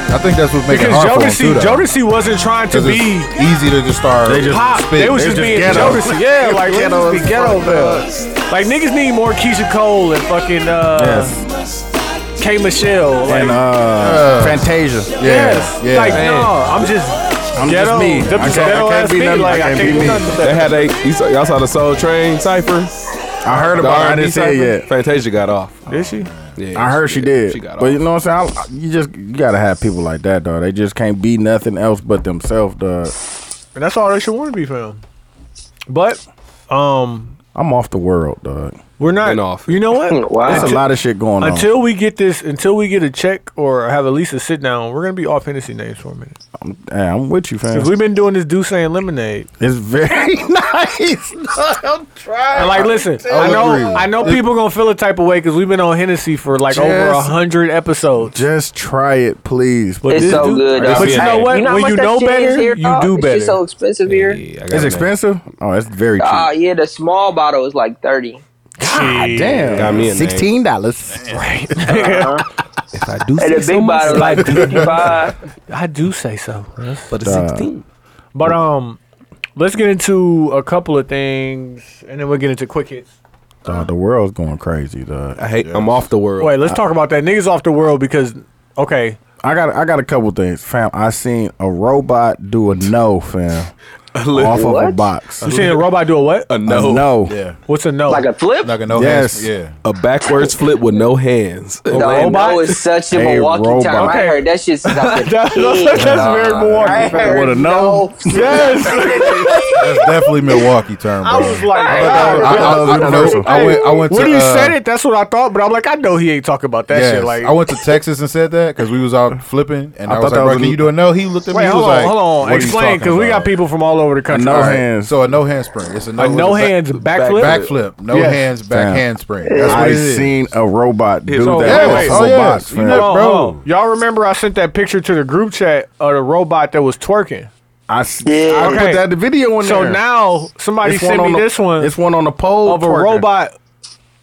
C: I think that's what's making it
B: Because
C: hard for him
B: Jodeci,
C: too, though.
B: Jodeci wasn't trying to
C: 'Cause
B: be
C: it's easy to just start.
A: They just-
B: pop.
C: spit.
B: They was
C: They
B: just
C: just
B: being
C: ghetto.
B: Jodeci. Yeah, like let's
A: Ghetto
B: just be
A: as
B: ghetto
A: fuck,
B: though. Like niggas need more Keisha Cole and fucking uh,
A: Yes.
B: K Michelle. Like,
A: And uh, Fantasia.
B: yes.
C: yeah, yeah.
B: like no, I'm just
A: I'm
B: ghetto.
A: just me.
B: Them
A: I
B: just
A: can't,
B: ghetto
A: I
B: ass
A: can't be
B: me.
A: nothing.
B: Like
A: I can't be me.
B: nothing.
D: They had a. You saw, y'all saw the Soul Train cipher.
A: I heard
D: The
A: about it. I
D: R&B
A: didn't see it
D: cipher?
A: yet.
D: Fantasia got off.
B: Did she?
D: Yeah,
A: I heard she did.
D: She got
A: but
D: off.
A: you know what I'm saying? I, you just you gotta have people like that, dog. They just can't be nothing else but themselves, dog.
B: And that's all they should want to be found. But um,
A: I'm off the world, dog.
B: we're not.
D: Been off.
B: You know what?
F: Wow.
A: That's a lot of shit going on.
B: Until we get this, until we get a check or have at least a sit down, we're gonna be off Hennessy names for a minute.
A: Hey, I'm with you, fam.
B: Because we've been doing this Deuce and Lemonade.
A: It's very nice. I'm trying.
B: And like, listen, I
C: agree.
B: know, I know people gonna feel a type of way because we've been on Hennessy for like over a
A: Just-
B: hundred episodes.
A: Just try it, please.
B: But
A: But
F: It's
B: this
F: so
B: dude-
F: good,
B: But
F: though.
B: you know
D: Hey,
B: what?
F: You know how
B: when
F: much
B: you
F: that
B: know
F: shit is
B: better,
F: here,
B: you
F: dog?
B: do
F: It's
B: better.
F: just so expensive here.
D: Yeah, I got
A: it's
D: it, man.
A: expensive. Oh, it's very cheap.
F: Ah, yeah, the small bottle is like thirty.
B: Shit.
A: Damn,
D: Got me a name.
A: sixteen dollars. Right.
D: If I do
F: And the big bottle like fifty-five.
B: I do say so.
D: but it's sixteen.
B: But um, let's get into a couple of things, and then we'll get into quick hits.
A: the world's going crazy, dog.
D: I hate. I'm off the world.
B: Wait, let's talk about that. Niggas off the world because okay,
A: I got I got a couple things, fam. I seen a robot do a no, fam, off of a
F: What?
A: box.
B: you seen a robot do a what?
D: a
A: A
D: no,
A: no.
C: yeah,
B: What's a no?
F: like a flip.
C: like a no.
A: Yes.
C: hands- yeah.
D: a backwards flip with no hands.
F: The
B: robot?
F: no is such a
A: A
F: Milwaukee term.
A: robot.
F: I heard that shit since I was a
B: That's-
F: kid.
B: that's very Milwaukee.
F: I heard
A: With a no?
F: Yes.
C: That's definitely Milwaukee term. Bro. uh,
B: I was like,
A: I
B: God,
A: thought that was
C: I- I- I know-
A: universal.
C: I went. I went to.
B: when he
C: uh,
B: said it, that's what I thought. But I'm like, I know he ain't talking about that
C: yes,
B: shit. Like,
C: I went to Texas and said that because we was out flipping, and
A: I
C: I, was
A: thought
C: like,
A: that
C: "Bro,
A: was
C: can
A: a-
C: you do a no?" He looked at me.
B: wait,
C: he
B: hold
C: was
B: on,
C: like,
B: hold on,
C: "What are you
B: explain
C: talking
B: because we got
C: about?"
B: people from all over the country.
A: No
C: All right,
A: hands.
C: So a no handspring. It's a no.
B: a
C: it's
B: no
C: back-
B: hands backflip.
C: Backflip, no
B: Yes.
C: hands, back
A: Damn.
C: handspring. That's what
A: I
C: it is.
A: seen a robot do
D: It's all-
A: that
C: Yes.
A: off
B: wait,
A: of
C: oh,
A: a
C: yes.
A: box,
C: You
A: fam.
C: know-
B: Hold on,
C: Bro.
B: hold on. y'all remember I sent that picture to the group chat of the robot that was twerking.
A: I, s-
F: Yeah.
A: I
B: Okay.
A: put that video in
B: So
A: there.
B: now somebody sent me
A: on the-
B: this one
A: It's one on the pole
B: of a
A: twerking.
B: robot,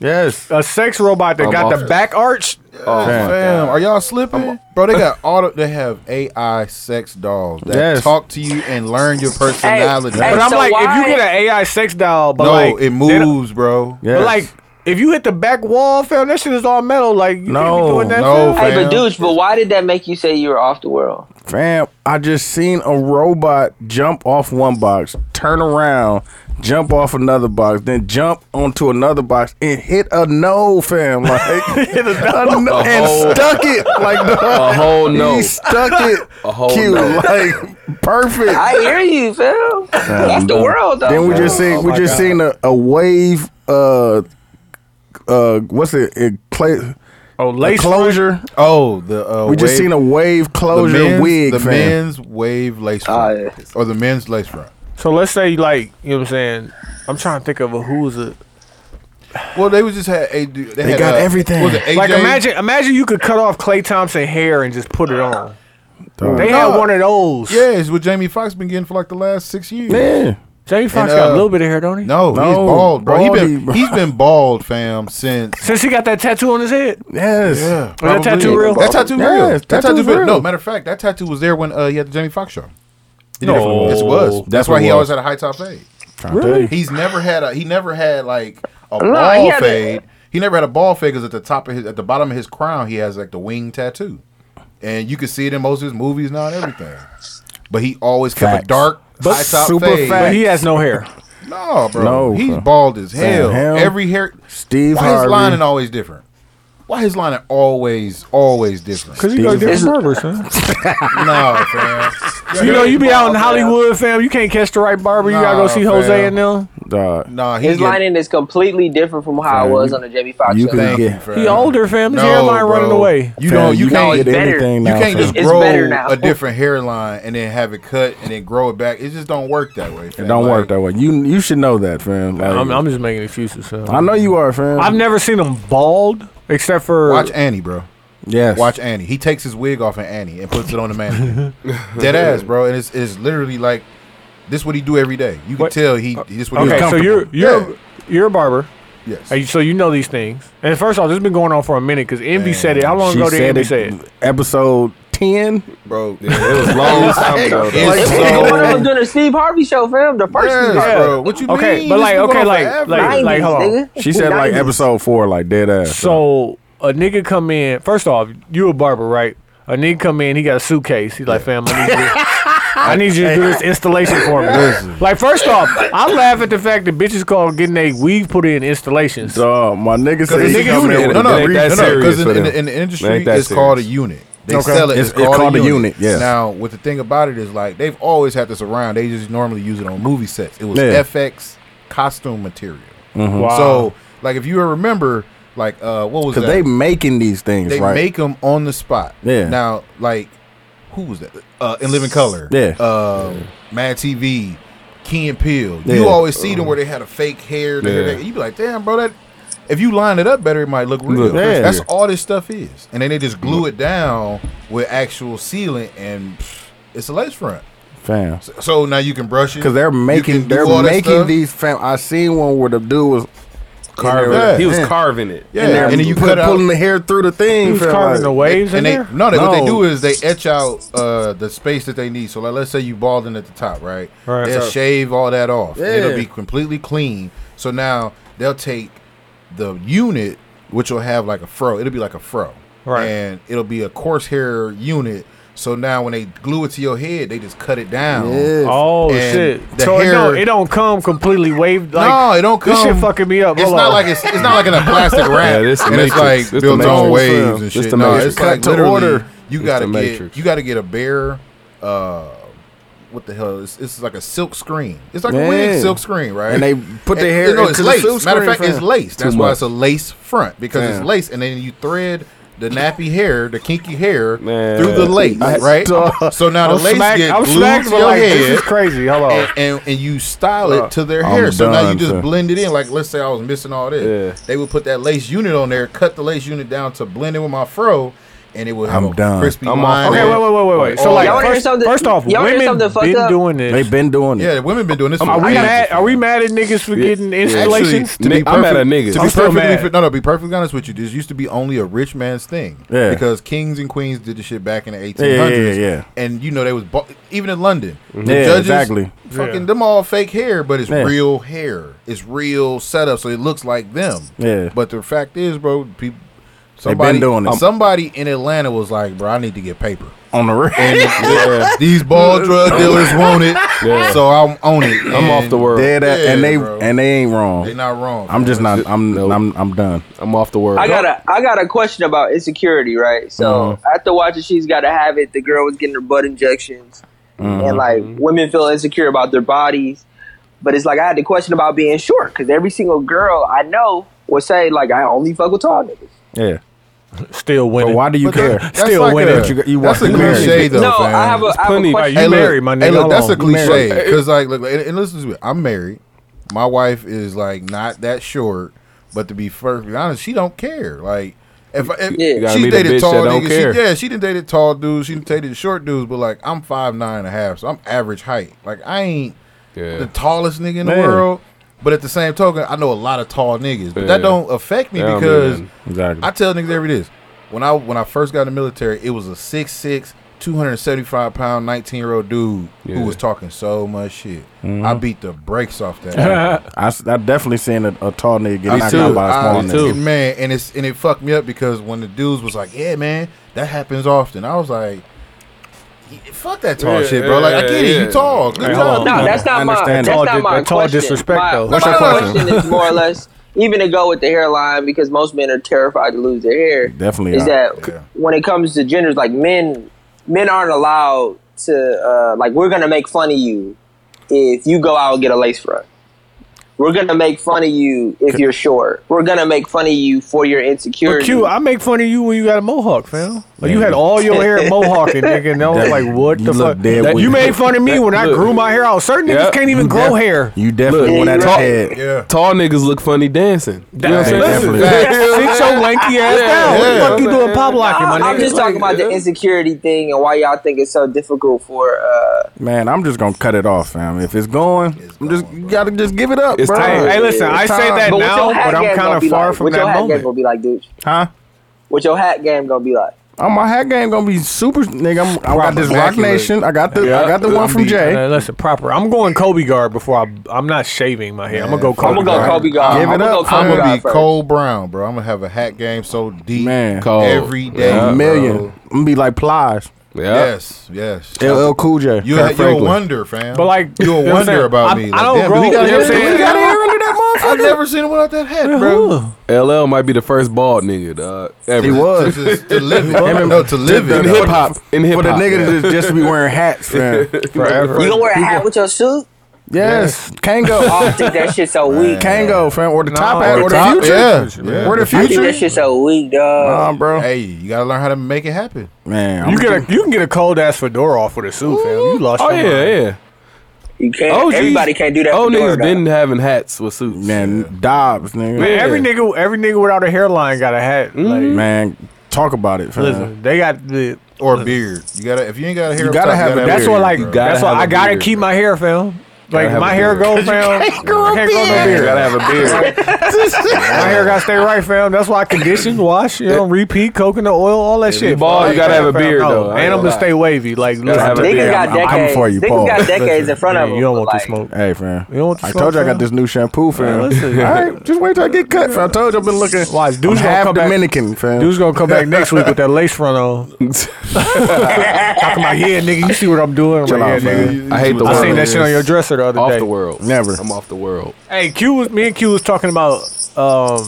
A: Yes.
B: a sex robot that
D: I'm
B: got
D: off
B: the
D: it.
B: back arch.
D: Oh,
A: Fam.
C: Fam, are y'all slipping? Bro, they got auto. They have AI sex dolls that
A: Yes.
C: talk to you and learn your personality.
F: hey,
B: But I'm
F: so
B: like, if you
F: why-
B: get an AI sex doll, but
C: no,
B: like
C: it
B: they don't-
C: moves, bro.
A: Yes.
B: But like, if you hit the back wall, fam, that shit is all metal. Like, you can't
A: No,
B: be doing that.
C: no,
B: fam.
C: fam.
F: Hey, but dudes, but why did that make you say you were off the world?
A: Fam, I just seen a robot jump off one box, turn around, jump off another box, then jump onto another box and hit a no, fam. Like hit a no
D: whole-
A: and stuck it like
D: a
A: the
D: whole no.
A: He stuck it
D: A whole
A: cute,
D: no.
A: like perfect.
F: I hear you, Phil. That's the world, though.
A: then we
F: bro.
A: just seen we
B: Oh my
A: just
B: God.
A: seen a, a wave uh uh what's it, it cla-
B: Oh,
A: a
B: lace
A: closure.
C: Oh, the uh,
A: We just seen a wave closure
C: men's,
A: wig,
C: the
A: fam.
C: men's wave lace front,
F: Ah, yeah.
C: or the men's lace front.
B: So let's say, like, you know what I'm saying. I'm trying to think of a who's a
C: Well, they was just had a they,
A: They
C: had,
A: got
C: uh,
A: everything.
C: Was it AJ?
B: like. Imagine, imagine you could cut off Clay Thompson hair and just put it on. They had
C: No.
B: one of those.
C: Yeah, it's what Jamie Foxx been getting for like the last six years.
A: Yeah.
B: Jamie Foxx
C: And,
B: got a
C: uh,
B: little bit of hair, don't he?
C: No, he's
A: No,
C: bald, bro. He
A: baldy,
C: been
A: bro.
C: he's been bald, fam, since.
B: Since he got that tattoo on his head,
A: Yes.
C: Yeah,
B: that
C: probably.
B: tattoo real?
C: That tattoo
A: Yes,
C: real. that
A: tattoo's
C: tattoo been-
A: real.
C: No, matter of fact, that tattoo was there when uh, he had the Jamie Foxx show. He did it
B: No.
C: for- yes, it was. That's,
A: That's
C: why
A: what
C: he
A: it
C: always
A: was.
C: had a high top fade.
A: Really?
C: He's never had a he never had like a
F: No, he
C: ball
F: had a-
C: fade. he never had a ball fade because at the top of his at the bottom of his crown he has like the wing tattoo, and you can see it in most of his movies now and everything. But he always kept
A: Facts.
C: a dark
A: But
C: high top
A: super
C: fade.
A: fat.
B: but he has no hair.
C: No, bro,
A: No,
C: he's
A: bro.
C: bald as hell.
A: hell.
C: Every hair.
A: Steve
C: Why
A: Harvey.
C: his lining always different? Why his lining always always different?
B: Cause you go to
A: Steve-
B: different barbers, man.
C: no, fam.
B: You know, you be out in Hollywood, fam. You can't catch the right barber. You gotta go
C: Nah,
B: see Jose
C: fam.
B: and them.
A: Dog.
C: Nah, he
F: his
C: get-
F: lining is completely different from how it was on the Jamie Foxx
A: you
F: show.
A: can-
C: Thank
A: Yeah.
C: you, fam.
B: He older, fam. His hairline running
C: bro.
B: away.
C: You
A: Fam,
C: know, you,
A: can't
C: can't.
A: get
F: it's better.
A: anything
C: You
A: now,
C: can't
A: fam.
C: just
F: It's
C: grow
F: better now.
C: a different hairline and then have it cut and then grow it back. It just don't work that way.
A: It don't work that way. You you should know that, fam. Like,
B: I'm, I'm just making excuses. Fam.
A: I know you are, fam.
B: I've never seen him bald except for
C: Watch Annie, bro.
A: Yes.
C: Watch Annie. He takes his wig off in Annie and puts it on the man. Dead ass, bro. And it's, it's literally like this what he do every day. You can
B: What-
C: tell he this what he
B: Okay,
C: do.
B: so you're you're you're a barber,
C: yes.
B: and so you know these things. And first off, this has been going on for a minute because Envy said it. How long ago did Envy say it?
A: Episode ten.
D: bro. Yeah, it was long time ago. though.
C: It's
F: This was
C: so-
F: going on during the Steve Harvey show, fam. The first
C: Yes,
F: Steve Harvey.
C: bro. What you
B: okay,
C: mean?
B: but
C: This
B: like,
C: been
B: okay,
C: going
B: like,
C: forever.
B: like, like,
F: 90s,
B: hold on.
F: nigga.
A: She said like
F: 90s.
A: episode four, like dead ass.
B: So a nigga come in. First off, you a barber, right? A nigga come in. He got a suitcase. He's like, fam, I need you. to- I need you to do this installation for me. Like, first off, I laugh at the fact that bitches call getting a weave put in installations.
A: Dog, my nigga said he
C: Because the nigga
A: coming
C: unit,
A: in with
C: no,
A: a
C: no,
A: brief-
C: no,
D: that's
C: no,
D: serious
C: because
D: for
C: in,
D: them.
C: in the in the industry,
D: Ain't that
C: it's called a
D: serious.
C: unit. They sell it. It's, called, a unit.
A: yes.
C: Now, what the thing about it is, like, they've always had this around. They just normally use it on movie sets. It was
A: Yeah.
C: FX costume material.
B: Mm-hmm. Wow.
C: So, like, if you remember, like, uh, what was that?
A: Cause they making these things,
C: they
A: right?
C: make them on the spot.
A: Yeah.
C: Now, like, who was that? Uh, in Living Color.
A: Yeah.
C: Um, Mad TV, Key and Peele.
A: Yeah. Uh-huh.
C: You always see them where they had a fake hair. they-
D: Yeah.
C: they- You be like, damn, bro, that. If you line it up better, it might look real.
A: Look crispier.
C: That's all this stuff is, and then they just glue it down with actual sealant, and pff, it's a lace front.
A: Fam.
C: So now you can brush it
A: Cause they're making they're making these fam. I seen one where the dude was carving.
C: Yeah.
D: He was
A: carving.
D: carving it.
C: Yeah,
A: And, they're
C: and then you
A: put-
C: cut out
A: pulling the hair through the thing.
B: He was
A: fam,
B: carving the
A: like-
B: waves in
C: and they
B: there.
C: no, they, what they
A: No.
C: do is they etch out uh, the space that they need. So like, let's say you balding at the top, right?
B: Right.
C: They'll
B: So-
C: shave all that off. and
A: Yeah.
C: It'll be completely clean. So now they'll take the unit, which will have like a fro. It'll be like a fro,
B: Right.
C: And it'll be a coarse hair unit. So now when they glue it to your head, they just cut it down.
A: Yeah.
B: Oh
C: And
B: shit!
C: the
B: So it don't,
C: hair-
B: it don't come completely waved. Like,
C: no, it don't come.
B: This shit fucking me up.
C: It's
B: Hold
C: not
B: on.
C: like it's, it's not like in a plastic wrap.
D: Yeah, this the
C: and it's
D: Matrix.
C: like
D: This the
C: built on
D: Matrix.
C: waves and
D: This
C: shit.
D: the
C: No,
D: Matrix.
C: it's
A: Cut
C: like
A: to
C: literally,
A: order.
C: You
D: This
C: gotta
D: the
C: get
D: Matrix.
C: you gotta get a bare. Uh, what the hell? It's, it's like a silk screen. It's like a
A: Yeah.
C: wig silk screen, right?
A: And they put their hair
C: you know, it's
A: into the
C: lace.
A: silk
C: Matter of
A: screen,
C: fact, it's
A: fam.
C: lace. That's
D: Too
C: why
D: much.
C: it's a lace front because
A: Damn.
C: it's lace, and then you thread. The nappy hair, the kinky hair,
D: Man.
C: through the lace,
A: I-
C: right?
A: dog.
C: So now the
B: I'm
C: lace
B: smacked.
C: get
B: I'm
C: glued
B: smacked.
C: to
B: But
C: your
B: like,
C: head
B: this is crazy. Hold on.
C: and, and, and you style it to their
A: I'm
C: hair. So now you
A: done,
C: just
A: sir.
C: blend it in. Like let's say I was missing all this,
D: Yeah.
C: they would put that lace unit on there, cut the lace unit down to blend it with my fro, and it would have
A: I'm
C: a
A: done.
C: crispy
D: I'm
C: line.
D: off.
B: Okay, wait, wait, wait, wait, wait. So
C: Oh,
B: like,
C: y'all
F: wanna hear
B: first,
F: something-
B: first off,
F: y'all wanna hear
B: women
F: something fucked
B: been
F: up?
B: doing this.
A: They've been doing it.
C: Yeah, women been doing this. For
B: Are we
C: ages.
B: mad? Are we mad at niggas for
D: Yeah.
B: getting
D: Yeah.
B: installations?
C: Actually, to be
D: Ni-
C: perfect-
D: I'm mad at niggas.
C: To
D: I'm
C: be
B: still mad.
C: perfectly, fa- no, no. Be perfectly honest with you, this used to be only a rich man's thing.
A: Yeah.
C: Because kings and queens did this shit back in the 1800s.
A: yeah, yeah. Mm-hmm.
C: And you know they was bo- even in London. The
A: Yeah, exactly.
C: Fucking
B: Yeah.
C: them all fake hair, but it's
A: Yeah.
C: real hair. It's real setup, so it looks like them.
A: Yeah.
C: But the fact is, bro, people. Somebody, um,
A: doing it.
C: somebody in Atlanta was like, "Bro, I need to get paper.
A: On the
C: And
A: real.
C: These ball drug dealers want it,
D: Yeah.
C: so I'm on it.
D: I'm off the world.
A: Dead ass,
C: Yeah,
A: and they
C: bro.
A: and they ain't wrong.
C: They're not wrong.
A: I'm
C: bro.
A: just not. I'm
D: Nope.
A: I'm I'm done.
D: I'm off the world.
F: I got a I got a question about insecurity, right? So
A: Mm-hmm.
F: after watching She's Gotta Have It, the girl was getting her butt injections
A: Mm-hmm.
F: and like women feel insecure about their bodies. But it's like I had the question about being short, because every single girl I know will say, like, I only fuck with tall niggas.
A: Yeah.
B: Still
A: But
B: winning.
A: why do you
C: But
A: care?
C: that- that's like
A: winning.
C: a-
A: But you, you
C: that's
A: want
C: a
A: to marry.
C: cliche, though,
F: no,
C: fam.
F: I have a,
D: It's
F: I have
D: plenty.
F: a
B: Like,
F: question.
B: you
C: Hey, look-
B: married, my nigga.
C: Hey, look,
B: Hold
C: that's
B: on.
C: a
B: You married.
C: cliche. Because, like, look, and, and listen to me. I'm married. My wife is, like, not that short. But to be perfectly honest, she don't care. Like, if, I- if
F: Yeah. You
D: gotta
C: she
D: meet a
C: dated
D: bitch
C: tall
D: that don't
C: niggas,
D: care.
C: she, yeah, she didn't dated tall dudes. She didn't dated short dudes. But, like, I'm five nine and a half, so I'm average height. Like, I ain't the
D: Yeah.
C: tallest nigga in the
A: Man.
C: world. But at the same token, I know a lot of tall niggas. But
D: Yeah.
C: that don't affect me
D: Yeah, I
C: because
D: mean,
A: Exactly.
C: I tell niggas every this. When I when I first got in the military, it was a 6'6", 275 pound, nineteen year old dude
D: Yeah.
C: who was talking so much shit.
A: Mm-hmm.
C: I beat the brakes off that.
A: I, s- I definitely seen a, a tall nigga get
D: Me
A: knocked
D: too.
A: out by a small
C: I,
D: Me
A: nigga.
D: too.
C: man, and it's and it fucked me up because when the dudes was like, "Yeah, man, that happens often," I was like, "Fuck that tall
D: Yeah,
C: shit, bro." Like, I
D: yeah,
C: get it,
D: yeah.
C: you tall, good
B: Hey, hold
C: job.
B: on.
F: No, that's
A: I
F: not my.
A: understand
F: That's
A: that.
F: not
B: That's all
F: my
B: di- that's all
F: question.
B: disrespect,
F: my,
B: though.
F: my
A: What's your question?
F: question is more or less even to go with the hairline because most men are terrified to lose their hair.
A: Definitely
F: is
A: not.
F: that
C: Yeah.
F: when it comes to genders, like men, men aren't allowed to uh, like we're gonna make fun of you if you go out and get a lace front. We're gonna make fun of you if you're short. We're gonna make fun of you for your
B: But
F: insecurity.
B: Q, I make fun of you when you got a mohawk, fam. Like you had all your hair mohawked, nigga. And I was like, what
A: You
B: the
A: look
B: fuck?
A: dead
B: That- you
A: weird.
B: made fun of me when I
D: look.
B: grew my hair out. Certain
D: Yeah.
B: niggas can't even grow hair.
A: You definitely
F: Look,
A: went at
F: talk-
A: his head.
C: Yeah.
D: Tall niggas look funny dancing. You know what I'm
A: Yeah,
D: saying?
A: definitely.
B: Sit your lanky ass
D: Yeah,
B: down. what the
D: yeah.
B: fuck you doing pop locking, my
F: I, am
B: nigga? uh,
F: just talking about the insecurity thing and why y'all think it's so difficult for. Uh,
A: Man, I'm just gonna cut it off, fam. If it's going, I'm just you gotta just give it up,
D: It's
A: bro.
D: time.
B: Hey, hey, listen, I
A: It's
B: say
A: time.
B: that
F: but
B: now,
F: what your hat
B: but I'm
F: game
B: kind
F: gonna
B: of
F: be
B: far
F: like?
B: from
F: What your
B: that
F: hat game gonna
B: moment.
F: be like, dude?
A: Huh?
F: What your hat game gonna be like?
A: Oh, my hat game gonna be super, nigga. I'm, I got this Rock
C: Immaculate.
A: Nation. I got the I
D: Yeah.
A: got the one from
C: Indeed.
A: Jay.
B: Uh, listen, proper. I'm going Kobe guard before I. I'm not shaving my hair. I'm gonna go
F: I'm
B: Kobe.
F: gonna go
B: guard.
F: Kobe God.
A: Give it
F: I'm gonna
A: up.
F: go
C: I'm
F: Kobe
C: gonna
F: God
C: be
F: first.
C: Cole Brown, bro. I'm gonna have a hat game so deep,
A: Man,
D: Cold.
C: every day,
D: Yeah,
A: a
C: bro.
A: million. I'm gonna be like Plies,
D: Yeah.
C: Yes, yes.
A: LL Cool J, Kirk
C: You had you a
A: Franklin.
C: wonder, fam.
B: But like,
C: you
B: you
C: a
B: know what I'm
C: wonder
B: saying?
C: about
B: I-
C: me.
B: I don't
C: damn,
B: grow-
C: we got
B: you know what I'm
C: hair-
B: saying?
C: we got
B: Yeah.
C: hair under that motherfucker. I've never seen him without that hat, bro.
B: Ugh.
D: LL might be the first bald nigga, dog. Ever.
A: He was.
C: to, to live it, no, to live
D: In
C: it.
D: hip hop. In hip
A: For the
D: hop.
A: nigga to just, just be wearing hats, fam.
B: Forever.
F: You gonna wear a hat with your suit?
A: Yes, Kango,
F: Oh, I think that shit's so weak.
A: Kango, fam, or the top hat,
B: or
A: or,
B: the
A: the
C: Top,
A: future.
C: yeah.
A: man. Where the
F: I think
A: future?
F: that shit's so weak,
B: Um,
A: Nah,
F: dog.
A: bro.
C: Hey, you gotta learn how to make it happen.
A: Man,
B: You
A: I'm-
B: get a you can get a cold ass fedora off with a suit, fam. You lost.
D: Oh
B: your mind.
D: yeah, yeah.
F: You can't.
D: OGs
F: everybody can't do that.
D: Old
F: fedora,
D: niggas
F: dog.
D: didn't having hats with suits.
A: man, Dobbs, nigga.
B: Man,
A: Man,
D: Yeah.
B: every nigga, every nigga without a hairline got a hat. Like,
A: talk about it, fam.
B: listen, they got the.
C: Or a beard. You gotta if you ain't got a hair,
A: You
C: up
A: gotta
C: top,
A: have
C: you
A: a-
C: gotta
B: That's
A: beard,
B: why, like,
C: bro.
B: that's
D: Gotta
B: why
D: have
B: I
D: a
B: gotta
D: beard,
B: keep my hair, fam. Like
D: have
B: my
D: a
B: hair go,
D: beard.
B: fam. I can't grow no
D: You
B: beard.
D: gotta have a beard.
B: My hair gotta stay right, fam. That's why I condition, wash, you know, repeat, coconut oil, all that shit.
D: you bald,
B: fam.
D: you gotta have a
B: Fam,
D: beard,
B: no.
D: though. I ain't
B: And I'm gonna
D: gonna lie.
B: stay wavy. Like,
D: gotta have a
B: listen,
D: beard.
F: Niggas
A: I'm-
F: got
A: I'm
F: decades.
A: coming for you,
F: Niggas
A: Paul.
F: got decades in front of
B: Yeah,
F: them.
B: you don't want
F: like,
B: to smoke.
A: Hey, fam.
B: You don't want to
A: I
B: smoke,
A: told you I
B: fam?
A: got this new shampoo, fam.
B: Man, listen.
A: All right, just wait till I get cut, fam. I told you I've been looking.
B: Watch, dude's
A: I'm
B: gonna
A: half
B: come back-
A: Dominican, fam.
B: Dude's gonna come back next week with that lace front on. Talking about, yeah, nigga, you see what I'm doing? I'm
A: Chill
B: like,
A: out,
B: yeah,
A: man.
B: nigga.
D: I hate the
B: I
D: world.
B: seen that shit on your dresser the other
D: Off
B: day.
D: the world.
A: Never.
D: I'm off the world.
B: Hey, Q was me and Q was talking about um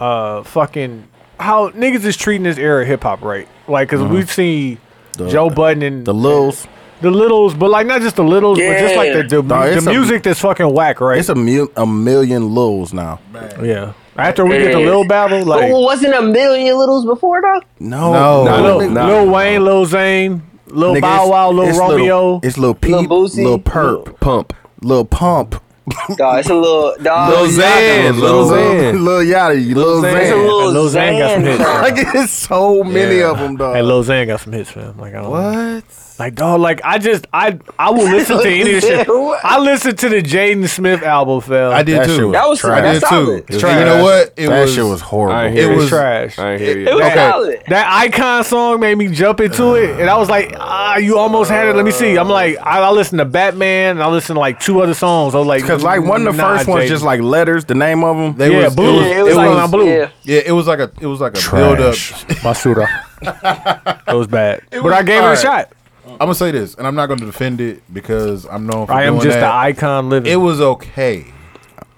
B: uh fucking how niggas is treating this era of hip hop right. Like, because we've seen Joe Budden and
A: Mm-hmm. the Lils.
B: the littles, but like not just the littles, but just like the the,
A: Nah, it's
B: the
A: a-
B: music that's fucking whack, right?
A: It's a, mil- a million Lils now.
B: yeah. After we get the little battle,
F: But
A: Oh,
B: like
F: wasn't oh, a million littles before though?
A: No,
C: No.
B: Lil,
A: nigga.
D: nah,
B: Lil Wayne, Lil Zane, Lil
A: Nigga,
B: Bow
A: it's-
B: Wow, Lil
A: it's
B: Romeo.
A: Lil, it's Lil Peep,
F: Lil Boosie.
A: Lil Perp,
D: Pump.
A: Lil Pump,
F: Dog, it's a little dog.
D: Lil
F: it's
D: Xan,
F: not-
D: Lil Xan.
A: Lil Yachty, Lil
D: Xan.
F: It's a
A: Xan.
F: little
B: Lil Xan got some
F: Xan,
B: hits.
F: dog.
A: Like it's so many
C: Yeah.
A: of them, dog.
B: hey, Lil Zane got some hits, man. Like I don't
A: what?
B: Like dog, like I just I I will listen to any of this shit. I listened to the Jaden Smith album, fam.
C: I did
A: That shit
C: too.
A: was
F: That was
A: trash.
C: I did
F: that's solid.
C: too.
A: It's
C: And You know
A: trash.
C: what? It
A: that
C: was
A: shit was
D: I ain't
A: horrible.
D: hear
B: It
D: you.
B: was
C: was-
B: trash.
D: I ain't hear
F: It was
D: you.
C: Okay.
F: solid.
B: That icon song made me jump into it, and I was like, "Ah, you almost had it." Let me see. I'm like, I, I listened to Batman, and I listened to like two other songs. I was like,
A: Because like one of the
B: nah,
A: first ones,
B: Jaden.
A: just like letters, the name of them.
C: They
B: yeah,
C: was,
B: blue.
C: It was,
F: Yeah, it was
B: it
F: like
B: was on blue.
F: Yeah.
C: yeah, it was like a it was like a build up.
A: Trash.
B: Basura. it was bad, but
C: was-
B: I gave it a
C: alright.
B: shot.
C: I'm gonna say this, and I'm not gonna defend it because I'm known for
B: I am
C: doing
B: just
C: that.
B: the icon living.
C: It was okay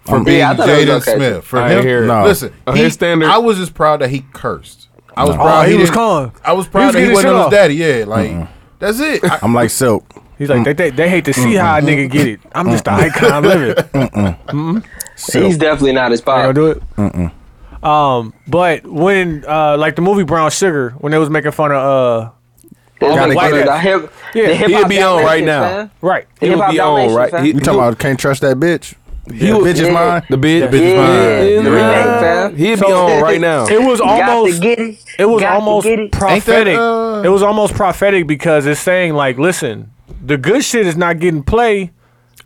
C: for
A: I'm-
C: being
F: Yeah, I thought it
C: Jaden
F: was okay,
C: Smith. For
D: I
C: him,
D: hear it.
A: No.
C: listen,
D: On his standard-
C: I was just proud that he cursed. I was
A: No.
C: proud
B: Oh, he was
C: didn't-
B: calm.
C: I was
B: He
C: proud
B: was
C: that he
B: getting his
C: wasn't on
B: shit
C: his
B: off.
C: daddy. Yeah, like that's it. I,
A: I'm like silk.
B: He's like, they, they they hate to see how a nigga get it. I'm just the icon living.
F: He's definitely not as
B: gonna
F: popular.
B: do it. Um, but when uh, like the movie Brown Sugar, when they was making fun of uh,
F: It's
B: Gotta
F: like
B: get
F: one of
B: it.
F: the hip-
B: Yeah,
F: the hip
D: he'd
F: hop
D: be on right
F: Dalmatians,
D: now.
F: man.
B: right,
F: The hip
D: would
F: hop
D: be on,
F: Dalmatians,
D: right?
F: man.
D: He-
A: You talking about can't trust that bitch?
D: He
A: that
D: was-
A: bitch is
F: yeah.
A: mine.
D: The bitch.
F: Yeah,
D: bitch
F: the remake, fam.
D: He'd be on right now.
B: it was
F: Got to
B: almost
F: get it.
B: it was
F: Got to
B: almost
F: get it.
B: prophetic.
C: Ain't that, uh,
B: it was almost prophetic because it's saying like, listen, the good shit is not getting play.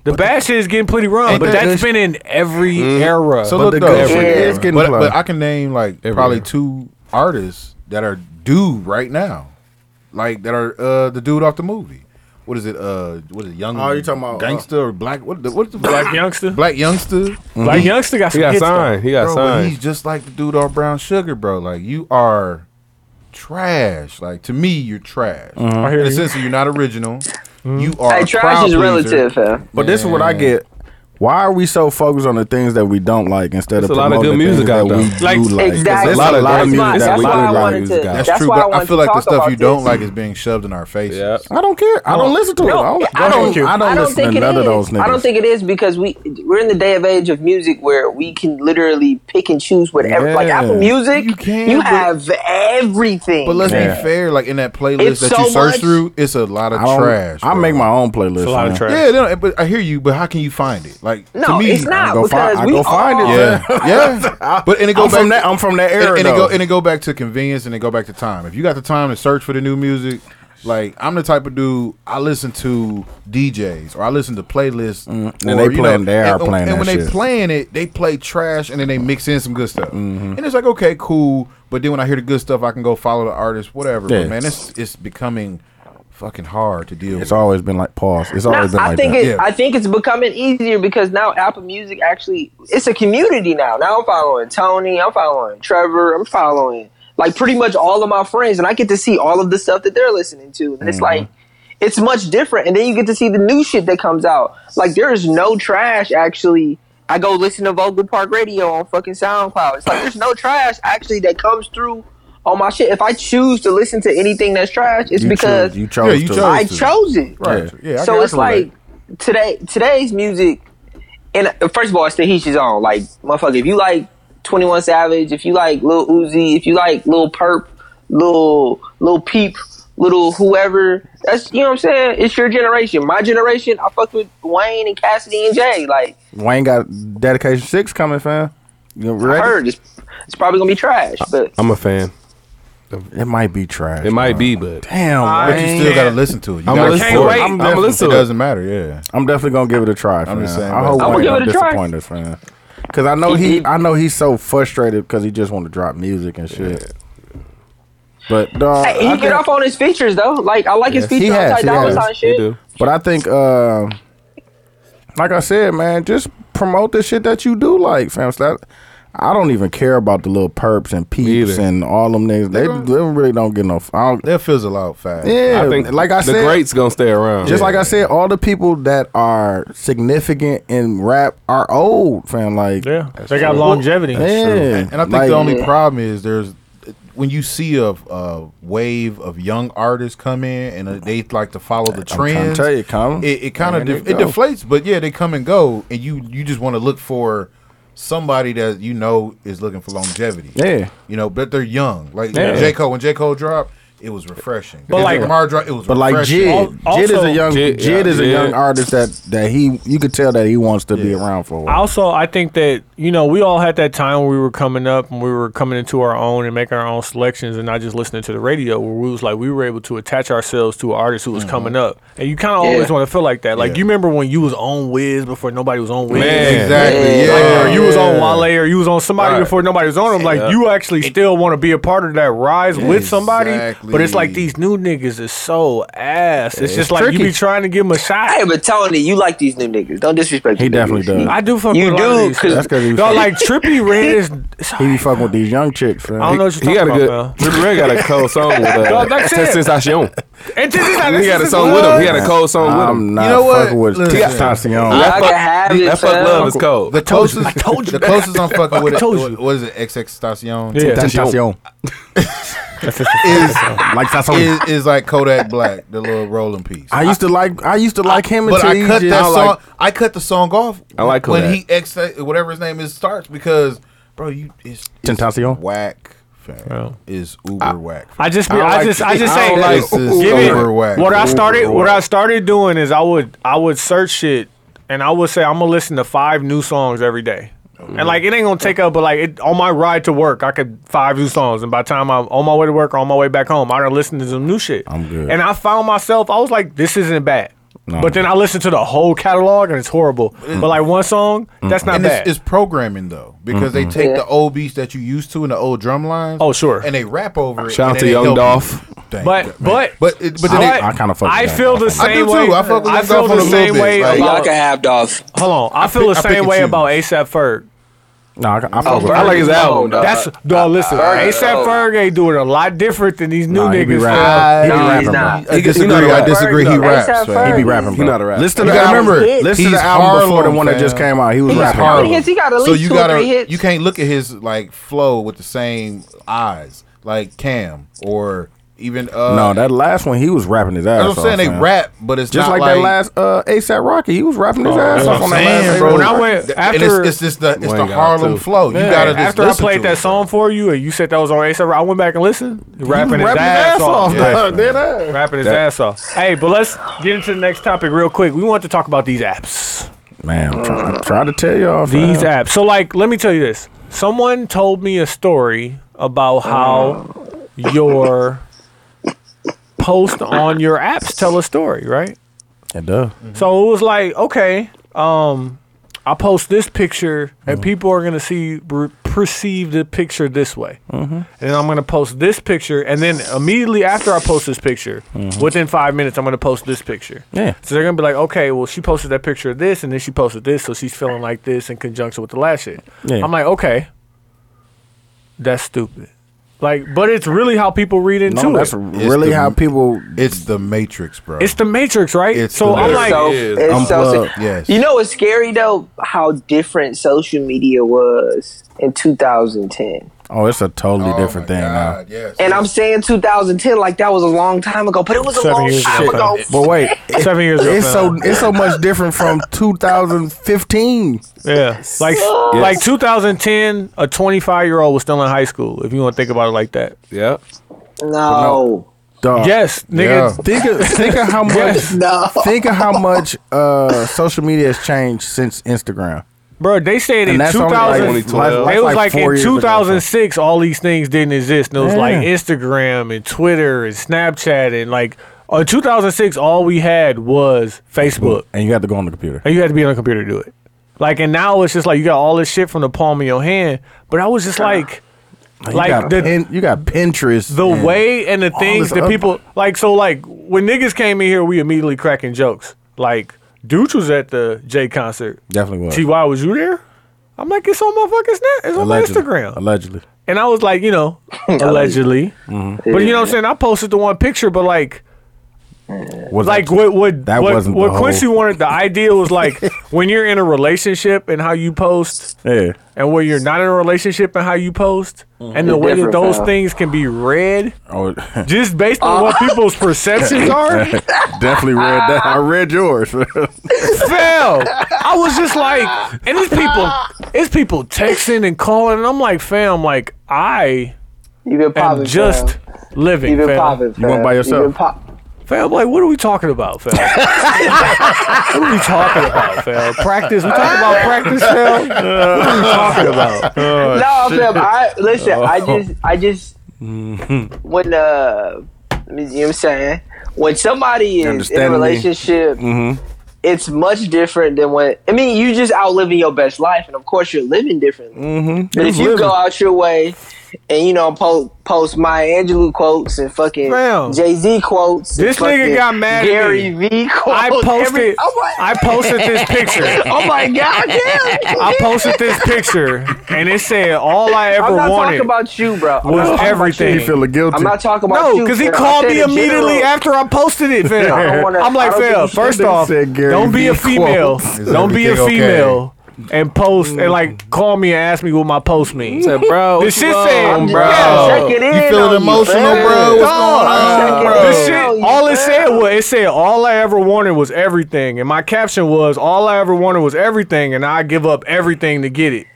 B: The bad shit is getting plenty wrong,
C: Ain't
B: but
C: that
B: that's
C: good
B: been in every
F: Mm-hmm.
B: era.
C: so
A: But
C: look
A: the
C: though,
A: good shit
F: Yeah.
A: is getting
C: but,
A: played.
C: but I can name like probably two artists that are due right now, like that are uh the dude off the movie. What is it? Uh, what is it? Young?
A: Oh, you talking about, uh,
C: gangster or black? What? The, what the black
B: youngster?
C: Black youngster.
B: like youngster got
D: He
B: some
D: got
B: hits, though.
D: signed. He got
C: bro, but he's
D: signed.
C: just like the dude on Brown Sugar, bro. Like you are trash. Like to me, you're trash.
A: Uh-huh.
B: I hear
C: In
B: you.
C: the
A: Mm-hmm.
C: sense that you're not original. You are.
F: Hey,
C: a
F: trash
C: crowd
F: is
C: pleaser.
F: relative, fam.
A: But this is what I get Why are we so focused on the things that we don't like instead
D: There's
A: of
D: a lot of
A: promoting
D: good
A: the
D: music
A: things
D: out
A: that
D: there.
A: we do
F: Like,
A: like?
F: exactly.
A: There's a lot of
F: That's
A: good music
F: why-
A: that
F: that's
A: we
F: why
A: do
F: I
A: like.
F: wanted to-
D: out.
C: That's,
F: that's
C: true,
F: why I
C: but I,
F: wanted
C: feel
F: to
C: like the
F: talk
C: stuff
F: about
C: you don't
F: this.
C: like is being shoved in our faces.
D: Yeah.
A: I don't care. I don't listen to it. I don't,
F: I
A: I
F: don't,
A: don't, I don't
F: I don't
A: listen
F: think
A: to
F: it
A: none
F: is.
A: of those niggas.
F: I don't think it is because we we're in the day of age of music where we can literally pick and choose whatever. Like
A: Yeah.
F: Apple Music,
C: You can,
F: you
C: but-
F: have everything.
C: But let's
A: Yeah.
C: be fair. Like in that playlist
F: It's
C: that
F: so
C: you search
F: much-
C: through, it's a lot of
A: I don't-
C: trash.
A: I
C: bro.
A: make my own playlist.
B: It's a lot of
A: man.
B: trash.
C: Yeah, they don't, but I hear you. But how can you find it? Like to
F: no,
C: me,
F: it's not
A: go
F: because
A: fi- I
F: we
A: go find it,
F: all-
A: yeah.
C: Yeah, yeah. But and it go
A: I'm
C: back
A: from that. I'm from that era.
C: and, and it
A: though.
C: go and it go back to convenience and it go back to time. If you got the time to search for the new music, like I'm the type of dude I listen to DJs or I listen to playlists
A: Mm, and
C: or,
A: they playing- they are
C: and, oh,
A: playing
C: and
A: that
C: when
A: shit.
C: they playing it, they play trash and then they mix in some good stuff.
A: Mm-hmm.
C: And it's like okay, cool. But then when I hear the good stuff, I can go follow the artist, whatever.
A: Yeah.
C: But man, it's it's becoming fucking hard to deal.
A: it's
C: with.
A: always been like pause. It's
F: Now,
A: always been
F: I
A: like
F: think
A: that.
F: it,
C: Yeah.
F: I think it's becoming easier because now Apple Music actually it's a community now. Now I'm following Tony, I'm following Trevor, I'm following like pretty much all of my friends, and I get to see all of the stuff that they're listening to, and
A: Mm-hmm.
F: it's like it's much different. And then you get to see the new shit that comes out. Like there is no trash actually. I go listen to Vogel Park Radio on fucking SoundCloud. It's like there's no trash actually that comes through on my shit. If I choose to listen to anything that's trash, it's
A: you
F: because
A: chose, you chose.
C: Yeah, you
A: to.
C: chose.
F: I chose it
C: right. Yeah, I can-
F: so
C: I
F: it's
C: can relate.
F: like today today's music and uh, first of all it's the heat she's on like motherfucker if you like 21 savage if you like lil uzi if you like lil perp lil lil peep little whoever that's you know what i'm saying it's your generation my generation i fuck with wayne and cassidy and jay like
A: Wayne got dedication six coming, fam. You
F: i
A: ready?
F: heard it's, it's probably gonna be trash but
D: I'm a fan.
A: It might be trash.
D: It might
A: bro.
D: be, but
A: Damn,
C: But
A: Wayne.
C: you still gotta listen to it. You
D: I'ma
C: gotta
D: listen
C: support
D: to it.
C: it.
D: I'ma
C: Definitely,
D: listen
C: It
D: to it.
C: doesn't matter. Yeah.
A: I'm definitely gonna give it a try. Fam.
C: just saying,
A: I hope
C: I'm
A: Wayne
C: gonna
F: give
A: don't
F: it a try.
A: disappoint us, man. Cause I know he, I know he's so frustrated because he just want to drop music and shit. But dog,
F: Hey,
A: I
F: he get
A: think-
F: off on his features though like i like his
A: Yes,
F: features
A: he
F: on
A: has,
F: Ty
A: he
F: Dolla
A: has.
F: Sign
D: they
F: shit
D: do.
A: But I think, uh, like I said, man, just promote the shit that you do like, fam. So that- I don't even care about the little perps and peeps
D: either.
A: and all them niggas. They, they really don't get no. I don't,
C: That fizzle out fast.
A: yeah,
D: I think
A: like I
D: the
A: said,
D: greats gonna stay around.
A: just like I said, all the people that are significant in rap are old, fam. Like,
B: Yeah, they got longevity.
A: yeah,
C: And, and I think
A: like,
C: the only problem is there's when you see a, a wave of young artists come in and uh, they like to follow the
A: I'm trying to
C: trends.
A: tell you, come.
C: it, it kind of
A: And it
C: def- it,
A: go.
C: deflates, but yeah, they come and go, and you you just want to look for somebody that you know is looking for longevity.
A: Yeah.
C: you know, but they're young. Like
B: Yeah.
C: J Cole when J Cole dropped, it was refreshing. But
B: like-
C: like Lamar dropped, it was
A: But like
C: refreshing.
A: Jid,
B: Al-
A: Jid is
B: also-
A: a young Jid,
D: Jid,
A: is a
D: yeah,
A: young
D: Jid.
A: artist that that he you could tell that he wants to be
C: Yeah.
A: around for a while.
B: Also, I think that you know we all had that time when we were coming up and we were coming into our own and making our own selections and not just listening to the radio. Where we was like we were able to attach ourselves to an artist who was coming up, and you kind of always
F: Yeah.
B: want to feel like that. Like
C: Yeah.
B: you remember when you was on Wiz before nobody was on Wiz.
D: Man.
C: exactly.
F: Yeah.
C: Yeah,
B: Or you was on
C: yeah.
B: Wale, or you was on somebody
D: Right.
B: before nobody was on them. Like
D: Yeah.
B: you actually still want to be a part of that rise with somebody, but it's like
C: Exactly.
B: these new niggas is so ass. It's, just like you
A: tricky.
B: be trying to give them a shot.
F: hey but tony you like these new niggas don't disrespect
A: He
F: these
A: definitely
F: niggas.
A: does.
B: I do fuck
F: You
B: with a lot
F: do,
B: of these.
F: 'cause-
A: That's because he was
B: Y'all
A: fucking-
B: like Trippy Red is. it's
A: he be
B: alright.
A: fucking with these young chicks, fam.
B: I don't know what
D: he
B: you're
D: got
B: talking
D: a
B: about, man.
D: good. Trippie Red got a cold song with
B: Dog,
D: uh,
B: that's it.
D: Tentacion.
B: And this is not-
D: He
B: this
D: got a
B: is
D: song with him.
B: love.
D: He got a cold song with him.
A: I'm not
C: You know what?
A: fucking with
C: Listen.
A: Tentacion.
F: I can have it,
D: That
F: fam.
D: fuck love is cold.
C: The closest, I told you. The closest I'm fucking with it.
B: told you.
C: What is it? XXXTentacion.
B: Yeah.
A: Tentacion.
C: Is,
A: Like
D: Oh,
A: Tentacion.
C: is is like Kodak Black, the little rolling piece.
A: I used to like I used to like him
C: but
A: until
C: I
A: he
C: cut
A: just-
C: that
A: I
C: song.
A: like-
C: I cut the song off.
D: I like
C: when
D: Kodak.
C: he ex whatever his name is starts because bro, you it's, it's
A: Tentacion?
C: whack. Fam. Is uber whack.
B: I just, be,
D: I
B: I,
D: don't like-
B: just, I just
D: I
B: say,
D: don't like
C: this
B: give
C: over
B: it.
C: whack.
B: What I started,
C: Over
B: what I started doing is I would, I would search shit, and I would say I'm gonna listen to five new songs every day. And like it ain't gonna take up, but like it, on my ride to work, I could five new songs. And by the time I'm on my way to work or on my way back home, I done listened to some new shit.
A: I'm good.
B: And I found myself, I was like, this isn't bad. but then I listened to the whole catalog and it's horrible. But like one song, that's not
C: Mm. and
B: bad.
C: it's, it's programming though because
D: Mm-hmm.
C: they take the old beats that you used to and the old drum lines.
B: Oh, sure.
C: and they rap over it.
D: Shout
C: and then
D: out to
C: they
D: Young
C: help you.
D: Dolph.
C: Thank
B: But-
C: God, man.
B: but-
C: but it- but then
A: I-
C: they,
A: I kinda fuck with
B: I
A: that.
B: feel
A: I
B: the
C: do
B: same
C: too.
B: way.
C: I fuck with
B: I
C: that
B: feel
C: Dolph on
B: the
C: a little
B: same
C: bit.
B: way
C: Like,
F: y'all
B: about
F: can have dolph
B: Hold on. I feel
C: pick-
B: the
C: I pick
B: same
C: and
B: way about
C: choose.
B: ASAP Ferg.
A: No, I, I
C: Oh,
A: fuck with
D: I like his album. Dog.
B: That's dog. Listen, ASAP Ferg ain't doing a lot different than these new
A: Nah, he be
B: niggas. Uh,
A: rapping. He be
F: Nah,
A: rapping,
F: he's
A: bro.
F: not.
C: I disagree. I disagree. He raps.
A: He
C: man.
A: be rapping.
D: He
A: bro.
D: not a rapper.
A: Listen to
C: You
A: the
C: gotta
A: album.
C: remember,
A: Listen to
C: he's
A: the album before the
C: Harlem,
A: one that just
C: fam.
A: came out. He was
F: He's
A: rapping.
F: Harlem. How many hits? He got at
C: so
F: least
C: you
F: two or
C: gotta,
F: three hits.
C: You can't look at his like flow with the same eyes, like Cam or even. Uh,
A: No, that last one he was rapping his ass
C: That's
A: off.
C: what I'm saying. They
A: man.
C: rap, but it's
A: Just
C: not
A: like, that last uh, ASAP Rocky, he was rapping his ass
B: Oh, that's
A: off
B: what
A: on
B: I'm
A: that
B: saying,
A: last
B: bro.
A: bro.
B: When I went
C: Th- and
B: after
C: it's, it's just the it's the
D: Wayne got
C: Harlem
D: too.
C: flow. You gotta just
B: after I
C: listen
B: played
C: to
B: that
C: it.
B: song for you, and you said that was on ASAP, I went back and listened, rapping, his, ass off,
C: Yeah.
A: dog. Dead ass.
B: rapping his ass off. Hey, but let's get into the next topic real quick. We want to talk about these apps.
A: Man, I'm trying, I'm trying to tell y'all. fam.
B: These apps. So, like, let me tell you this. Someone told me a story about how your post on your apps tell a story, right?
A: It does.
B: So it was like, okay, um, I post this picture,
A: Mm-hmm.
B: and people are gonna see per- perceive the picture this way,
A: Mm-hmm.
B: and I'm gonna post this picture, and then immediately after I post this picture,
A: Mm-hmm.
B: within five minutes, I'm gonna post this picture.
A: Yeah.
B: So they're gonna be like, okay, well, she posted that picture of this, and then she posted this, so she's feeling like this in conjunction with the last shit.
A: Yeah.
B: I'm like, okay, that's stupid. Like, but it's really how people read into
A: No,
B: it.
A: that's really
C: the-
A: how people.
C: It's the Matrix, bro.
B: it's the Matrix, right?
C: It's
B: so
C: the
B: I'm
D: Matrix.
B: like,
D: So-
F: it's
D: Yes.
F: so,
A: Unplugged.
C: Yes.
F: You know what's scary though? How different social media was in 2010.
A: Oh, it's a totally
C: Oh
A: different
C: my
A: thing now.
C: God, yes,
F: And
C: yes.
F: I'm saying 2010 like that was a long time ago, but it was a
B: Seven
F: long
B: years
F: time
B: ago.
F: ago.
A: But wait, it-
B: seven years ago,
A: it's
B: fam.
A: so it's so much different from 2015.
B: Yeah, like like 2010, a 25 year old was still in high school. If you want to think about it like that.
D: Yeah.
F: No,
A: Dog.
B: Yes, nigga.
A: Think of think of how much
F: no.
A: think of how much uh, social media has changed since Instagram.
B: Bro, they said in
A: And that's only
B: 2000.
A: like,
D: 2012.
B: it was like,
A: four
B: in
A: years ago.
B: 2006, all these things didn't exist. And it was
A: Yeah.
B: like Instagram and Twitter and Snapchat and like. uh, 2006, all we had was Facebook,
A: and you got to go on the computer.
B: and you had to be on a computer to do it. Like, and now it's just like you got all this shit from the palm of your hand. But I was just like,
A: you
B: like
A: got
B: the
A: Pin- you got Pinterest.
B: the
A: and-
B: way and the things
A: this
B: that
A: other-
B: people like so like when niggas came in here we immediately cracking jokes like Dooch was at the J concert
A: definitely was
B: ty was you there i'm like it's on my fucking snap it's on my
A: Allegedly.
B: instagram
A: Allegedly,
B: and i was like you know allegedly
A: Mm-hmm.
B: but you know what i'm saying i posted the one picture but like
A: was
B: like
A: that-
B: what what
A: that
B: what,
A: wasn't
B: what
A: the whole-
B: quincy wanted the idea was like when you're in a relationship and how you post
A: Yeah,
B: and when you're not in a relationship and how you post and the way that
F: Different,
B: those
F: fam.
B: things can be read
A: oh,
B: just based on what
F: Uh,
B: people's perceptions are,
A: definitely read that. I read yours.
B: fell. I was just like, and it's people, it's people texting and calling, and I'm like, fam, like I
F: You've been
B: am
F: popping.
B: just
F: fam.
B: living,
F: you've been
B: fam.
F: popping.
A: You went
F: fam.
A: by
F: You've been
A: yourself.
F: pop-
B: Fam, like, what are we talking about, fam? what are we talking about, fam? Practice? We talking about practice, fam? What are we talking about?
F: no, fam. I listen. I just, I just, when uh, you know what I'm saying, when somebody is in a
A: Understanding me.
F: relationship, it's much different than when. I mean, you just out living your best life, and of course, you're living differently. But if you go out your way and you know po- post Maya Angelou quotes and
B: Fam.
F: fucking Jay Z quotes, and
B: This nigga
F: fucking
B: got mad at
F: Gary
B: me.
F: V quotes.
B: I
F: Oh, every-
B: posted,
F: I'm like,
B: I posted this picture.
F: oh my god, damn.
B: I posted this picture, and it said all I ever
F: I'm not
B: wanted.
F: talking about you, bro. I'm
B: was
F: not talking about
B: everything.
F: you.
A: he feeling guilty.
F: I'm not talking about you.
B: No, because he
F: fam. I'm
B: called
F: saying
B: me
F: in
B: immediately
F: general.
B: after I posted it, fam.
F: I don't wanna-
B: I'm like,
F: I don't
B: fam,
F: think you
B: first
A: should.
B: off,
A: Said Gary
B: don't be
A: Vee
B: a female.
A: quotes.
C: Is
B: Don't be a
C: everything okay?
B: female and post and
F: Mm.
B: like call me and ask me what my post means.
D: Said, bro,
B: This
D: what you
B: shit
D: on,
B: said,
D: bro.
F: Yeah, check it
C: You
F: in. on
C: feeling emotional,
F: fam.
C: bro? What's going
F: I'm
C: on,
F: checking
C: bro?
B: This
F: in on
B: shit,
F: you,
B: all it
F: fam.
B: said was, it said, all I ever wanted was everything. And my caption was, all I ever wanted was everything, and I give up everything to get it.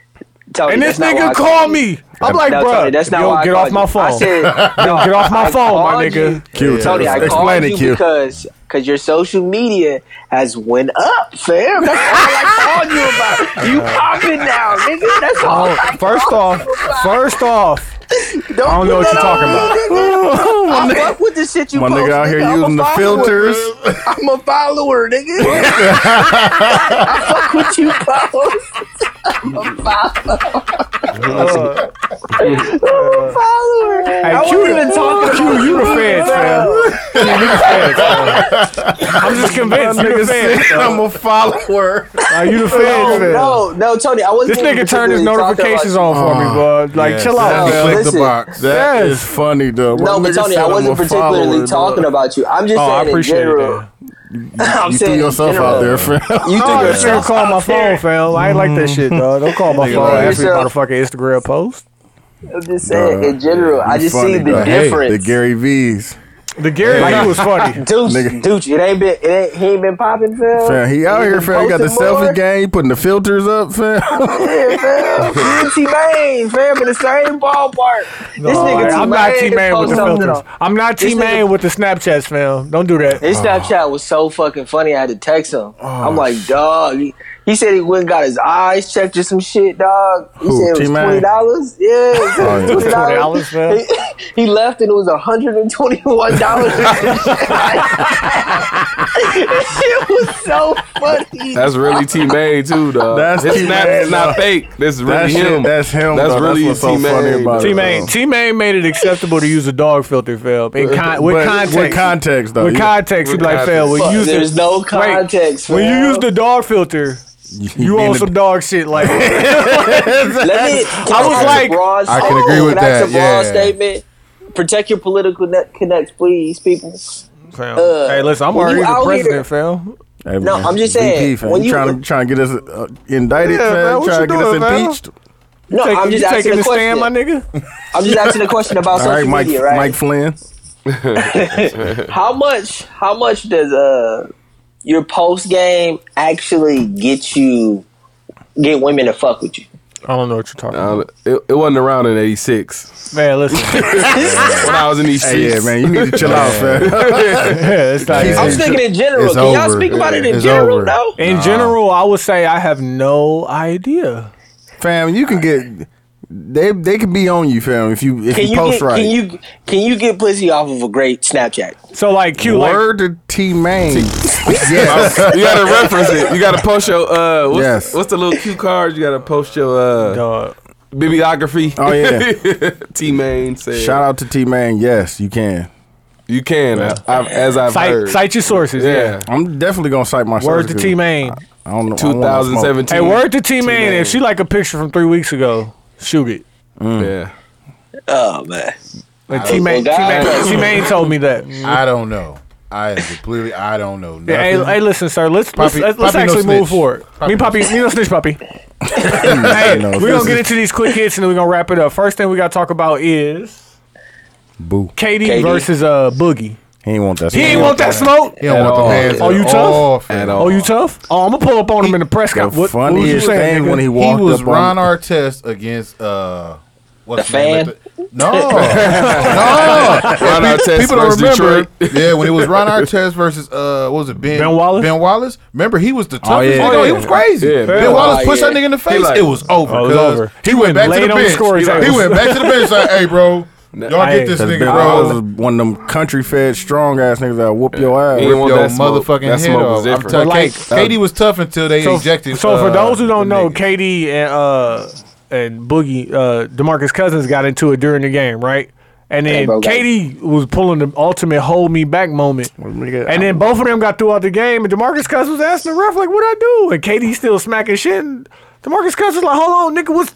F: Tony,
B: And
F: Oh, that's
B: this
F: not why I
B: nigga called
F: you.
B: me. I'm like,
F: No,
B: bro,
F: Tony, that's not
B: yo,
F: why I
B: get off
F: called
B: my
F: you.
B: phone.
F: I said, no,
B: Get off my
F: I
B: phone, my
F: called
B: nigga.
F: you.
A: Q, tell
F: Tony,
A: us-
F: I
A: explain
F: called
A: it,
F: you
A: Q.
F: because because your social media has went up, fam. That's all I called you about. You popping now, nigga. That's all.
B: Oh,
F: I
B: first
F: called
B: off,
F: you about.
B: first off,
F: don't
B: I don't know
F: put
B: what
F: that
B: you're
F: on
B: talking
F: me,
B: about.
F: nigga. I fuck with the shit you
A: My
F: post.
A: nigga out here
F: I'm a
A: using the
F: follower.
A: filters.
F: I'm a follower, nigga. I fuck with you, post. I'm a follower. Follower. I
B: Q-
F: wasn't even talking about
B: Q, you the feds, fam. You the feds, fam. I'm just convinced. You the feds.
A: I'm a follower.
B: Are you the
F: no,
B: feds, fam?
F: Oh, no, no, Tony, I
B: This
F: wasn't. even
B: nigga turned his
F: particularly talking
B: notifications
F: about-
B: on for me, bud. Like,
C: Yes,
B: chill out,
C: that
F: No,
B: fam.
C: click the
F: listen.
C: box.
A: That
B: Yes.
A: is funny though.
F: No,
A: Nigga
F: but Tony,
A: said
F: I
A: I'm
F: wasn't
A: a
F: particularly
A: follower,
F: talking
A: dog.
F: about you. I'm just
B: Oh, I
F: saying in
B: appreciate it,
F: general.
B: man.
F: I'm
A: You
F: saying
A: threw
F: in
A: yourself
F: general.
A: out there, fam.
F: You
B: Oh,
F: threw
B: you should
F: yourself
B: call my phone, fam. I ain't like
F: Mm-hmm.
B: that shit, dog. Don't call my phone.
A: like-
B: Ask me about a fucking Instagram post.
F: I'm just saying,
A: Duh.
F: in general, I
A: You
F: just
A: funny,
F: see the
A: dog. Hey,
F: difference.
A: The Gary V's.
B: The Gary
A: Yeah.
B: Vee was funny.
F: Deuce,
A: Nigga.
F: Deuce, it ain't been, it ain't, he ain't been popping, Phil.
A: Fam, he out here,
F: been
A: fam. He got the
F: posting more?
A: selfie game, putting the filters up, fam.
F: Yeah, fam. He and T-Main, fam, in the same ballpark. this nigga
B: I'm not T
F: T-Main
B: Man with
F: post
B: the
F: something
B: filters.
F: on.
B: I'm not
F: This
B: T Man
F: nigga-
B: with the Snapchats, fam. Don't do that.
F: His Snapchat was so fucking funny, I had to text
B: Oh,
F: him. I'm like, dog. He, he said he went and got his eyes checked or some shit, dog. He
A: Who,
F: said it was
A: T-Main?
F: twenty dollars. Yeah, he said it was
B: Oh, yeah.
F: twenty
B: $20,
F: dollars.
B: fam.
F: He, he left and it was hundred and twenty-one dollars. it was so funny.
D: That's really T Main too, dog.
A: That's
D: His
A: T-Main,
D: snap is
A: dog.
D: not fake. That's
A: That
D: really
A: shit,
D: him.
A: That's him.
D: That's
A: though.
D: really
A: that's what's so
D: T-Main.
A: funny about
B: T
A: it.
B: Main,
F: uh,
A: though.
B: T Main made it acceptable to use a dog filter, Phil. In con- with
A: But
B: context,
A: With context, though.
B: with
A: you-
B: context, you'd be
D: With
B: like, Phil, when
F: Fuck,
B: you use
F: there's
B: the,
F: no
B: wait,
F: context.
B: when
F: fam.
B: you use the dog filter, you
A: being
B: on
A: a-
B: some dog shit. Like,
F: Let me. Can
B: I was
F: ask a
B: like-
F: broad,
C: I can
F: oh,
C: agree with
F: can I
C: that,
F: ask a broad
C: yeah.
F: statement. Protect your political net connects, please, people.
B: fam,
F: Uh,
B: hey, listen, I'm
F: when
B: already
F: you
B: the
F: out
B: president,
F: here-
B: fam.
A: Hey,
F: No,
A: man,
F: I'm just
A: VP,
F: saying,
A: fam.
F: when
A: you
F: you-
A: trying to trying to get us uh, indicted,
B: Yeah, man,
A: fam.
B: what
A: Trying
B: you
A: to get
B: doing,
A: us
B: man?
A: impeached.
F: No,
B: Take-
F: I'm
B: you
F: just asking
B: taking
F: a
B: the stand,
F: question.
B: my nigga.
F: I'm just asking a question about
A: All
F: social
A: right, Mike,
F: media, right?
A: Mike Flynn.
F: How much? How much does uh your post game actually get you get women to fuck with you?
B: I don't know what you're talking about.
D: Um, it, it wasn't around in '86
B: Man, listen.
D: when I was in these
A: Hey,
D: streets.
A: yeah, man, you need to chill out, fam.
B: yeah, it's like,
F: I'm thinking in general.
C: It's
F: Can y'all
C: over.
F: speak about it in
C: It's
F: general?
C: over.
F: No.
B: in general, I would say I have no idea.
A: Fam, you can get they they can be on you, fam, if you if
F: Can
A: you
F: you
A: post
F: get
A: right.
F: can you can you get pussy off of a great Snapchat?
B: So, like, Q, like,
A: Word to T Main. yes.
D: you gotta reference it. You gotta post your uh. What's,
A: Yes.
D: What's the little cue cards? You gotta post your uh
B: dog.
D: bibliography.
A: Oh, yeah.
D: T Main said.
A: Shout out to T Main. Yes, you can.
D: You can. I, I've, as I've
B: Cite,
D: heard.
B: cite your sources. Yeah.
D: yeah.
A: I'm definitely gonna cite my
B: Word to
A: sources.
B: T Main.
A: I don't know. I don't wanna smoke.
D: 2017.
B: Hey, word to T Main. If she like a picture from three weeks ago, shoot it.
D: Yeah.
A: Mm.
F: Oh man.
B: Like T Main, T
F: think
B: Main,
F: that-
B: T Main told me that. Yeah,
C: I don't know. I am completely. I don't know. Nothing.
B: hey, hey, listen, sir. Let's let's,
C: Poppy-
B: let's, let's
C: Poppy no
B: actually move
C: snitch.
B: forward. me, Poppy, me no snitch, Poppy. hey,
A: No,
B: we're
A: this
B: gonna get
A: is-
B: into these quick hits and then we're gonna wrap it up. First thing we gotta talk about is
A: Boo.
B: Katie,
F: KD.
B: versus uh Boogie.
A: He ain't want that.
B: He ain't want that smoke.
C: He don't
D: At
C: want the
D: all.
C: hands.
B: Oh,
C: at
B: you tough?
C: all, fam.
D: At all.
B: Oh, you tough? Oh, I'm gonna pull up on him in the press
A: The
B: conference. What, what was you
A: funniest
B: saying?
A: thing when
B: nigga?
A: he
C: He
A: walked
C: was
A: up
C: Ron
A: on
C: Artest against uh, what's
F: The
C: his name
F: fan?
C: at the- no, no.
D: Ron Artest
C: People don't
D: versus
C: remember.
D: Detroit.
C: Yeah, when it was Ron Artest versus uh, what was it Ben,
B: Ben Wallace?
C: Ben Wallace. Remember, he was the toughest.
A: yeah.
C: nigga.
A: Oh,
C: He
A: yeah.
C: was crazy.
D: Yeah,
C: ben Wallace
D: Ben
F: Wallace,
C: pushed that
F: yeah.
C: nigga in the face.
D: like-
C: it was over.
B: Oh, it was
C: 'cause
B: over.
C: He went back to
B: laid
C: the
B: on the
C: bench.
B: scoring table.
C: He went back to the bench. Like, hey, bro, y'all
B: Hey,
C: get this
A: him.
C: nigga,
A: Ben
C: bro.
A: Wallace is one of them country fed strong ass niggas that whoop your ass.
D: He ain't want
C: your
D: that smoke.
C: motherfucking head
D: That smoke
C: off.
D: was
C: I'm
D: different.
C: telling
B: But
C: you,
B: like-
C: Katie was tough until they ejected.
B: So for
C: uh,
B: those who don't
C: the
B: know,
C: nigga.
B: KD and uh and Boogie, uh DeMarcus Cousins got into it during the game, right? And then
F: bro, like-
B: KD was pulling the ultimate hold me back moment. And then both of them got throughout the game, and DeMarcus Cousins was asking the ref like, "What I do?" And KD still smacking shit. And DeMarcus Cousins like, "Hold on, nigga, what's?"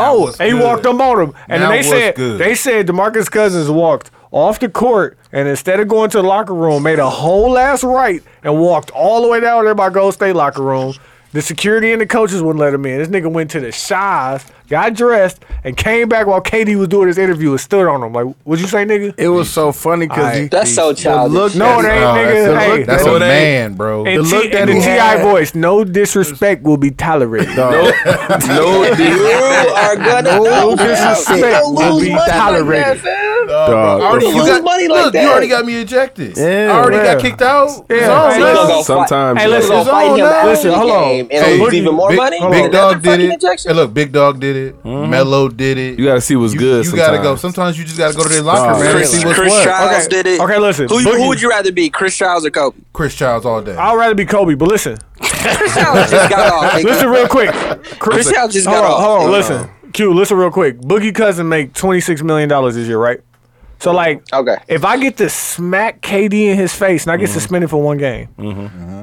B: oh,
C: what's
B: and he
C: good?
B: walked up on him, and
C: Now
B: then they
C: what's
B: said
C: good?
B: they said DeMarcus Cousins walked off the court, and instead of going to the locker room, made a whole ass right and walked all the way down there by Gold State locker room. The security and the coaches wouldn't let him in. This nigga went to the shies, got dressed, and came back while KD was doing his interview and stood on him like, "What'd you say, nigga?"
A: It was so funny because
B: Alright.
A: he
F: That's so childish.
A: look-
B: No, it ain't, nigga.
C: Oh, That's a,
B: hey,
C: that's
D: no,
C: a
D: it ain't.
C: man, bro.
B: and
A: look
B: T-
A: that
B: and the
A: he
B: Ti
A: had-
B: voice, no disrespect will be tolerated.
A: dog,
D: No, it
F: You
D: didn't.
F: are gonna
B: No
F: lose
B: disrespect will
F: lose
B: be
F: money like
B: tolerated.
F: that, fam.
A: dog,
C: I already-
A: the
F: You lose money like
C: look,
F: that.
C: you already got me ejected.
A: Yeah.
C: I already
B: Yeah.
C: got kicked out.
B: Yeah.
C: It's
B: Hey,
C: on,
F: Nigga
C: man.
F: gonna fight-
D: Sometimes.
B: Hey,
D: you
B: listen,
F: Listen, gonna
C: It's
F: fight
C: on
F: him
C: now.
F: out
B: Listen,
F: of the
B: hold on.
F: game and
C: Hey,
F: lose
B: Boogie-
F: even more
C: Big,
F: money.
C: Big
F: Another
C: Dog did
F: fucking
C: it.
F: injection?
C: Hey, look, Big Dog did it. Mello did it.
D: You gotta see what's
C: you,
D: good
C: You gotta go.
D: sometimes.
C: Sometimes you just gotta go to their locker,
A: Dog.
C: man. and
A: Chris-
C: see what's
F: Oh, Chris
C: what.
F: Childs did it.
B: Okay, listen,
F: Who,
B: Boogie-
F: who would you rather be, Chris Childs or Kobe?
C: Chris Childs all day.
B: I'd rather be Kobe, but listen,
F: Chris Childs just got off. Nigga.
B: listen real quick.
F: Chris Childs just
B: hold
F: got
B: on,
F: off.
B: hold on,
F: nigga.
B: listen. Q, listen real quick. Boogie Cousin make twenty six million dollars this year, right? So like,
F: Okay.
B: if I get to smack KD in his face and I get suspended for one game,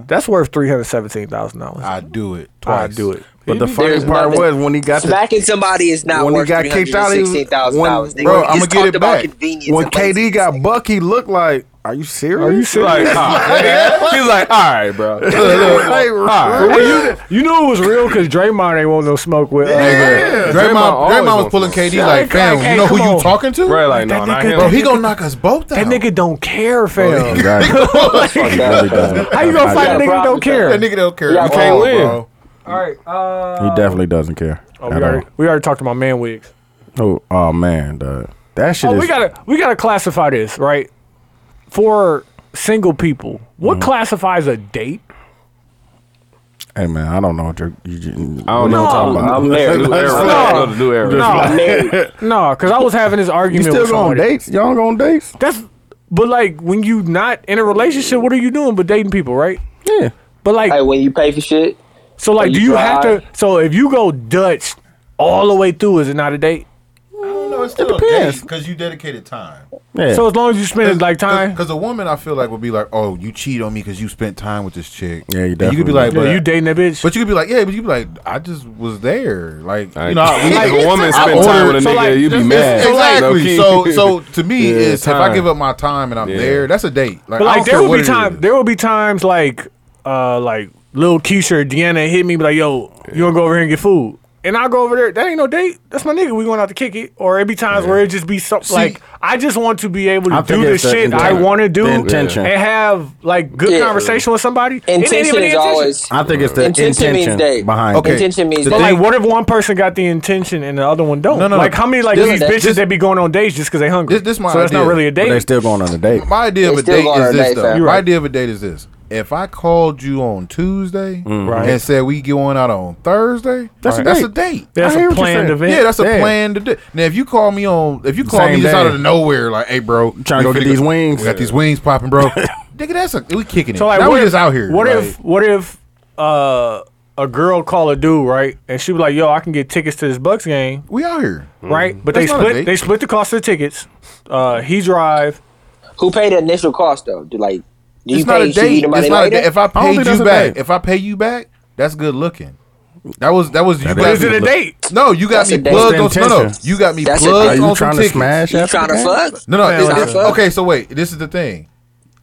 B: that's worth three hundred seventeen thousand dollars.
C: I do it
B: Mm-hmm. I
C: twice.
B: do it.
A: But the funny
F: There's
A: part
F: nothing-
A: was when he got the,
F: Smacking somebody is not
A: when he
F: worth
A: got kicked out, he was-
F: $316,000.
A: when-
F: They
A: bro,
F: just
C: I'ma get
F: talked
C: it
F: about
C: back.
F: convenience
A: when
F: and waste.
A: KD got buck, he looked like, "Are you serious?
B: Are you serious?
D: He's like, all right, bro.
A: like, right.
B: Hey, you, you knew it was real because Draymond ain't want no smoke with. Uh,
C: Draymond,
D: Draymond
C: Draymond,
D: always
C: was
D: wants
C: pulling
D: to-
C: KD
B: Yeah,
C: like, fam,
B: like, hey,
C: you know who
B: come
C: you
B: on."
C: talking to?
D: Bro, like,
B: That
D: no, not
B: nigga-
D: him.
C: Bro, he gonna knock us both out.
B: that nigga don't care, fam.
A: Exactly. Really dumb.
B: How you gonna fight a nigga that don't care?
C: That nigga don't care.
F: Yeah,
C: at
F: you
D: can't
C: all,
D: win.
C: bro.
B: All right. Uh,
A: He definitely doesn't care.
B: oh, we
A: at
B: already we already talked about man wigs.
A: all. Oh, oh man, dog. that shit
B: Oh,
A: is.
B: we gotta we gotta classify this right for single people. What
A: Mm-hmm.
B: classifies a date?
A: hey man, I don't know. What you're, you, you,
D: I don't know what I'm talking about.
A: I'm married.
D: New era.
B: No.
D: Another new era.
B: No, no, because I was having this
A: you
B: argument.
A: still
B: with
A: go on
B: somebody.
A: dates? Y'all go on dates?
B: That's but like when you not in a relationship, what are you doing but dating people, right?
A: Yeah.
B: But like,
F: Hey, when you pay for shit,
B: so like,
F: you
B: do you have
F: drive.
B: to? So if you go Dutch all the way through, is it not a date?
C: No, it's still
A: depends.
C: because you dedicated time.
A: Yeah.
B: So as long as you spend it like time,
C: Because a woman, I feel like, would be like, "Oh, you cheat on me because you spent time with this chick."
A: Yeah, you
C: And You could be
A: definitely-
C: like,
B: yeah,
C: but,
B: you dating that bitch.
C: but you could be like, "Yeah," but you could be like, "I just was there." Like,
D: Like,
C: you know, I- we-
D: if a woman spend
C: ordered-
D: time with a nigga,
B: so like,
D: you be
B: just-
D: mad.
C: exactly.
D: Low-key.
C: So, so to me,
D: Yeah,
C: is if
D: time.
C: I give up my time and I'm
D: Yeah.
C: there, that's a date. Like,
B: But
C: I
B: like
C: don't
B: there
C: care
B: will
C: what
B: be
C: it
B: time
C: is.
B: there will be times like uh like little Keisha or Deanna hit me be like, yo, you wanna go over here and get food? And I'll go over there. That ain't no date. That's my nigga. We going out to kick it. Or it be times where it just be something like I just want to be able to
A: I
B: do
A: think
B: the
A: it's the
B: shit I
A: intent-
B: want to do
A: the intention.
B: and have like good
F: Yeah.
B: conversation with somebody. It ain't even
F: intention
B: the
F: is always.
A: I think it's the
F: Intention
A: intention,
F: means date.
A: behind.
C: Okay.
A: it.
F: Intention means
C: The
B: But
F: date.
B: like, what if one person got the intention and the other one don't?
C: No, no, no.
B: like, how many like
F: This-
B: these
F: that-
B: bitches
C: this-
B: that be going on dates just because they hungry?
C: This- this my
B: so that's not
C: idea.
B: really a
A: But they
B: date.
A: still going on a date.
C: My idea of
F: They
C: a
F: still
C: date
F: going on
C: is
F: a
C: this
F: date,
C: though.
F: fam.
B: You're
C: My
B: right.
C: idea of a date is this. If I called you on Tuesday
D: Mm.
B: Right.
C: and said we going out on Thursday, that's,
A: a
C: a, that's
A: date.
C: a date.
B: That's
A: I hear
B: a
A: what you're
B: planned
A: saying.
B: event.
C: yeah, that's a
A: Yeah.
C: plan to do. Now, if you call me on, if you call
A: Same
C: me just
A: day.
C: out of nowhere, like, hey, bro,
A: Trying to
C: we
A: get
C: nigga-
A: these wings.
C: We got these wings popping, bro. nigga, that's a we kicking it.
B: So like,
C: now
B: what
C: we
B: if,
C: just out here.
B: What
C: like,
B: if what if uh, a girl call a dude right, and she be like, "Yo, I can get tickets to this Bucks game,
C: we out here?
B: right?" But they
C: Mm-hmm. That's not a
B: split
C: date.
B: they split the cost of the tickets. Uh, he drive.
F: Who paid the initial cost though? Do, like, do you
C: It's not
F: pay
C: a
F: you should you
C: date. It's
F: the money
C: not a
F: later?
C: date. If I
A: don't think
C: paid
A: that's a
C: you back,
A: date.
C: if I pay you back, that's good looking. That was that was you.
A: That
C: got
B: Is
A: is
C: me-
B: it a date?
C: No, you got
F: That's
C: me
F: a date.
C: plugged on.
A: What's the
C: No, no,
A: intention?
C: you got me
F: That's a
A: Are
C: plugged
A: you
C: on some
A: trying to
C: tickets.
A: smash?
F: you
A: after
F: trying to
A: that?
F: fuck?
C: No, no.
B: Man,
C: it's-
B: like-
C: it's- okay, so wait. This is the thing.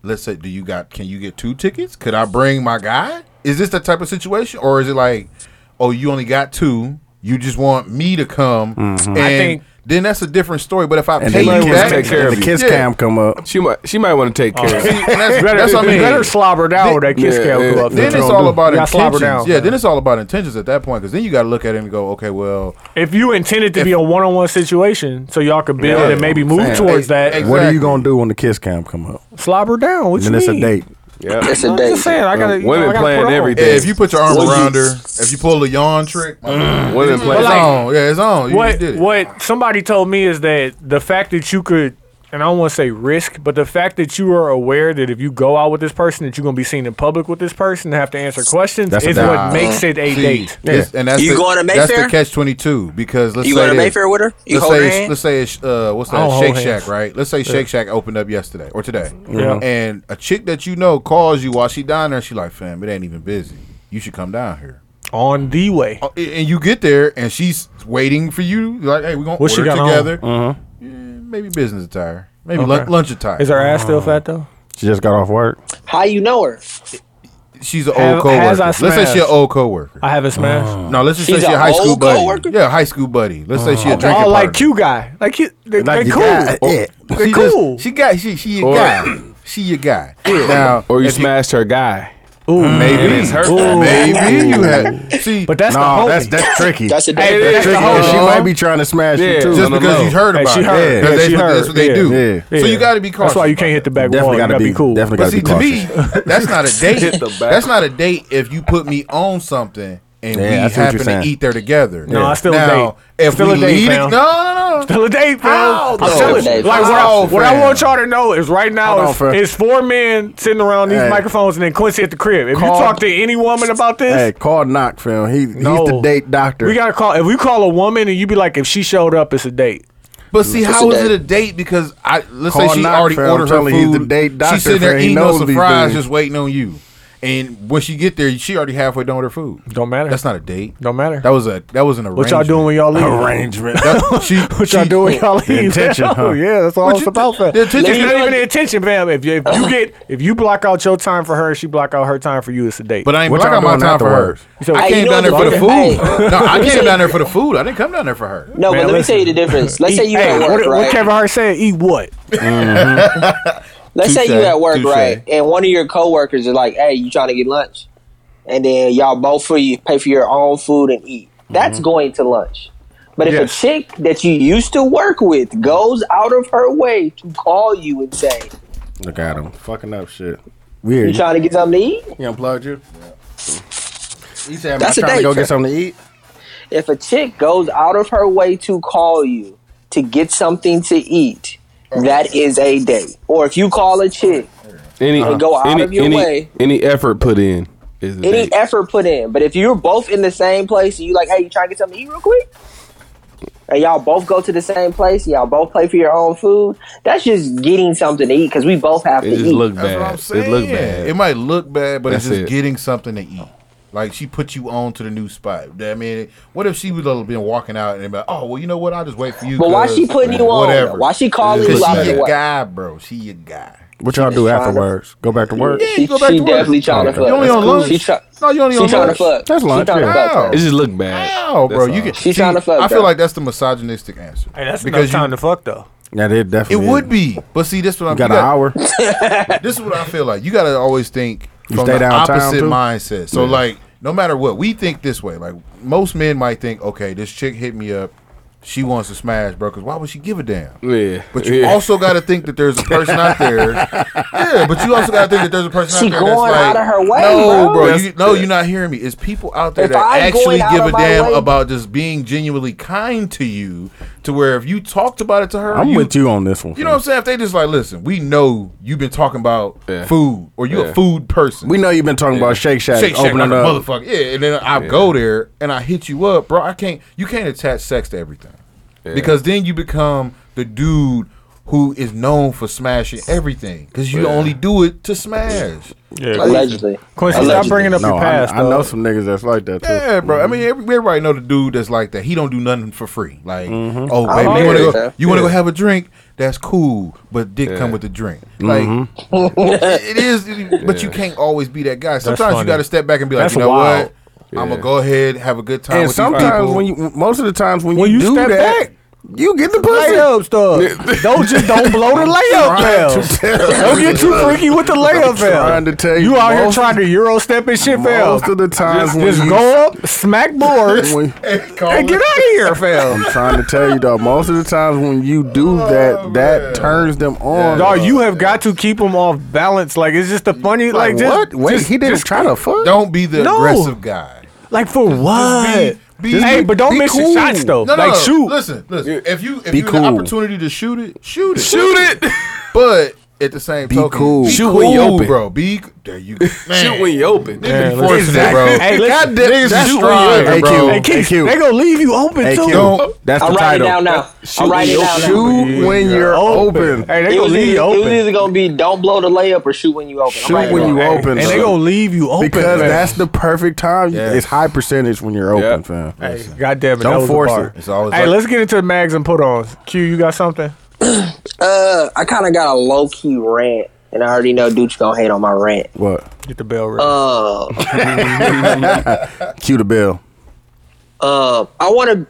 C: Let's say, do you got? Can you get two tickets? Could I bring my guy? Is this the type of situation, or is it like, oh, you only got two? You just want me to come, and
B: think-
C: then that's a different story. But if I
A: And
C: pay
A: then
C: you
A: the
D: wants
C: back,
D: to
A: kiss,
D: take care
A: the
D: of you.
A: kiss
C: Yeah.
A: cam come up.
D: She might, she might want to take care. of
C: See,
D: it.
C: and that's,
B: Better,
C: that's what I mean.
B: better slobber down with that kiss
D: Yeah,
B: cam
D: yeah.
B: go up.
C: then
B: That's
C: it's
B: what I'm
C: all
B: doing.
C: about
B: You gotta slobber
C: intentions.
B: down.
C: Yeah, then it's all about intentions at that point because then you got to look at it and go, okay, well,
B: If you intended to be a one on one situation, so y'all could build
D: Yeah.
B: and maybe move
A: Saying.
B: towards
C: Ex-
B: that,
C: ex-
A: What are you
C: Exactly.
A: gonna do when the kiss cam come up?
B: slobber down. What
A: And
B: you
A: then it's a
B: mean?
A: date.
D: Yeah.
F: It's a
B: I'm just
F: date.
B: saying, I gotta. you know,
D: Women
B: I gotta
D: playing
B: put on.
D: everything.
C: if you put your arm
F: Well, you-
C: around her, if you pull a yawn trick, my-
D: Women
C: it's
D: playing.
B: like-
C: on. Yeah, it's on. You just
B: what
C: did it.
B: what somebody told me is that the fact that you could and I don't want to say risk, but the fact that you are aware that if you go out with this person, that you're gonna be seen in public with this person and have to answer questions
A: That's a
B: is
A: date.
B: what makes it a
C: See,
B: date.
C: this- and that's
F: You
C: the,
F: going to
C: That's
F: Mayfair?
C: the catch twenty two because let's
F: You
C: say
F: going to
C: this.
F: Mayfair with her? You
C: let's
F: hold her
C: say it's,
F: hand?
C: let's say it's, uh, what's
B: don't
C: that
B: hold
C: Shake
B: hands.
C: Shack right? Let's say Shake Shack opened up yesterday or today,
B: Yeah.
C: and a chick that you know calls you while she down there. She like, fam, it ain't even busy. You should come down here.
B: On the way.
C: Oh, and and you get there and she's waiting for you. Like, hey, we gonna
B: What she
C: order
B: got on? Uh-huh.
C: together. Yeah, maybe business attire. Maybe lun- lunch attire.
B: Is her ass still fat though?
A: She just got off work.
F: How you know her?
C: she's an
B: Have-
C: old coworker.
B: has I
C: Let's say she's an
B: smashed?
C: old coworker.
B: I haven't smashed.
C: no, let's just
F: She's
C: say she's
F: a
C: a high school
F: old
C: buddy.
F: coworker?
C: Yeah, high school buddy. Let's say she a drinking
B: oh, like
C: partner.
B: Q guy. Like you they,
A: Like
B: they
A: you
B: cool.
A: got it.
B: They
C: She just-
B: cool.
C: she got she she a
D: Or-
C: guy. She your guy. Now
D: Or you
C: if
D: smashed her guy.
B: Ooh,
C: Mm-hmm.
D: And
C: maybe
D: it's her
B: Ooh.
C: maybe you had see
B: But that's
A: no,
B: the
A: that's
B: homie.
A: that's tricky.
F: That's a
B: Hey,
F: date.
B: that's the
A: tricky.
B: homie.
A: and she
C: Uh-huh.
A: might be trying to smash
D: Yeah.
A: you too.
D: No,
C: just
D: no,
C: because
D: no.
C: you heard
B: Hey,
C: about
B: she
C: it.
B: heard.
C: That's-
A: Yeah,
C: that's
B: she
C: what-
B: heard.
C: That's what they
B: Yeah.
C: do.
B: Yeah.
C: So you got to be
B: That's
C: cautious.
B: why you can't hit the back
A: definitely
B: wall. You
A: gotta
B: gotta be cool.
A: Definitely
C: But
A: gotta
C: see,
A: be
C: to
A: cautious.
C: me, that's not a
D: Hit
C: date.
D: the back.
C: that's not a date if you put me on something and
A: Yeah, I see
C: we
A: what you're
C: happen to
A: saying.
C: eat there together.
B: No, I still a
C: now,
B: date.
C: If
B: Still
C: we
B: a date,
C: leave it, no,
B: fam.
C: no, no.
B: Still a date, fam.
C: How,
B: I'm
C: though?
B: telling you.
F: Still a date,
B: Like what, I,
C: How,
B: what I
C: fam?
B: want y'all to know is right now
A: Hold on,
B: it's,
A: fam.
B: it's four men sitting around these
A: Hey.
B: microphones and then Quincy at the crib. If
A: Call-
B: you talk to any woman about this,
A: Hey, call Knock, fam. He
B: no.
A: he's the date doctor.
B: We gotta call. If we call a woman and you be like, if she showed up, it's a date.
C: But see,
F: It's
C: how
F: a
C: is
F: date.
C: it a date? Because I let's
A: Call
C: say she
A: Knock,
C: already
A: fam.
C: ordered her
A: Tell her he's
C: food.
A: the date doctor,
C: She's sitting there
A: fam. He
C: eating those
A: knows these
C: fries,
A: things.
C: just waiting on you. And when she get there, she already halfway done with her food.
B: Don't matter.
C: That's not a date.
B: Don't matter.
C: That was a that was an
B: What
C: arrangement.
B: y'all doing when y'all leave?
A: arrangement.
C: That, she,
B: What y'all
C: she-
B: doing when y'all leave?
A: The intention,
B: Oh,
A: huh?
B: Yeah, that's all
C: What
B: it's
C: you-
B: about. fam.
C: the intention-
B: it's not even the intention, fam. If you, if you get if you block out your time for her, she block out her time for you. It's a date.
C: But I ain't
A: What
C: blocking
A: y'all
C: my
A: doing
C: time for her.
A: afterwards?
B: So-
C: I
B: Hey,
F: you
C: came
F: know
C: down there for
F: what
C: the
F: the
C: food.
F: fuck-
C: No, I came down there for the food. I didn't come down there for her.
F: No,
B: Man,
F: but let me
B: listen.
F: tell you the difference. Let's say you
B: hey,
F: at work,
B: what,
F: right?
B: what Kevin Hart said? Eat what?
F: Let's say you
C: Touche,
F: at work,
C: touche.
F: right? And one of your coworkers is like, "Hey, you trying to get lunch?" And then y'all both for you pay for your own food and eat. That's
C: Mm-hmm.
F: going to lunch. But if
B: Yes.
F: a chick that you used to work with goes out of her way to call you and say,
A: Look at him fucking up shit. Weird.
C: Mm-hmm.
F: "You trying to get something to eat?"
A: He unplugged you. He said, "Am I
F: That's a
A: trying to
F: date,
A: go
F: fam.
A: get something to eat?"
F: If a chick goes out of her way to call you to get something to eat, that is a date. Or if you call a chick
D: Any
F: And go out
D: any
F: of your
D: any,
F: way.
D: any effort put in is a
F: any
D: date.
F: effort put in. But if you're both in the same place and you like, hey, you trying to get something to eat real quick? And y'all both go to the same place, y'all both play for your own food. That's just getting something to eat because we both have
D: it
F: to
D: just
F: eat.
D: look
C: That's what I'm
D: bad.
C: saying.
D: It look bad.
C: It might look bad, but it's
D: That's
C: just
D: it.
C: getting something to eat. Like she put you on to the new spot. I mean, what if she would have been walking out and been, like, oh well, you know what? I'll just wait for you.
F: but why
C: 'cause
F: she putting you on?
C: Whatever.
F: though? Why she calling
C: Because
F: you out
C: she
F: the
C: your
F: way?
C: guy, bro. She your guy.
A: What y'all do
F: just trying to-
A: afterwards? Go back to work.
C: Yeah,
F: She,
C: you go back
F: she
C: to work.
F: definitely trying to
A: Okay.
F: fuck.
C: You only
F: That's
C: on
F: cool.
C: lunch?
F: She try-
C: No, you only
F: she
C: on
F: trying to
C: lunch.
F: fuck.
A: That's
F: She
A: lunch,
F: trying to
A: yeah.
F: fuck, bro.
D: It just look bad.
C: Ow,
D: That's
C: bro. You
D: all.
C: get.
F: She tryna fuck,
C: I feel
F: bro.
C: like that's the misogynistic answer.
B: Hey, that's
C: Because
B: enough time
C: you-
B: to fuck though.
A: Yeah, they
C: It
A: definitely.
C: would be, but see, this is what I'm.
A: You got
C: you
A: an
C: got-
A: hour.
C: This is what I feel like. You got to always think
A: You
C: from
A: stay
C: the
A: downtown,
C: opposite
A: too?
C: mindset. So like, no matter what, we think this way. Like most men might think, okay, this chick hit me up. She wants to smash, bro. Because why would she give a damn?
D: Yeah.
C: But you
D: yeah.
C: also got to think that there's a person out there. Yeah, but you also got to think that there's a person
F: She
C: out there.
F: going
C: that's like,
F: out of her way,
C: no,
F: bro.
C: bro. you,
D: That's-
C: no, you're not hearing me. It's people out there
F: If
C: that
F: I'm
C: actually
F: going out
C: give
F: of
C: a
F: my
C: damn
F: way-
C: about just being genuinely kind to you, to where if you talked about it to her,
A: I'm with you on this one.
C: You know what I'm saying? If they just like, listen, we know you've been talking about
D: Yeah.
C: food, or you
D: Yeah.
C: a food person.
A: We know you've been talking about Shake Shack
C: Shake Shack like
A: opening
C: a
A: up.
C: motherfucker. Yeah, and then I go there and I hit you up, bro. I can't. You can't attach sex to everything because then you become the dude who is known for smashing everything because you
D: Yeah.
C: only do it to smash.
F: Allegedly.
B: Quincy, stop
F: Allegedly.
B: bringing up
A: No,
B: your
A: I,
B: past.
A: I know
B: dog.
A: some niggas that's like that too.
C: Yeah, bro. I mean,
B: Mm-hmm.
C: every- everybody know the dude that's like that. He don't do nothing for free. Like,
B: Mm-hmm.
C: oh,
F: I
C: baby,
F: hear
C: you want
F: you,
C: to
F: man.
C: go? You want to go have a drink? That's cool, but dick come with the drink. Like,
B: Mm-hmm.
C: it is. But you can't always be that guy. Sometimes you
B: funny.
C: got to step back and be like,
B: That's
C: you know
B: wild.
C: what? I'm gonna go ahead have a good time.
A: And
C: with these
A: sometimes
C: people.
A: when you, most of the times when,
B: When
A: you,
B: you
A: do
B: step
A: that,
B: back,
A: you get the pussy.
B: Layup stuff. don't just don't blow the layup
A: Trying
B: fails.
A: to tell
B: Don't get too freaky with the layup fails.
A: Trying to tell you
B: you out here
A: most-
B: trying to euro step and shit fails.
A: Most of the times when
B: Just
A: you
B: go up, smack boards,
A: when-
B: and get out of here, fam.
A: I'm trying to tell you, dog. Most of the times when you do that, that turns them on.
B: Dog, you have got to keep them off balance. Like it's just the funny, like, just,
A: what? Wait,
B: just-
A: he didn't
B: just-
A: try to fuck.
C: don't be the
B: No.
C: aggressive guy.
B: like for what?
C: be-
B: hey, but don't
A: be
B: miss
A: cool.
B: your shots though.
C: No, no,
B: like
C: no.
B: shoot.
C: Listen, listen. If you if
A: Be
C: you
A: cool.
C: have the opportunity to shoot it, shoot it.
D: shoot it.
C: But at the same
A: Be
C: token,
A: cool.
C: be
D: Shoot
C: cool,
D: when you open.
C: bro. Be there. You go. man.
D: shoot when you open.
C: Niggas be
B: listen.
C: forcing it, bro.
B: Hey, listen.
C: Niggas
A: That's
C: be
A: true.
C: striving,
A: AQ.
C: bro.
B: Hey, Keith,
A: AQ.
B: they gonna leave you open
A: Hey,
B: too.
A: Q,
C: Don't-
A: that's
F: I'm
A: the
F: writing it
A: title.
F: down now. I'm writing it down now.
A: Shoot when you're open.
B: Hey, they
F: It
B: gonna
F: was,
B: leave you
F: either, it was
B: open.
F: either gonna be don't blow the layup or shoot when you open. I'm
A: Shoot
F: writing it
A: when
F: down.
A: you open.
B: And they
A: bro.
B: gonna leave you open
A: because
B: fam.
A: that's the perfect time.
C: Yes.
A: It's high percentage when you're open,
D: Yep.
A: fam.
B: God damn it!
A: Don't
B: that was the
A: force
B: bar.
A: it.
C: It's always
B: Hey,
C: like-
B: let's get into the mags and put ons. Q, you got something?
F: Uh, I kind of got a low key rant, and I already know Dooch gonna hate on my rant.
A: What?
B: Get the bell ring.
F: Uh,
A: Cue the bell.
F: uh, I want to.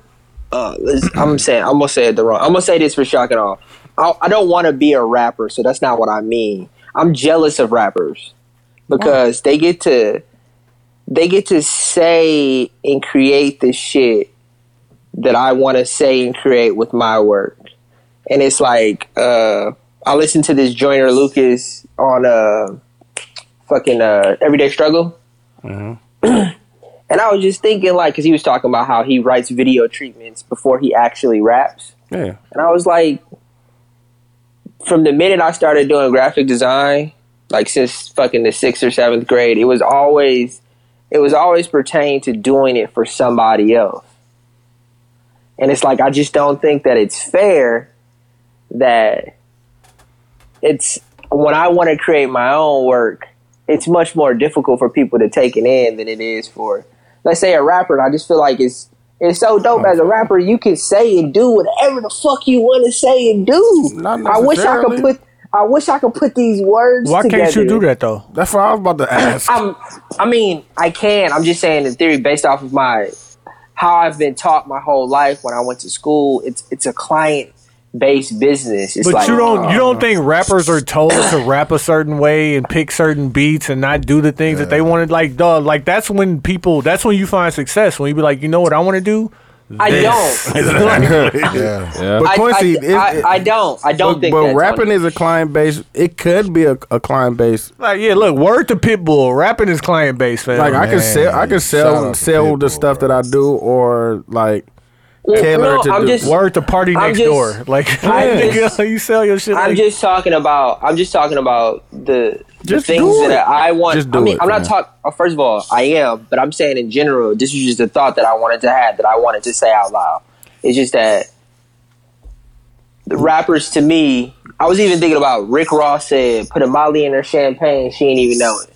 F: Uh, let's- I'm saying I'm gonna say it the wrong. I'm gonna say this for shock and all. I, I don't want to be a rapper, so that's not what I mean. I'm jealous of rappers because they get to they get to say and create the shit that I want to say and create with my work, and it's like uh, I listened to this Joyner Lucas on uh, fucking uh, Everyday Struggle. And I was just thinking, like, because he was talking about how he writes video treatments before he actually raps.
A: Yeah.
F: And I was like, from the minute I started doing graphic design, like since fucking the sixth or seventh grade, it was always, it was always pertained to doing it for somebody else. And it's like I just don't think that it's fair that it's when I want to create my own work, it's much more difficult for people to take it in than it is for, let's say, a rapper. And I just feel like it's it's so dope as a rapper. You can say and do whatever the fuck you want to say and do.
A: Not
F: I wish I could
A: necessarily.
F: put I wish I could put these words.
B: Why can't you
F: together.
B: do that though?
A: That's what I was about to ask.
F: I'm, I mean, I can. I'm just saying in theory, based off of my how I've been taught my whole life when I went to school. It's it's a client based business. It's
B: But
F: like uh,
B: you don't you don't think rappers are told to rap a certain way and pick certain beats and not do the things that they wanted like dog like that's when people that's when you find success when you be like you know what I want to do
F: I
B: this.
F: don't.
C: Yeah.
A: But Quincy,
F: I,
A: it-
F: I,
A: it-
F: I, I don't. I don't
A: but,
F: think.
A: but
F: that's
A: rapping
F: funny.
A: is a client base. It could be a, a client base.
B: like yeah look word to Pitbull rapping is client based man
A: Like I could sell, I could
C: shout
A: sell
C: out to
A: sell the
C: Pitbull,
A: stuff
C: bro.
A: that I do, or like tailor
F: no,
A: to
F: I'm
A: the
F: just-
B: word to party
F: I'm
B: next
F: just-
B: door like
F: I'm
B: nigga,
F: just-
B: you sell your shit
F: I'm
B: like-
F: just talking about. I'm just talking about the, the
A: Just
F: things
A: do it.
F: that I want.
A: Just do
F: I mean,
A: it,
F: I'm not
A: man.
F: talking. first of all, I am, but I'm saying in general. This is just a thought that I wanted to have that I wanted to say out loud. It's just that the rappers, to me, I was even thinking about Rick Ross said, "Put a Molly in her champagne, she ain't even know it."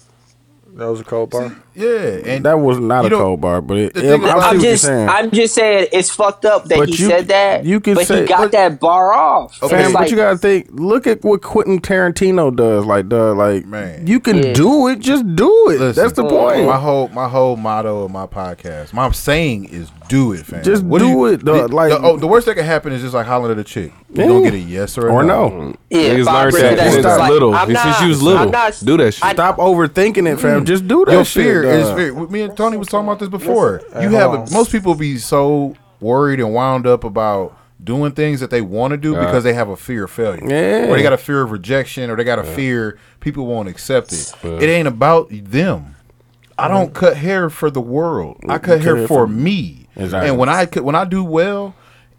B: that was a cold bar
C: Yeah. And
A: That was not
C: You
A: a
C: don't-
A: cold bar, but it,
C: the thing
A: I see
C: about-
A: what
F: I'm
A: you're
F: just,
A: saying.
F: I'm just saying it's fucked up that
A: But
F: he
A: you-
F: said that.
A: you can
F: but
A: say-
F: he got
A: but-
F: that bar off.
C: Okay,
A: Fam,
F: It's
A: but
F: like-
A: you gotta think. Look at what Quentin Tarantino does. Like, duh, like
C: Man.
A: you can
F: Yeah.
A: do it. Just do it.
C: Listen,
A: That's the point.
C: My whole my whole motto of my podcast, my saying is do it, fam.
A: Just do it, dog,
C: The,
A: like-
C: the, oh, the worst that can happen is just like hollering at a chick. You
A: Yeah.
C: gonna get a yes or a
A: or no,
F: yeah,
D: Niggas
F: five
D: learned
F: percent
D: that
F: of that
A: since
F: shit is like,
D: little.
F: I'm
D: Since
F: not-
D: you was little.
F: I'm not-
D: Do that shit.
F: I-
A: stop overthinking it, fam. Just do that.
C: Mm. Your
A: shit,
C: fear is
A: dog.
C: fear. Me and Tony was talking about this before. you
B: hold
C: have
B: on.
C: most people be so worried and wound up about doing things that they want to do because they have a fear of failure,
A: Yeah.
C: or they got a fear of rejection, or they got a fear people won't accept it. It ain't about them. I don't cut hair for the world. I cut hair for me.
A: Exactly.
C: And when I cut- when I do well,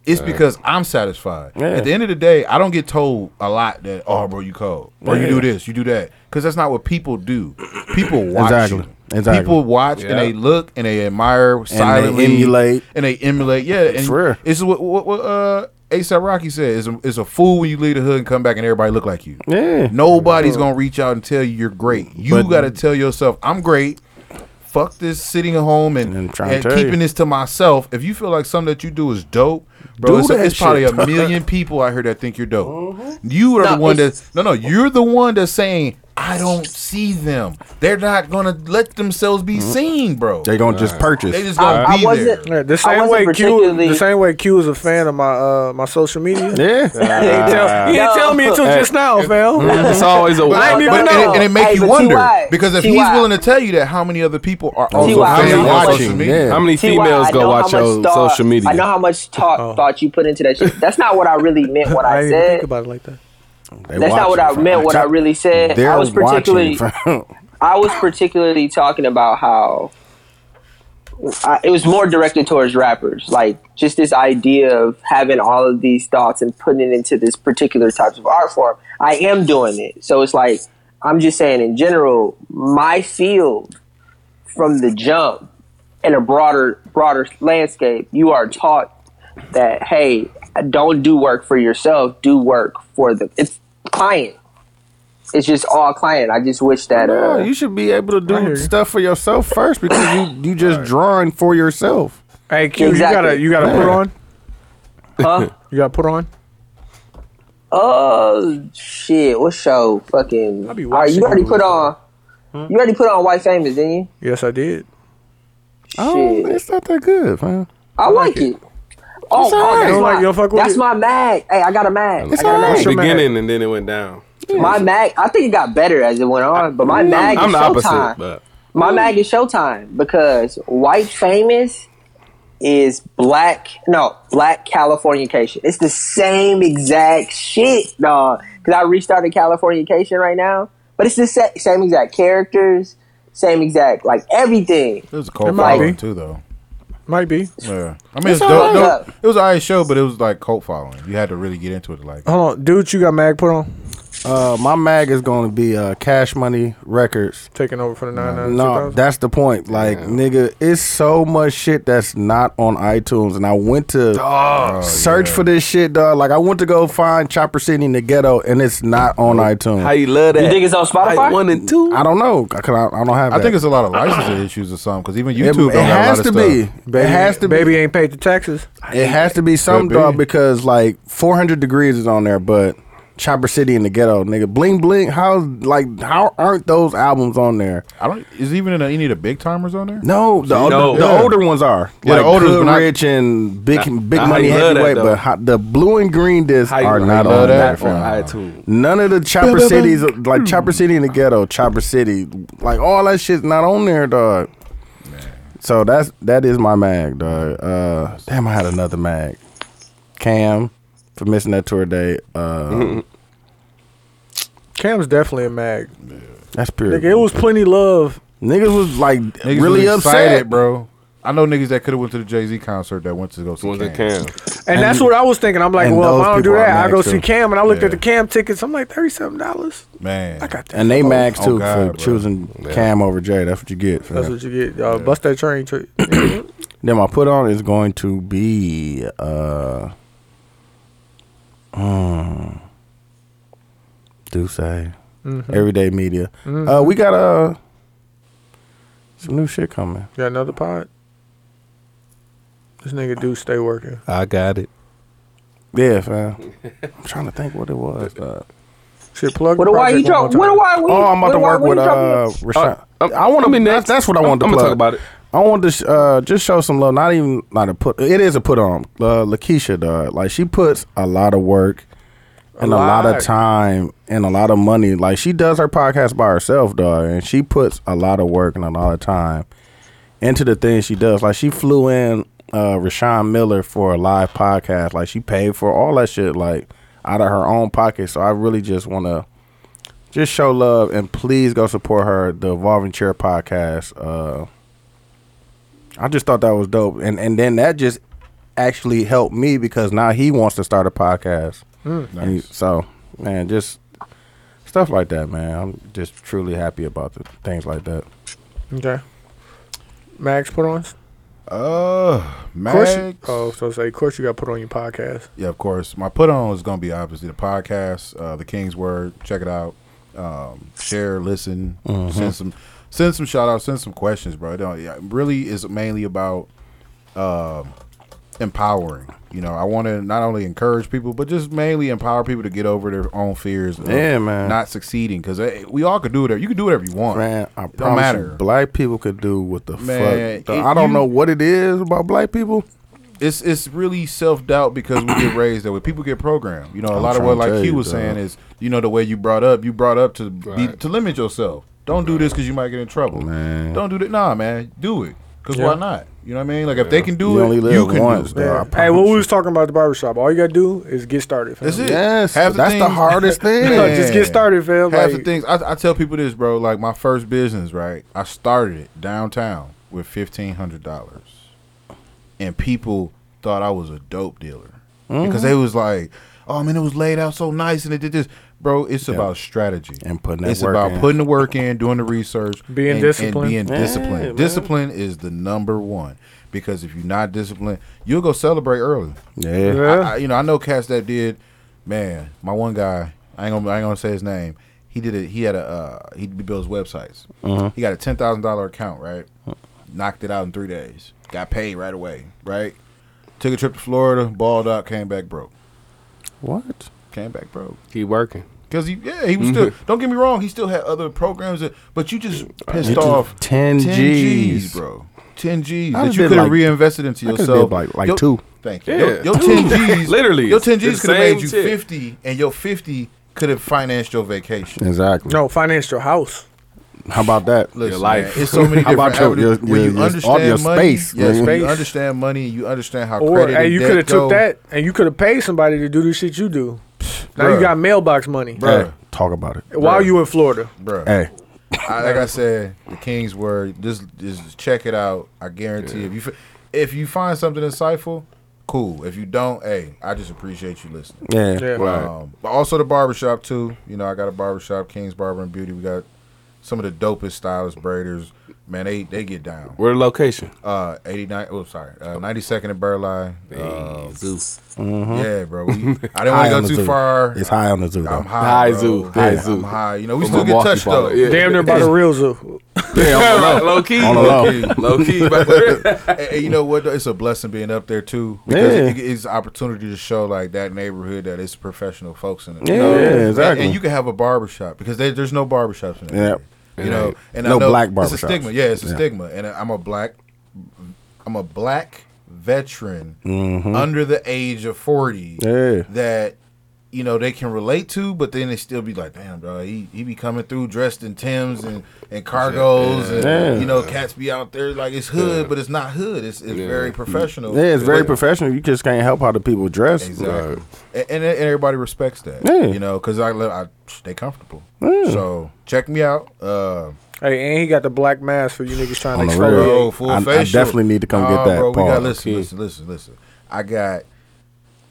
C: it's because I'm satisfied.
A: Yeah.
C: At the end of the day, I don't get told a lot that oh, bro, you cold, or you do this, you do that, because that's not what people do. People watch
A: Exactly.
C: you.
A: Exactly.
C: People watch and they look and they admire silently,
A: emulate.
C: and they emulate. Yeah, and
A: real.
C: it's what what, what uh, ASAP Rocky said is a, is a fool when you leave the hood and come back and everybody look like you.
A: Yeah.
C: Nobody's gonna reach out and tell you you're great. You
A: But-
C: gotta tell yourself I'm great. Fuck this sitting at home and,
A: And
C: and,
A: trying to tell
C: keeping
A: you.
C: this to myself. If you feel like something that you do is dope,
A: Do
C: bro, it's,
A: that
C: it's probably
A: shit,
C: a
A: dog.
C: million people out here that think you're dope. You are
F: Mm-hmm. No,
C: the one
F: it's-
C: that's no, no. You're the one that's saying I don't see them. They're not gonna let themselves be seen, bro.
A: They
C: Mm-hmm. They,
A: gonna just purchase.
C: just gonna
F: I
C: be
F: wasn't-
C: there.
B: yeah, the
F: I
B: same
F: wasn't
B: way Q
F: particularly-
B: the same way Q is a fan of my uh my social media
A: yeah.
B: He didn't tell, he didn't
F: No.
B: tell me until just now, fam.
D: It's always a.
C: But,
F: I didn't
C: but-
F: even
C: and, it,
F: know.
C: and it make
F: Hey,
C: you
F: but
C: wonder
F: TY,
C: because if he's
F: TY.
C: willing to tell you that, how many other people are also
F: TY,
C: really
F: I know how much-
C: watching?
A: Yeah.
D: How many
F: See why
D: females
F: I
D: go
F: know
D: watch
F: how much
D: your
F: thought-
D: social media?
F: I know how much talk, thought you put into that shit. That's not what I really meant when I,
B: Oh. I didn't even
F: said.
B: think about it like that.
A: They
F: That's
A: watching,
F: not what I
A: fam.
F: meant. What I really said.
A: They're
F: I was particularly,
A: watching, fam.
F: I was particularly talking about how I, it was more directed towards rappers, like just this idea of having all of these thoughts and putting it into this particular types of art form. I am doing it, so it's like I'm just saying in general, my field from the jump in a broader broader landscape, you are taught that hey, don't do work for yourself, do work for the it's client. It's just all client. I just wish that
A: No,
F: uh,
A: you should be able to
B: hear
A: do
B: you.
A: stuff for yourself first because you you just drawing for yourself.
B: Hey Q,
F: Exactly.
B: you gotta you gotta put on.
F: Huh?
B: You gotta put on.
F: Oh shit! What show? Fucking.
B: I be
F: All right, you
B: watching
F: already
B: you.
F: put on. You already put on White Famous, didn't you?
B: Yes, I did.
A: Oh,
F: Shit.
A: it's not that good, man.
F: I like it. Oh,
A: It's alright.
F: that's
A: You
B: don't like-
F: my,
B: you don't fuck with
F: that's
B: it?
F: my mag. Hey, I got a mag. I got a
A: alright.
F: mag.
A: What's your
D: beginning and then it went down.
F: My mag. I think it got better as it went on, but my mag
D: I'm
F: is
D: the
F: Showtime.
D: opposite, but
F: my mag is Showtime because White Famous is black. No, black Californication. It's the same exact shit, dog. Because I restarted Californication right now, but it's the sa- same exact characters, Same exact, like everything.
C: It was a cult
B: might
C: following
B: be.
C: too, though.
B: Might be.
C: Yeah, I mean, it's
F: all
C: dope,
F: right,
C: dope.
F: though.
C: it was a alright show, but it was like cult following. You had to really get into it, to like
B: Hold on, dude. You got mag put on.
A: Uh, my mag is going to be uh, Cash Money Records.
B: Taking over for the nine nine.
A: No, that's the point. Like, nigga, it's so much shit that's not on iTunes, and I went to
C: oh,
A: search for this shit, dog. Like, I went to go find Chopper City in the Ghetto, and it's not on iTunes.
D: How you love that?
F: You think it's on
D: How you
F: Spotify?
D: one and two.
A: I don't know. 'cause I, I don't have.
C: I
A: that.
C: think it's a lot of licensing issues or something because even
A: It-
C: YouTube
A: It,
C: don't have a
A: has
C: lot
A: to
C: of
A: be.
C: stuff.
A: it has to
B: baby
A: be.
B: ain't paid the taxes.
A: It has to be some
C: Could be.
A: dog because like 400 degrees is on there, but Chopper City in the Ghetto, nigga, Bling Bling. How like how aren't those albums on there?
C: I don't. Is even in any of the big timers on there?
A: No, the older,
D: No.
A: the
C: Yeah.
A: older ones are
C: Yeah, the
A: like
C: older
A: Hood
C: ones, but I-
A: Rich and Big Big
D: I
A: Money
D: love that,
A: Heavyweight,
D: though.
A: but ho- the blue and green discs
D: How you
A: are
D: how
A: not
D: you
A: on
D: love
A: there.
D: that
C: fam.
D: on iTuons?
A: None of the Chopper Cities,
B: Hmm.
A: like Chopper City in the Ghetto, Chopper City, like all that shit's not on there, dog. So that's that is my mag, dog. Uh, damn, I had another mag. Cam for missing that tour day. Uh,
B: Cam's definitely a mag.
A: that's pure.
B: Nigga, it was plenty love.
A: niggas was like
C: Niggas
A: really
C: was
A: upset,
C: excited, bro. I know niggas that could have went to the Jay Z concert that went to go see
D: Was it
C: Cam.
D: Cam?
B: And, that's what I was thinking. I'm like,
A: and
B: well, if
A: those
B: I don't do
A: people are
B: that, I
A: mag,
B: go
A: too.
B: see Cam. And I looked
C: Yeah.
B: at the Cam tickets. I'm like, thirty-seven dollars.
C: Man, I got
A: And they mags
C: oh
A: too
C: God,
A: for
C: bro.
A: choosing Cam over Jay. That's what you get.
B: That's
A: fam.
B: what you get. Uh, Bust that train. Tra- nigga.
A: Then my put on is going to be uh mm, do say
D: Mm-hmm.
A: everyday media. Uh we got uh some new shit coming.
B: got another pod. This nigga do stay working.
D: I got it.
A: Yeah, fam. I'm trying to think what it was. Uh,
B: Shit, plug.
F: What
B: the
F: a why
B: project
F: you
B: one more
F: drop? What a
B: time.
F: why? we-
A: oh, I'm about
F: what
A: to
F: a why
A: work
F: we
A: with
F: dropping
A: uh
F: it?
A: Rashawn.
D: Uh,
A: I want
D: I
A: to.
D: mean,
A: That's,
D: next.
A: that's what I wanted
D: I'm-
A: to
D: I'ma
A: plug
D: talk about it.
A: I want to sh- uh, just show some love. Not even not a put. It is a put on. Uh, Lakeisha, dog. Like she puts a lot of work and a lot.
B: lot.
A: of time and a lot of money. Like she does her podcast by herself, dog, and she puts a lot of work and a lot of time into the things she does. Like she flew in uh, Rashawn Miller for a live podcast. Like she paid for all that shit. Like out of her own pocket. So I really just want to just show love and please go support her the evolving chair podcast uh i just thought that was dope and and then that just actually helped me because now he wants to start a podcast
C: Mm.
A: And he- so man just stuff like that man i'm just truly happy about the things like that
B: Okay. Max put on.
C: Uh,
B: Of course.
C: Max.
B: You, oh, so say, of course you got put on your podcast.
C: Yeah, of course. My put on is going to be obviously the podcast, uh, the King's Word. Check it out. Um, share, listen,
A: Mm-hmm.
C: send some, send some shout outs, send some questions, bro. It Don't, yeah, it really is mainly about um, empowering. You know, I want to not only encourage people, but just mainly empower people to get over their own fears. of
A: Yeah, man.
C: Not succeeding because we all could do whatever. You can do whatever you want,
A: man i
C: It
A: promise you, black people could do what the
C: Man,
A: fuck
C: it-
A: i don't
C: you-
A: know what it is about black people
C: it's it's really self doubt because we get raised that way. People get programmed. You know, a
A: I'm
C: lot of
A: trying to
C: what
A: tell
C: like Q
A: you,
C: was
A: dog.
C: saying is, you know, the way you brought up, you brought up to be,
D: Right.
C: to limit yourself. Don't do this because you might get in trouble.
A: Man.
C: Don't do that. Nah, man, do it. Cause
B: Yeah.
C: why not? You know what I mean? Like if they can do
A: You
C: it,
A: only live
C: you can
A: once,
C: do it.
A: dog. Yeah, I
B: hey, what
A: promise
B: we was talking about at the barbershop, all you gotta do is get started. fam.
C: That's it.
A: yes
C: Half the
A: that's the
C: things-
A: hardest thing
B: No, just get started, fam.
C: Half
B: Like-
C: the things I, I tell people this, bro. Like my first business, right? I started it downtown with fifteen hundred dollars, and people thought I was a dope dealer because
A: Mm-hmm.
C: they was like, "Oh man, it was laid out so nice, and it did this." Bro, it's about strategy
A: And putting that
C: It's
A: work
C: about
A: in.
C: putting the work in, doing the research,
B: Being
C: and-
B: disciplined.
C: and being
A: Yeah,
C: disciplined.
A: man.
C: Discipline is the number one because if you're not disciplined, you'll go celebrate early.
A: yeah
B: Yeah.
C: I, I- you know, I know cats that did. Man, my one guy, I ain't gonna, I ain't gonna say his name. He did it. He had a, uh, he builds websites. He got a ten thousand dollar account, right? Knocked it out in three days. Got paid right away, right? Took a trip to Florida, balled out, came back broke.
A: what
C: Came back broke.
D: Keep working.
C: Cause he, yeah, he was still.
A: Mm-hmm.
C: Don't get me wrong, he still had other programs, that, but you just pissed
A: Uh, just-
C: off
A: 10 Gs.
C: bro. Ten Gs
A: I
C: that
A: done
C: you
A: did
C: could have
A: like-
C: reinvested into
A: I coulda
C: yourself.
A: did like- like
C: Your-
A: two.
C: Thank you.
D: Yeah.
C: Your, your ten Gs,
D: Literally,
C: your ten Gs
D: it's the
C: could have made
D: same
C: you
D: shit.
C: fifty, and your fifty could have financed your vacation.
A: exactly
B: No, financial house.
A: how about that
C: Listen,
D: Your life.
C: man, it's so many
A: How
C: different
A: about your- your-
C: avenues. when
A: your-
C: you
A: your-
C: understand
A: all your
C: money,
A: space,
C: yes,
A: man.
C: when you
B: Space.
C: understand money, and you understand how
B: Or
C: credit
B: hey,
C: and
B: you
C: debt
B: could have took
C: go,
B: that and you could have paid somebody to do the shit you do. Now
C: bruh.
B: you got mailbox money
C: Bruh.
A: Hey, talk about it
B: while you in Florida.
C: bruh.
A: hey
C: I, like I said, the King's word. Just just check it out. I guarantee if you fi- if you find something insightful, cool. If you don't, hey, I just appreciate you listening.
A: Yeah.
B: Yeah.
D: Right.
C: Um, but also the barbershop too. You know, I got a barbershop, King's Barber and Beauty. We got some of the dopest stylists, braiders. Man, they they get down.
D: Where the location?
C: Uh, eighty nine. Oh, sorry, ninety second and Burleigh. Uh,
D: Zeus.
C: yeah, bro. We, I didn't
A: High
C: want to
A: on
C: go
A: the
C: too
A: zoo.
C: far.
A: It's high on the zoo. Though.
C: I'm high,
D: High
C: bro.
D: zoo.
C: Yeah,
D: High
C: I'm
D: zoo.
C: high. You know, we
D: From
C: still get
D: Milwaukee,
C: touched though.
D: follow- yeah.
B: Damn near by the real zoo.
D: Yeah, on the low, low key.
A: On the
C: low.
D: Low key. but-
C: and, and you know what? though? It's a blessing being up there too because
A: Yeah.
C: it, it's an opportunity to show like that neighborhood that it's professional folks in it.
A: Yeah, yeah, exactly.
C: And, and you can have a barbershop because there, there's no barbershops in it.
A: Yep.
C: You know, and
A: No
C: I know
A: black
C: It's a
A: barbershops.
C: stigma. Yeah, it's a
A: Yeah.
C: stigma. And I'm a black, I'm a black veteran under the age of forty.
A: Mm-hmm. Yeah.
C: That you know they can relate to, but then they still be like, damn, bro, he, he be coming through dressed in Tim's and, and cargos, and
A: Yeah.
C: you know cats be out there like it's hood, but it's not hood. It's it's very professional.
A: Yeah, it's very professional. You just can't help how the people dress.
C: Exactly. And, and everybody respects that.
A: Yeah.
C: You know, because I, li- I stay comfortable. So check me out. Uh,
B: Hey, and he got the black mask for you niggas trying
A: On
B: to
A: the
B: exfoliate.
A: real.
C: bro, full
A: I- I
C: facial.
A: definitely need to come get that.
C: Bro, we
A: Pause.
C: got listen, listen, listen, listen. I got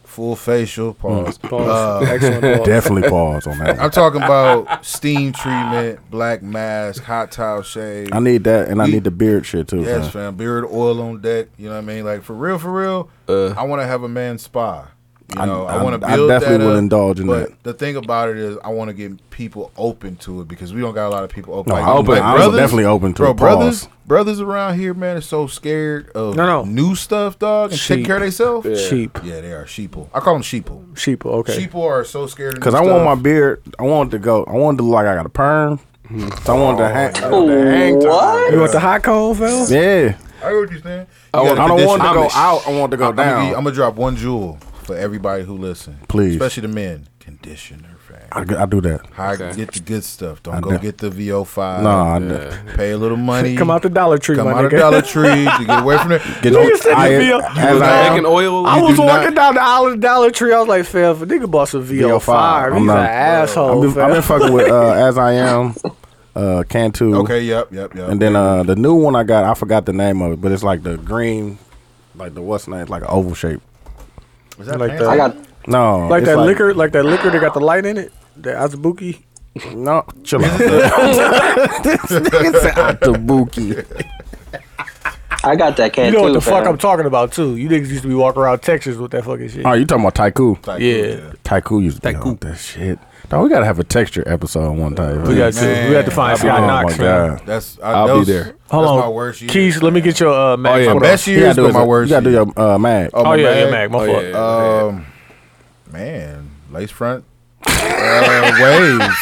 C: full facial.
A: Mm.
C: Pause.
B: Pause. Excellent pause.
A: Definitely pause on that. One.
C: I'm talking about steam treatment, black mask, hot towel shave.
A: I need that, and I
C: We-
A: need the beard shit too.
C: Yes,
A: man.
C: fam. Beard oil on deck. You know what I mean? Like for real, for real. I want to have a man spa. You
A: Uh, I-
C: know, I,
A: I-
C: want to
A: I
C: build
A: definitely
C: that
A: will
C: up,
A: indulge in
C: but
A: that.
C: the thing about it is, I want to get people open to it because we don't got a lot of people open.
A: No, I'm open- I'm definitely open to
C: bro,
A: it.
C: brothers,
A: Pause.
C: brothers around here, man, are so scared of
B: No, no.
C: new stuff, dog, and take
B: Sheep.
C: care of themselves. Yeah.
B: Sheep.
C: they are sheeple. I call them sheeple.
B: Sheeple, okay.
C: Sheeple are so scared. of
A: Cause
C: new
A: I want my
C: stuff.
A: beard. I want it to go. I want it to look like I got a perm. So I want the hang. the hang time.
F: What?
B: You want the hot cone, Phil?
A: Yeah.
C: I heard you saying.
A: I don't want it to go out. I want it to go
C: I'm gonna,
A: down.
C: give- I'm gonna drop one jewel for everybody who listen,
A: Please.
C: especially the men. Conditioner, fam.
A: I, g- I do that.
C: How get the good stuff. Don't
A: I
C: go
A: know.
C: get the VO5.
A: Nah, I
C: pay a little money.
B: Come out the Dollar Tree,
C: Come
B: my
C: out
B: nigga.
C: of Dollar Tree to get away from it.
A: Get
B: Nigga
A: your-
B: said you
A: I-
B: feel-
A: as
D: Like
A: I,
D: making oil.
B: I
C: You
B: was
C: do
B: walking down
C: not-
B: the aisle of Dollar Tree. I was like, "Phil, if a nigga bought some VO5.
A: VO5,
B: He's
A: I'm not-
B: an asshole."
A: I've been, I've
B: Phil.
A: been fucking with uh, as I am, uh, Cantu.
C: Okay, yep, yep, yep.
A: And then uh, the new one I got, I forgot the name of it, but it's like the green, like the what's name, like an oval shape.
C: Is that
B: like
C: fancy?
B: that.
F: I got
A: No,
B: like
A: it's
B: that liquor, like that liquor that got the light in it, the Azubuki.
A: No, chill out. it's out the bookie.
F: I got that
B: You
F: can
B: know what
F: too,
B: the fuck
F: fam.
B: I'm talking about too. You niggas used to be walking around Texas with that fucking shit.
A: Oh, you talking about Taiku?
C: Like,
B: yeah.
A: Taiku used to be
D: Taiku.
A: on that shit. Dog, we gotta have a texture episode one time.
B: We got to,
C: Man.
B: we had to find Scott
A: oh
B: Knox,
A: my
B: man.
A: god.
C: That's I,
D: I'll be
C: those-
D: there.
B: Hold
C: that's
B: on,
C: my worst year.
B: Keys. Let me get your uh, Mac.
D: Oh, yeah,
B: photo.
C: Best
A: You
C: years,
A: gotta do
C: but
A: his-
C: my worst.
A: You gotta do
C: year.
A: your uh, mag.
B: Oh,
C: my
B: yeah, yeah, Mac.
C: bag.
B: My
D: Oh,
B: fault.
D: yeah.
C: Um, man, lace front uh, waves.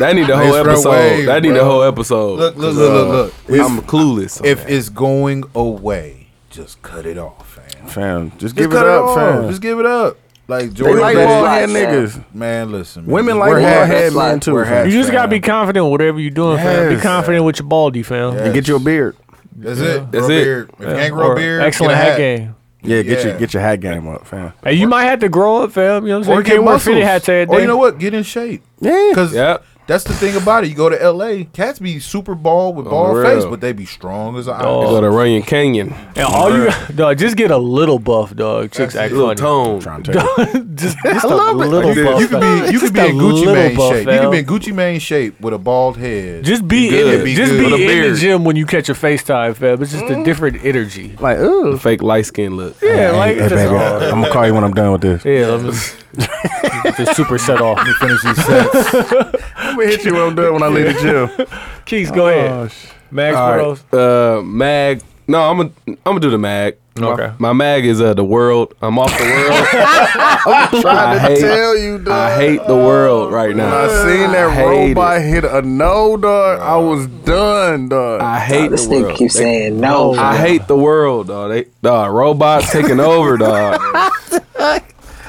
D: That need the whole
C: Lace front
D: episode.
C: wave,
D: that need the
C: bro.
D: whole episode. uh,
C: Look, look, look, look, look.
D: I'm clueless.
C: If it's going away, just cut it off, fam. Just
A: Fam, just give
C: cut
A: it up,
C: off.
A: fam.
C: Just give it up. Like
A: They
C: Jordan,
A: like
F: Jordan
A: bald
C: Bell-
A: head
F: Bell.
A: niggas.
C: man. Listen, man.
A: Women like
C: We're
A: bald
C: hats.
A: head
F: like-
A: men too.
C: we're
A: fam.
B: You just gotta be
C: Yes,
B: confident with whatever you're doing, fam. Be
C: Yes.
B: confident with your baldy, fam.
A: And get you a beard.
C: That's it.
D: That's
C: Grow
D: it.
C: Beard. If you ain't grow
B: Or
C: a beard,
B: excellent
C: get a
B: hat game.
A: Yeah, get
C: Yeah.
A: your get your hat game up, fam.
B: Hey, you might have to grow up, fam. You know what I'm saying?
C: Or
B: You
C: get
B: can't wear fitted
C: muscles.
B: hats every day.
C: Or you know what? Get in shape.
A: Yeah.
C: Cause
D: Yep.
C: that's the thing about it. You go to L.A. Cats be super bald with bald
D: real.
C: face, but they be strong as an
D: You
C: ox.
B: Oh.
D: go to Runyon Canyon.
B: And all you, dog, just get a little buff, dog. Chicks act
D: Little
B: funny.
D: tone.
A: Trying to tell you.
B: just just a little buff.
C: You could be you
B: Just
C: could be
B: a
C: in Gucci
B: little
C: Mane
B: buff,
C: shape. You could
B: fam.
C: be in Gucci Mane shape with a bald head.
B: Just be
D: good.
B: in, the,
D: Be
B: just
C: good.
B: be
D: With a
B: in
D: beard.
B: the gym when you catch a FaceTime, fam. It's just
C: Mm-hmm.
B: a different energy.
A: Like, ooh.
D: Fake light skin look.
B: Yeah, like
A: Hey,
B: it's
A: baby, I'm gonna call you when I'm done with this.
B: Yeah, let me get this super set off.
C: finish these sets.
A: I'm gonna hit you when I'm done when I leave the gym.
B: Keys, go ahead. Max
D: All right.
B: Bros.
D: Uh, mag. No, I'm gonna I'm gonna do the mag. My-
B: Okay.
D: My, mag is uh the world. I'm off the world. I'm trying hate,
A: you, dog.
D: I hate the world right now.
A: I seen
D: I
A: that
D: hate
A: robot
D: it.
A: hit a no, dog. I was done, dog.
D: I hate
F: This
D: the
F: nigga
D: world.
F: keeps
D: They-
F: saying no.
D: I hate the world, dog. They dog robots taking over, dog.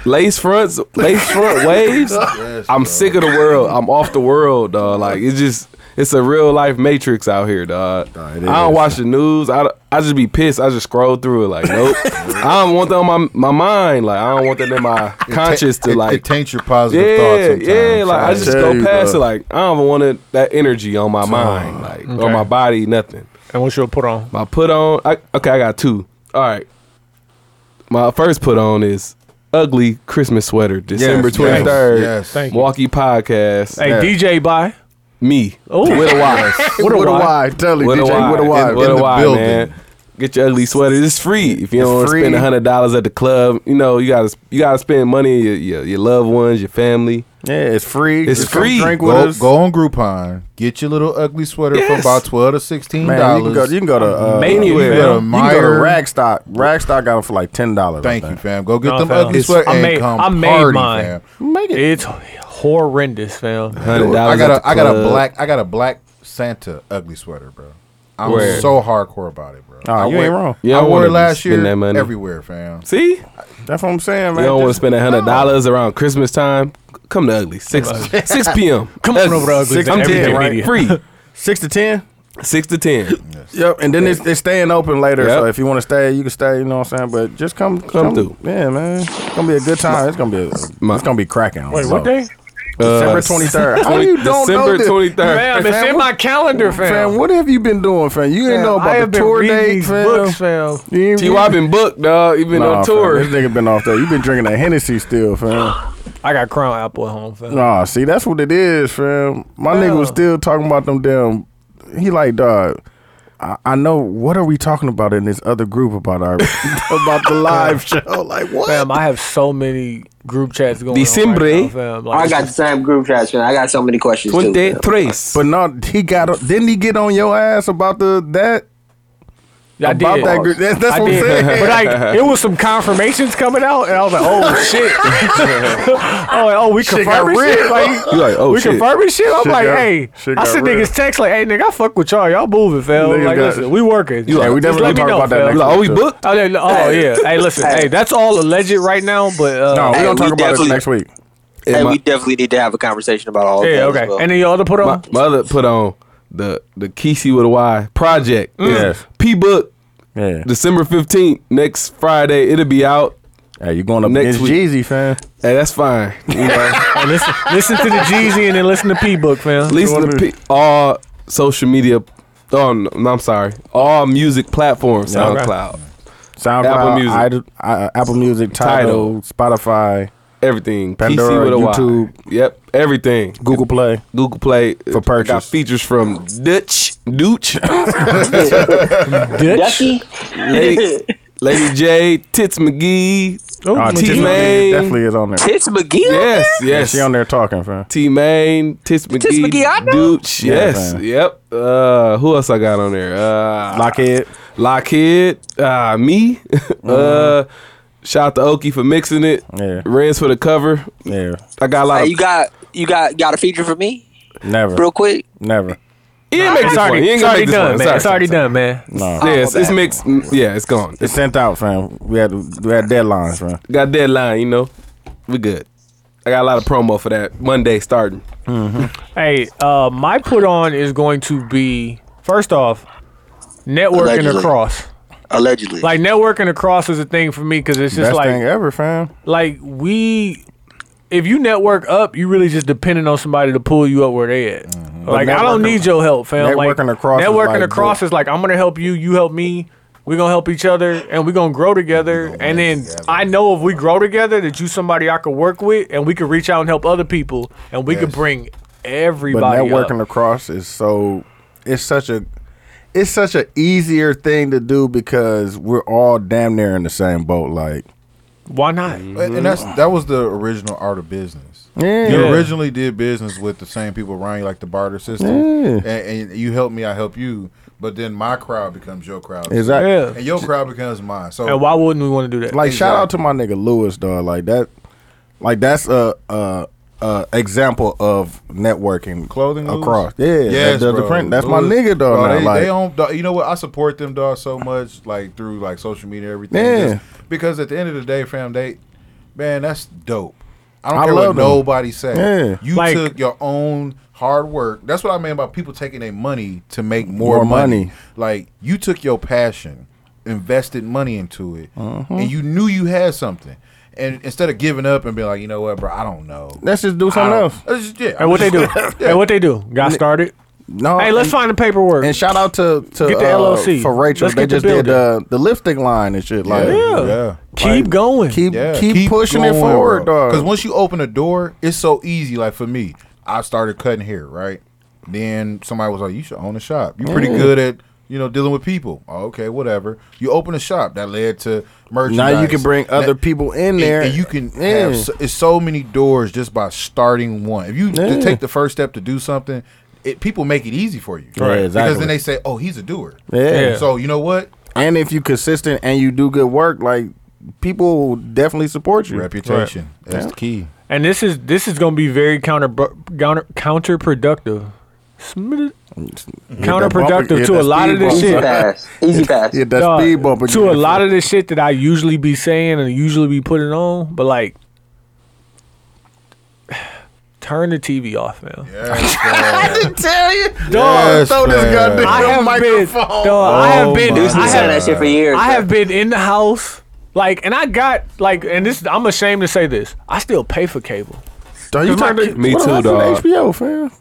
D: lace fronts, lace front waves.
C: Yes,
D: I'm
C: bro.
D: sick of the world. I'm off the world, dog. Like it's just, it's a real life matrix out here, dog.
A: Nah,
D: I
A: it
D: don't
A: is.
D: watch the news. I, I just be pissed. I just scroll through it like, nope. I don't want that on my my mind. Like I don't want that in my conscious
C: It ta-
D: to
C: it-
D: like.
C: it taints your positive thoughts.
D: yeah,
C: Sometimes.
D: yeah. Like I
A: I
D: just
A: tell
D: go
A: you,
D: past
A: bro.
D: it. Like I don't want it, that energy on my mind, like on my body, nothing.
B: And what you put on?
D: My put on, I, okay, I got two. All right. My first put on is ugly Christmas sweater, December
C: yes,
D: twenty third.
C: yes.
B: Thank you.
D: Milwaukee podcast.
B: Hey,
C: Yeah.
B: DJ by.
D: Me
B: Oh,
D: with a Y.
A: What a
B: With a
A: why? Tell you,
D: With a
A: DJ,
D: Y.
A: what a why?
D: And With
C: In
D: a
C: the
D: Y,
C: building.
D: man. Get your ugly sweater. It's free. If you
A: It's
D: don't want to
A: free.
D: spend hundred dollars at the club, you know you gotta you gotta spend money. Your your, your loved ones, your family.
A: Yeah, it's free.
D: It's
A: Just come
D: free.
A: Drink with
C: Go,
A: us.
C: go on Groupon. Get your little ugly sweater for
D: Yes.
C: about twelve to sixteen
A: Man, you can go.
C: dollars.
A: You can go to uh,
B: Maybe
A: You
D: Anywhere.
A: can go to, you can go to
C: Meyer.
A: Ragstock. Ragstock got them for like ten dollars.
C: Thank you, fam. Go get
B: No,
C: them
B: fam.
C: ugly
B: It's-
C: sweater
B: I
C: and
B: made-
C: come
B: I made
C: party,
B: mine.
C: fam.
A: Make it.
B: It's horrendous, fam.
D: Hundred
C: I
D: dollars.
C: got
D: at
C: a
D: the
C: I got a
D: club.
C: black I got a black Santa ugly sweater, bro. I'm
D: Where?
C: so hardcore about it, bro.
A: Nah,
C: I
A: you
C: wore-
A: ain't wrong.
D: You
C: I
D: don't
C: wore
D: wanna
C: it
D: be
C: last year
D: spending that money.
C: everywhere, fam.
D: See,
A: That's what I'm saying, man.
D: you don't want to
A: Just-
D: spend hundred dollars around Christmas time. Come to Ugly six six p.m.
B: Come on over to Ugly's
D: Six-
B: and
D: I'm
B: everything
D: ten,
B: media.
D: right? Free
A: six to ten.
D: six to ten.
A: Yep, and then it's, it's staying open later.
D: Yep.
A: So if you want to stay, you can stay. You know what I'm saying? But just come,
D: Come through.
A: Yeah, man, it's gonna be a good time. It's gonna be, a,
D: My- Uh,
A: it's gonna be cracking. on
B: Wait,
A: the
B: what
A: low.
B: day?
A: December 23rd. How you don't know
D: December
A: this?
D: twenty third.
B: Fam, it's in my calendar, fam.
A: Fam, what have you been doing, fam? You didn't know
B: I
A: about
B: have
A: the
B: been
A: tour
B: reading
A: date,
B: these
A: fam.
B: books, fam.
A: You ain't
D: T.Y. been booked, dog. You been
A: Nah,
D: on
A: fam,
D: tour.
A: this nigga been off there. You been drinking that Hennessy still, fam.
B: I got Crown Apple at home, fam.
A: Nah, see, that's what it is, fam. My nigga was
B: Yeah.
A: still talking about them damn. He like, dog. I, I know. What are we talking about in this other group about our about the live show? Like what?
B: Fam, I have so many group chats going on
D: December.
B: right now,
A: eh?
B: fam. Like,
F: I got the same group chats, man. I got so many questions too.
D: Twenty
F: man.
D: tres.
A: But no, he got. Didn't he get on your ass about the that
B: I
A: about
B: did.
A: that group? That, that's
B: I
A: what I'm
B: did.
A: saying.
B: But like, it was some confirmations coming out, and I was like, oh, shit. oh, like, oh, we confirming
A: got
B: shit?
A: real.
B: Like,
D: You like, oh
B: we
D: shit.
B: confirming shit? I'm
A: Shit
B: like,
A: got-
B: hey.
A: shit
B: I
A: got
B: sent
A: real.
B: niggas text like, hey, nigga, I fuck with y'all. Y'all moving, fam.
A: Niggas
B: Like,
A: got-
B: listen, we working.
A: Yeah, we
B: Just
A: definitely
B: let me
A: talk
B: know,
A: about that
B: fam.
A: next
D: Like, oh, we
A: too.
D: booked.
B: Oh, yeah, oh yeah. Hey, listen. Hey, that's all alleged right now, but uh,
A: No, we're
F: Hey,
A: gonna
F: we
A: talk about it
F: definitely-
A: next week.
F: Hey,
D: my-
F: we definitely need to have a conversation about all.
B: yeah,
F: of
B: okay.
F: that As well.
B: And then y'all to put
D: My
B: on.
D: mother put on the the Kesey with a Y project.
A: Yes.
D: P book
A: Yeah.
D: December fifteenth next Friday. It'll be out.
A: Hey, you going up
D: Next
A: against
D: week.
A: Jeezy, fam?
D: Hey, that's fine. You know,
B: Hey, listen, listen to the Jeezy and then listen to P Book, fam.
D: listen to P- all social media. Oh, no, no, I'm sorry. All music platforms.
A: Yeah, okay.
D: SoundCloud.
A: SoundCloud,
D: Apple Music.
A: Id- I- Apple Music, Tidal,
D: Tidal.
A: Spotify,
D: Everything.
A: Pandora,
D: Kesey with a Y.
A: YouTube.
D: Yep. Everything.
A: Google Play.
D: Google Play for
A: purchase.
D: Got features from Dutch, Dooch,
F: Ducky,
D: Lady, Lady J, Tits McGee.
A: Uh,
D: T
A: Tiffany
D: Main.
A: definitely is on there.
F: Tits McGee.
D: Yes,
A: Yeah,
D: yes.
A: she on there talking, fam.
D: T Main, Tits McGee,
F: McGee, I know.
D: Dooch.
A: Yeah,
D: Yes,
A: fam.
D: yep. Uh, who else I got on there? Uh,
A: Lockhead.
D: Lockhead, uh, me. uh, shout out to Oki for mixing it.
A: Yeah.
D: Renz for the cover.
A: Yeah,
D: I got a lot
F: Hey,
D: of.
F: you got you got got a feature for me,
A: never,
F: real quick.
A: never.
D: he ain't make
B: It's
D: this one.
B: already,
D: He
B: it's
D: ain't gonna
B: already
D: make this
B: done,
D: one.
B: man.
D: Sorry,
B: It's already
D: sorry,
B: done, man.
A: No,
D: sorry.
F: done.
D: Yes, it's mixed. mm, Yeah, it's gone.
A: it's sent out, fam. We had we had deadlines, fam.
D: Got deadline, you know. We good. I got a lot of promo for that Monday starting.
B: Hey, uh, my put on is going to be first off, networking
F: Allegedly.
B: across.
F: Allegedly,
B: Like networking across is a thing for me because it's just
A: Best
B: like
A: thing ever, fam.
B: like we. If you network up, you really just depending on somebody to pull you up where they at. Like I don't
A: Mm-hmm. networking-
B: need your help, fam. Like,
A: networking across is
B: networking
A: like
B: across
A: dope.
B: is like I'm gonna help you, you help me. We gonna help each other, and we gonna grow together. and then I know if we grow together, that you somebody I could work with, and we could reach out and help other people, and we could
C: Yes.
B: bring
A: But
B: everybody. up.
A: networking across is so it's such a it's such a easier thing to do because we're all damn near in the same boat. Like,
B: Why not?
A: Mm-hmm.
C: And and that's that was the original art of business. You
B: Yeah.
C: originally did business with the same people around you, like the barter system, and, and you help me, I help you. But then my crowd becomes your crowd,
A: exactly.
B: Yeah.
C: and your crowd becomes mine. So
B: And why wouldn't we want to do that?
A: Like, shout out to
C: Exactly.
A: my nigga Lewis, dog. Like that, like that's a a, a example of networking.
C: clothing Lewis?
A: across, yeah,
C: yes,
A: that does the
C: bro.
A: print. That's my
C: Lewis,
A: nigga, dog.
C: bro,
A: now,
C: they,
A: like,
C: they don't, dog, you know what? I support them, dog, so much, like through like social media, everything.
A: Yeah.
C: just because at the end of the day, fam, they man, that's dope. I don't
A: I
C: care what
A: love them.
C: nobody say.
A: Yeah.
C: You
B: Like-
C: took your own hard work. That's what I mean by people taking their money to make more,
A: More
C: money.
A: money.
C: Like you took your passion, invested money into it,
A: Mm-hmm.
C: and you knew you had something. And instead of giving up and being like, you know what, bro, I don't know.
A: Let's just do
C: I
A: something
C: don't-
A: else.
C: It's just- yeah,
B: And what they do? And what they do? Got started.
A: No.
B: Hey,
A: Oh,
B: let's
A: and,
B: find the paperwork.
A: and shout out to to
B: Get the
A: uh,
B: LLC.
A: for Rachel.
B: Let's
A: they
B: get the
A: just did the the lipstick line and shit. Like,
B: yeah.
C: Yeah.
B: Keep
A: Like,
B: going.
A: keep keep, pushing it forward, dog.
C: Because once you open a door, it's so easy. Like for me, I started cutting hair, right? Then somebody was like, "You should own a shop. You're pretty good at." You know, dealing with people. Oh, okay, whatever. You open a shop that led to merchandise.
A: now you can bring other
C: That-
A: people in
C: and-
A: there,
C: and, you can
A: Yeah.
C: have so, it's so many doors just by starting one. If you to
A: Yeah.
C: take the first step to do something, it, people make it easy for you,
A: Yeah, exactly.
C: Because then they say, "Oh, he's a doer."
A: Yeah.
B: Yeah.
C: So you know what?
A: and if you consistent and you do good work, like people will definitely support you.
C: Reputation. That's
A: Yeah.
C: the key.
B: And this is this is going to be very counter counter counterproductive. Sm-
A: bumper- yeah,
B: Counterproductive to a
A: that
B: lot of
A: speed
B: this
A: bump.
F: Easy
B: shit.
F: pass. Easy pass.
A: Yeah, that
B: Dog,
A: speed bump
B: to a lot of the shit that I usually be saying and usually be putting on, but like, turn the TV off, man.
C: I didn't tell you.
B: Dog,
A: throw Oh, this goddamn
B: I have been, dog, I
C: Oh
B: have been,
C: my
F: Dude's
B: I
F: been saying that
B: have,
F: shit for years.
B: I
F: bro.
B: have been in the house, like, and I got like, and this, I'm ashamed to say this, I still pay for cable.
A: Dog, you turned it-
D: Me
A: what
D: too,
A: about the
D: dog.
A: HBO, fam.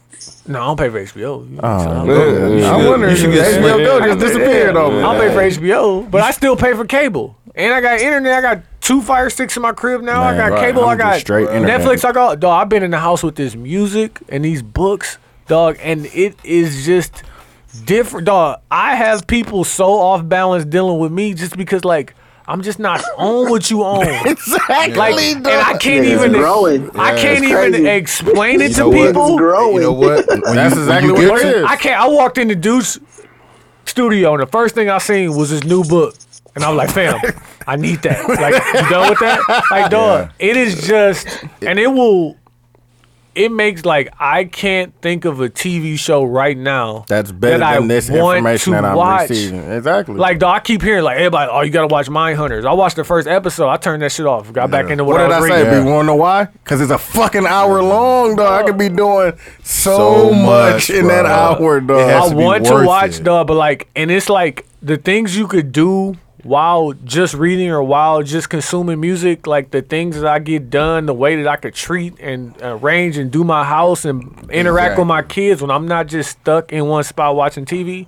B: No, I don't pay for HBO. You know what
A: Oh,
B: I'm saying?
D: Yeah, you
A: I
D: should-
A: wonder
D: you
A: if
D: should get
A: HBO
D: smacked.
A: go just disappeared on me.
B: I don't pay for HBO, but I still pay for cable. And I got internet. I got two Fire Sticks in my crib now. I
A: Man,
B: got
A: right,
B: cable.
A: I'm
B: I got
A: just straight internet.
B: Netflix. I got dog. I've been in the house with this music and these books, dog, and it is just different, dog. I have people so off balance dealing with me just because like I'm just not on what you on.
A: Exactly.
B: Like, and I can't
F: Niggas
B: even
F: growing.
B: I
C: Yeah,
B: can't
F: it's
B: even
F: crazy.
B: explain it
C: You
B: to
C: know what?
B: people.
F: It's growing.
C: You know what? When
A: That's
C: you-
A: exactly
C: when you
A: what
C: get
A: it
C: to-
A: is.
B: I can't. I walked into Dude's studio and the first thing I seen was his new book, and I'm like, fam, I need that. Like, you done with that? Like, dog, it is just, and it will. It makes like I can't think of a TV show right now
A: That's better
B: that I
A: than this
B: want
A: information
B: to
A: that I'm
B: watch.
A: receiving. Exactly.
B: Like, dog, I keep hearing like everybody, oh, you gotta watch Mind Hunters. I watched the first episode. I turned that shit off. Got back into what,
A: what did
B: I
A: I
B: was
A: say?
B: reading.
A: B? You wanna know why? Because it's a fucking hour long, dog. I could be doing so,
C: So
A: much
C: much,
A: in that
C: bro.
A: hour, dog.
C: It has
B: I
C: to be
B: want to
C: worth
B: watch
C: it.
B: the but like, and it's like the things you could do while just reading or while just consuming music, like the things that I get done, the way that I could treat and arrange and do my house and interact
C: Exactly.
B: with my kids when I'm not just stuck in one spot watching TV.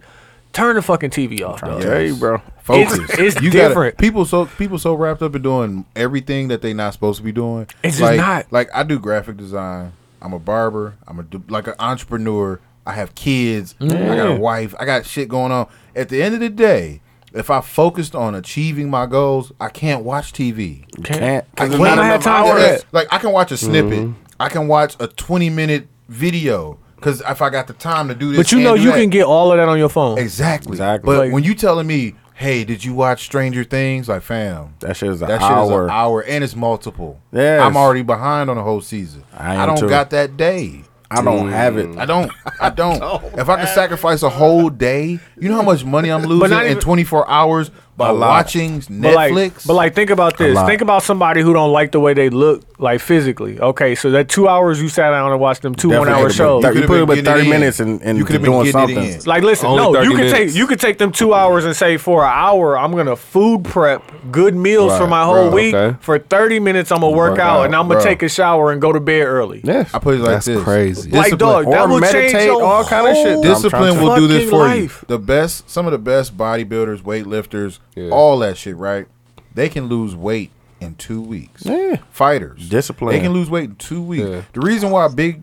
B: Turn the fucking TV off, dog.
A: Hey, bro.
C: Focus.
B: It's- it's
C: gotta-
B: different.
C: people so people so wrapped up in doing everything that they not supposed to be doing.
B: It's just
C: like,
B: not.
C: Like I do graphic design. I'm a barber. I'm a d- like an entrepreneur. I have kids. I got a wife. I got shit going on. At the end of the day, if I focused on achieving my goals, I can't watch TV.
A: Can't. 'cause it's
C: Wait,
A: not
B: I had
A: enough
B: time for
A: hours.
B: that.
C: Like I can watch a snippet.
B: Mm-hmm.
C: I can watch a 20 minute video because if I got the time to do this,
B: But you
C: and
B: know
C: do
B: you
C: that-
B: can get all of that on your phone.
C: Exactly.
A: Exactly.
C: But
B: Like-
C: when you telling me, "Hey, did you watch Stranger Things?" Like, fam,
A: That shit is an
C: that shit is
A: hour.
C: an hour, and it's multiple.
A: Yes.
C: I'm already behind on the whole season.
A: I am
C: don't
A: too.
C: got that day.
A: I don't have it.
C: I don't. I don't. if I can sacrifice a whole day, you know how much money I'm losing
B: not
C: in
B: even-
C: 24 hours by
A: A lot.
C: watching
B: But like,
C: Netflix.
B: but like, think about this.
A: lot.
B: Think about somebody who don't like the way they look, like physically. Okay, so that two hours you sat down and watched them two
A: Definitely
B: one-hour
A: could've been
B: shows.
A: thirty- You
C: could've
A: put
C: been
A: it with
C: getting it
A: 30
C: in.
A: minutes and, and
C: You could've been
A: doing
C: getting it
A: something.
C: in.
B: Like, listen,
D: Only
B: no,
D: 30
B: you can
D: minutes.
B: take you can take them two hours and say for an hour, I'm gonna food prep good meals for
A: Right,
B: my whole
A: bro,
B: week.
D: okay.
B: For thirty minutes, I'm gonna work,
A: Work
B: out,
A: out,
B: and I'm gonna
A: bro.
B: take a shower and go to bed early.
A: Yes.
C: I put it like
D: That's
C: this.
D: crazy.
B: Like, dog, that
A: or
B: will
A: meditate,
B: change your
A: all kind of shit.
B: whole
A: I'm trying
C: Discipline
A: to-
C: will do this
B: fucking
C: for
B: life.
C: you. The best, some of the best bodybuilders, weightlifters,
D: Yeah.
C: all that shit, right? They can lose weight in two weeks.
A: Yeah.
C: Fighters,
A: Discipline.
C: They can lose weight in two weeks.
D: Yeah.
C: The reason why big,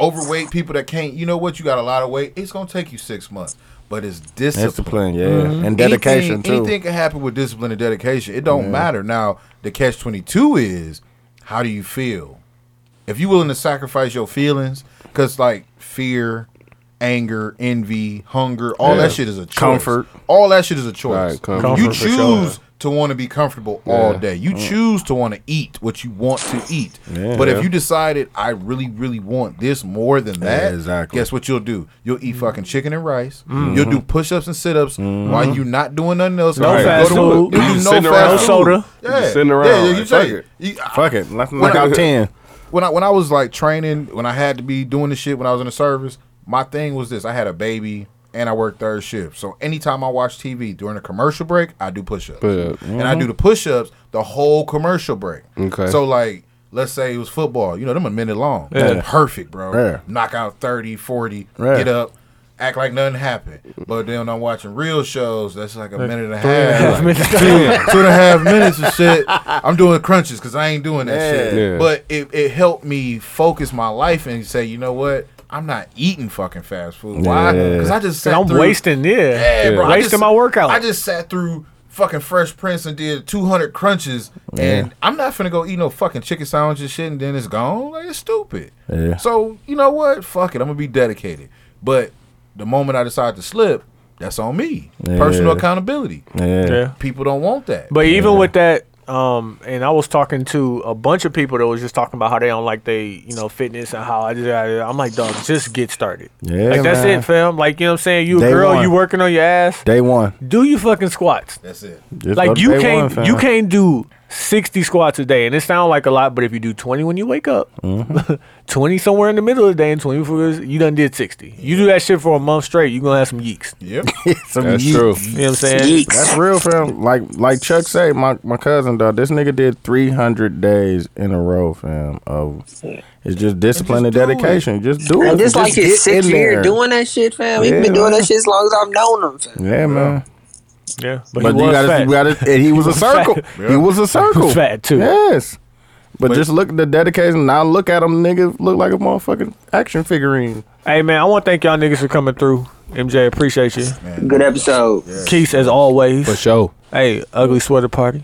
C: overweight people that can't, you know what, you got a lot of weight. It's gonna take you six months, but it's
A: Discipline,
C: discipline.
A: yeah,
B: Mm-hmm.
A: and dedication
C: anything,
A: too.
C: Anything can happen with discipline and dedication. It don't matter. Now the catch twenty two is, how do you feel? if you're willing to sacrifice your feelings, because like fear, anger, envy, hunger, all
D: Yeah.
C: that shit is a choice.
A: Comfort.
C: All that shit is a choice.
D: Right, comfort.
C: you
B: Comfort for
C: choose to want to be comfortable all day. You choose to want to eat what you want to eat.
A: Mm. Yeah.
C: But if you decided I really, really want this more than that,
A: exactly.
C: guess what you'll do? You'll eat fucking chicken and rice. You'll do push ups and sit ups while you're not doing nothing else.
B: Mm-hmm. No
C: Right.
B: fast
C: Go to-
B: food.
C: you
B: You
C: do
D: just
C: no
D: sitting
C: fast
D: around.
C: food.
B: No soda.
C: Yeah.
D: You just sitting
C: Yeah,
D: around.
C: you say-
D: Like, fuck it.
C: you- I-
A: Fuck it. Let's knock out 10.
C: when I when I was like training, when I had to be doing the shit when I was in the service, my thing was this: I had a baby and I worked third shift. So anytime I watch TV during a commercial break, I do push ups,
D: Push-up.
C: and I do the push ups the whole commercial break.
D: Okay.
C: So like. Let's say it was football. You know, them a minute long.
B: Yeah.
C: Perfect, bro.
A: Yeah.
C: Knock out 30, 40,
A: Yeah.
C: get up, act like nothing happened. But then when I'm watching real shows, that's like a minute and a half.
B: half
C: like,
B: minutes.
C: two, two and a half minutes of shit. I'm doing crunches because I ain't doing that shit.
D: Yeah.
C: But it, it helped me focus my life and say, you know what? I'm not eating fucking fast food. Why?
A: Yeah.
C: Because I just sat
B: I'm
C: through-
B: wasting. Yeah,
C: Yeah, bro, I
B: wasting
C: just-
B: my workout.
C: I just sat through fucking Fresh Prince and did 200 crunches, and I'm not finna go eat no fucking chicken sandwich and shit, and then it's gone. Like it's stupid.
A: Yeah.
C: So you know what? Fuck it. I'm gonna be dedicated. But the moment I decide to slip, that's on me. Personal accountability.
A: Yeah.
B: yeah.
C: People don't want that.
B: But even with that, um, and I was talking to a bunch of people that was just talking about how they don't like they, you know, fitness and how I just, I, am like, dog, just get started.
A: Yeah,
B: like that's
A: man.
B: it, fam. Like you know what I'm saying. You a
A: Day
B: girl,
A: one.
B: you working on your ass.
A: Day one.
B: Do you fucking squats?
C: That's it.
A: Just go
B: like
A: to
B: you
A: day
B: can't
A: one,
B: you
A: fam.
B: can't do 60 squats a day and it sounds like a lot but if you do 20 when you wake up
A: Mm-hmm.
B: 20 somewhere in the middle of the day and 20 for you done did 60 you do that shit for a month straight you're gonna have some yeeks
C: Yep.
A: Some
D: That's
A: yeet.
D: true.
B: you know what i'm saying
E: Yeeks.
A: That's real, fam. Like like Chuck say, my, my cousin dog, this nigga did three hundred days in a row, fam. Of it's just discipline and,
C: do it.
A: dedication. Just do it.
F: And this like his
A: get
F: sixth
A: in
F: year
A: there.
F: doing that shit, fam. We've
A: Yeah,
F: been doing
A: man.
F: that shit as long as I've known him. Fam.
A: Yeah, man.
B: yeah but,
A: But
B: he
A: you
B: was
A: gotta,
B: fat.
A: you gotta, and he was a
B: was
A: circle.
B: fat.
A: He was a circle.
B: He was fat, too.
A: Yes. But, just look at the dedication. Now look at him, nigga. Look like a motherfucking action figurine.
B: hey man i want to thank y'all niggas for coming through mj appreciate you
F: Good episode.
B: keith as always
D: For sure.
B: hey ugly sweater party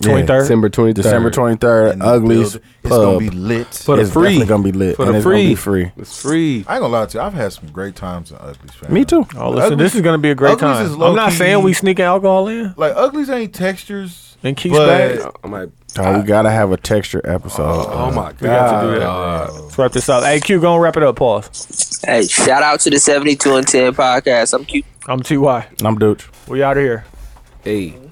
A: Yeah.
B: 23rd
D: December 23rd.
A: December twenty third,
C: In the
A: Uglies
C: building. It's
A: Pub.
C: gonna be lit.
D: For the
A: It's
D: free.
A: definitely gonna be lit,
D: For
A: and
D: the
A: it's gonna
D: free.
A: be free.
D: It's free.
C: I ain't gonna lie to you. I've had some great times in Uglies. Fam.
A: Me too.
B: oh listen
C: Uglies-
B: this is gonna be a great
C: Uglies
B: time
C: is
B: i'm not
C: low-key-
B: saying we sneaking alcohol in
C: Like Uglies ain't textures.
B: and keith's
C: But-
B: back
D: I might.
A: Dog, we gotta have a texture episode.
D: Oh my god.
B: we got to do that. Let's wrap this up. Hey, Q, gonna wrap it up. Pause.
F: Hey, shout out to the 72 and 10 podcast. I'm cute.
B: I'm TY.
A: I'm Dooch.
B: We out of here.
D: Hey.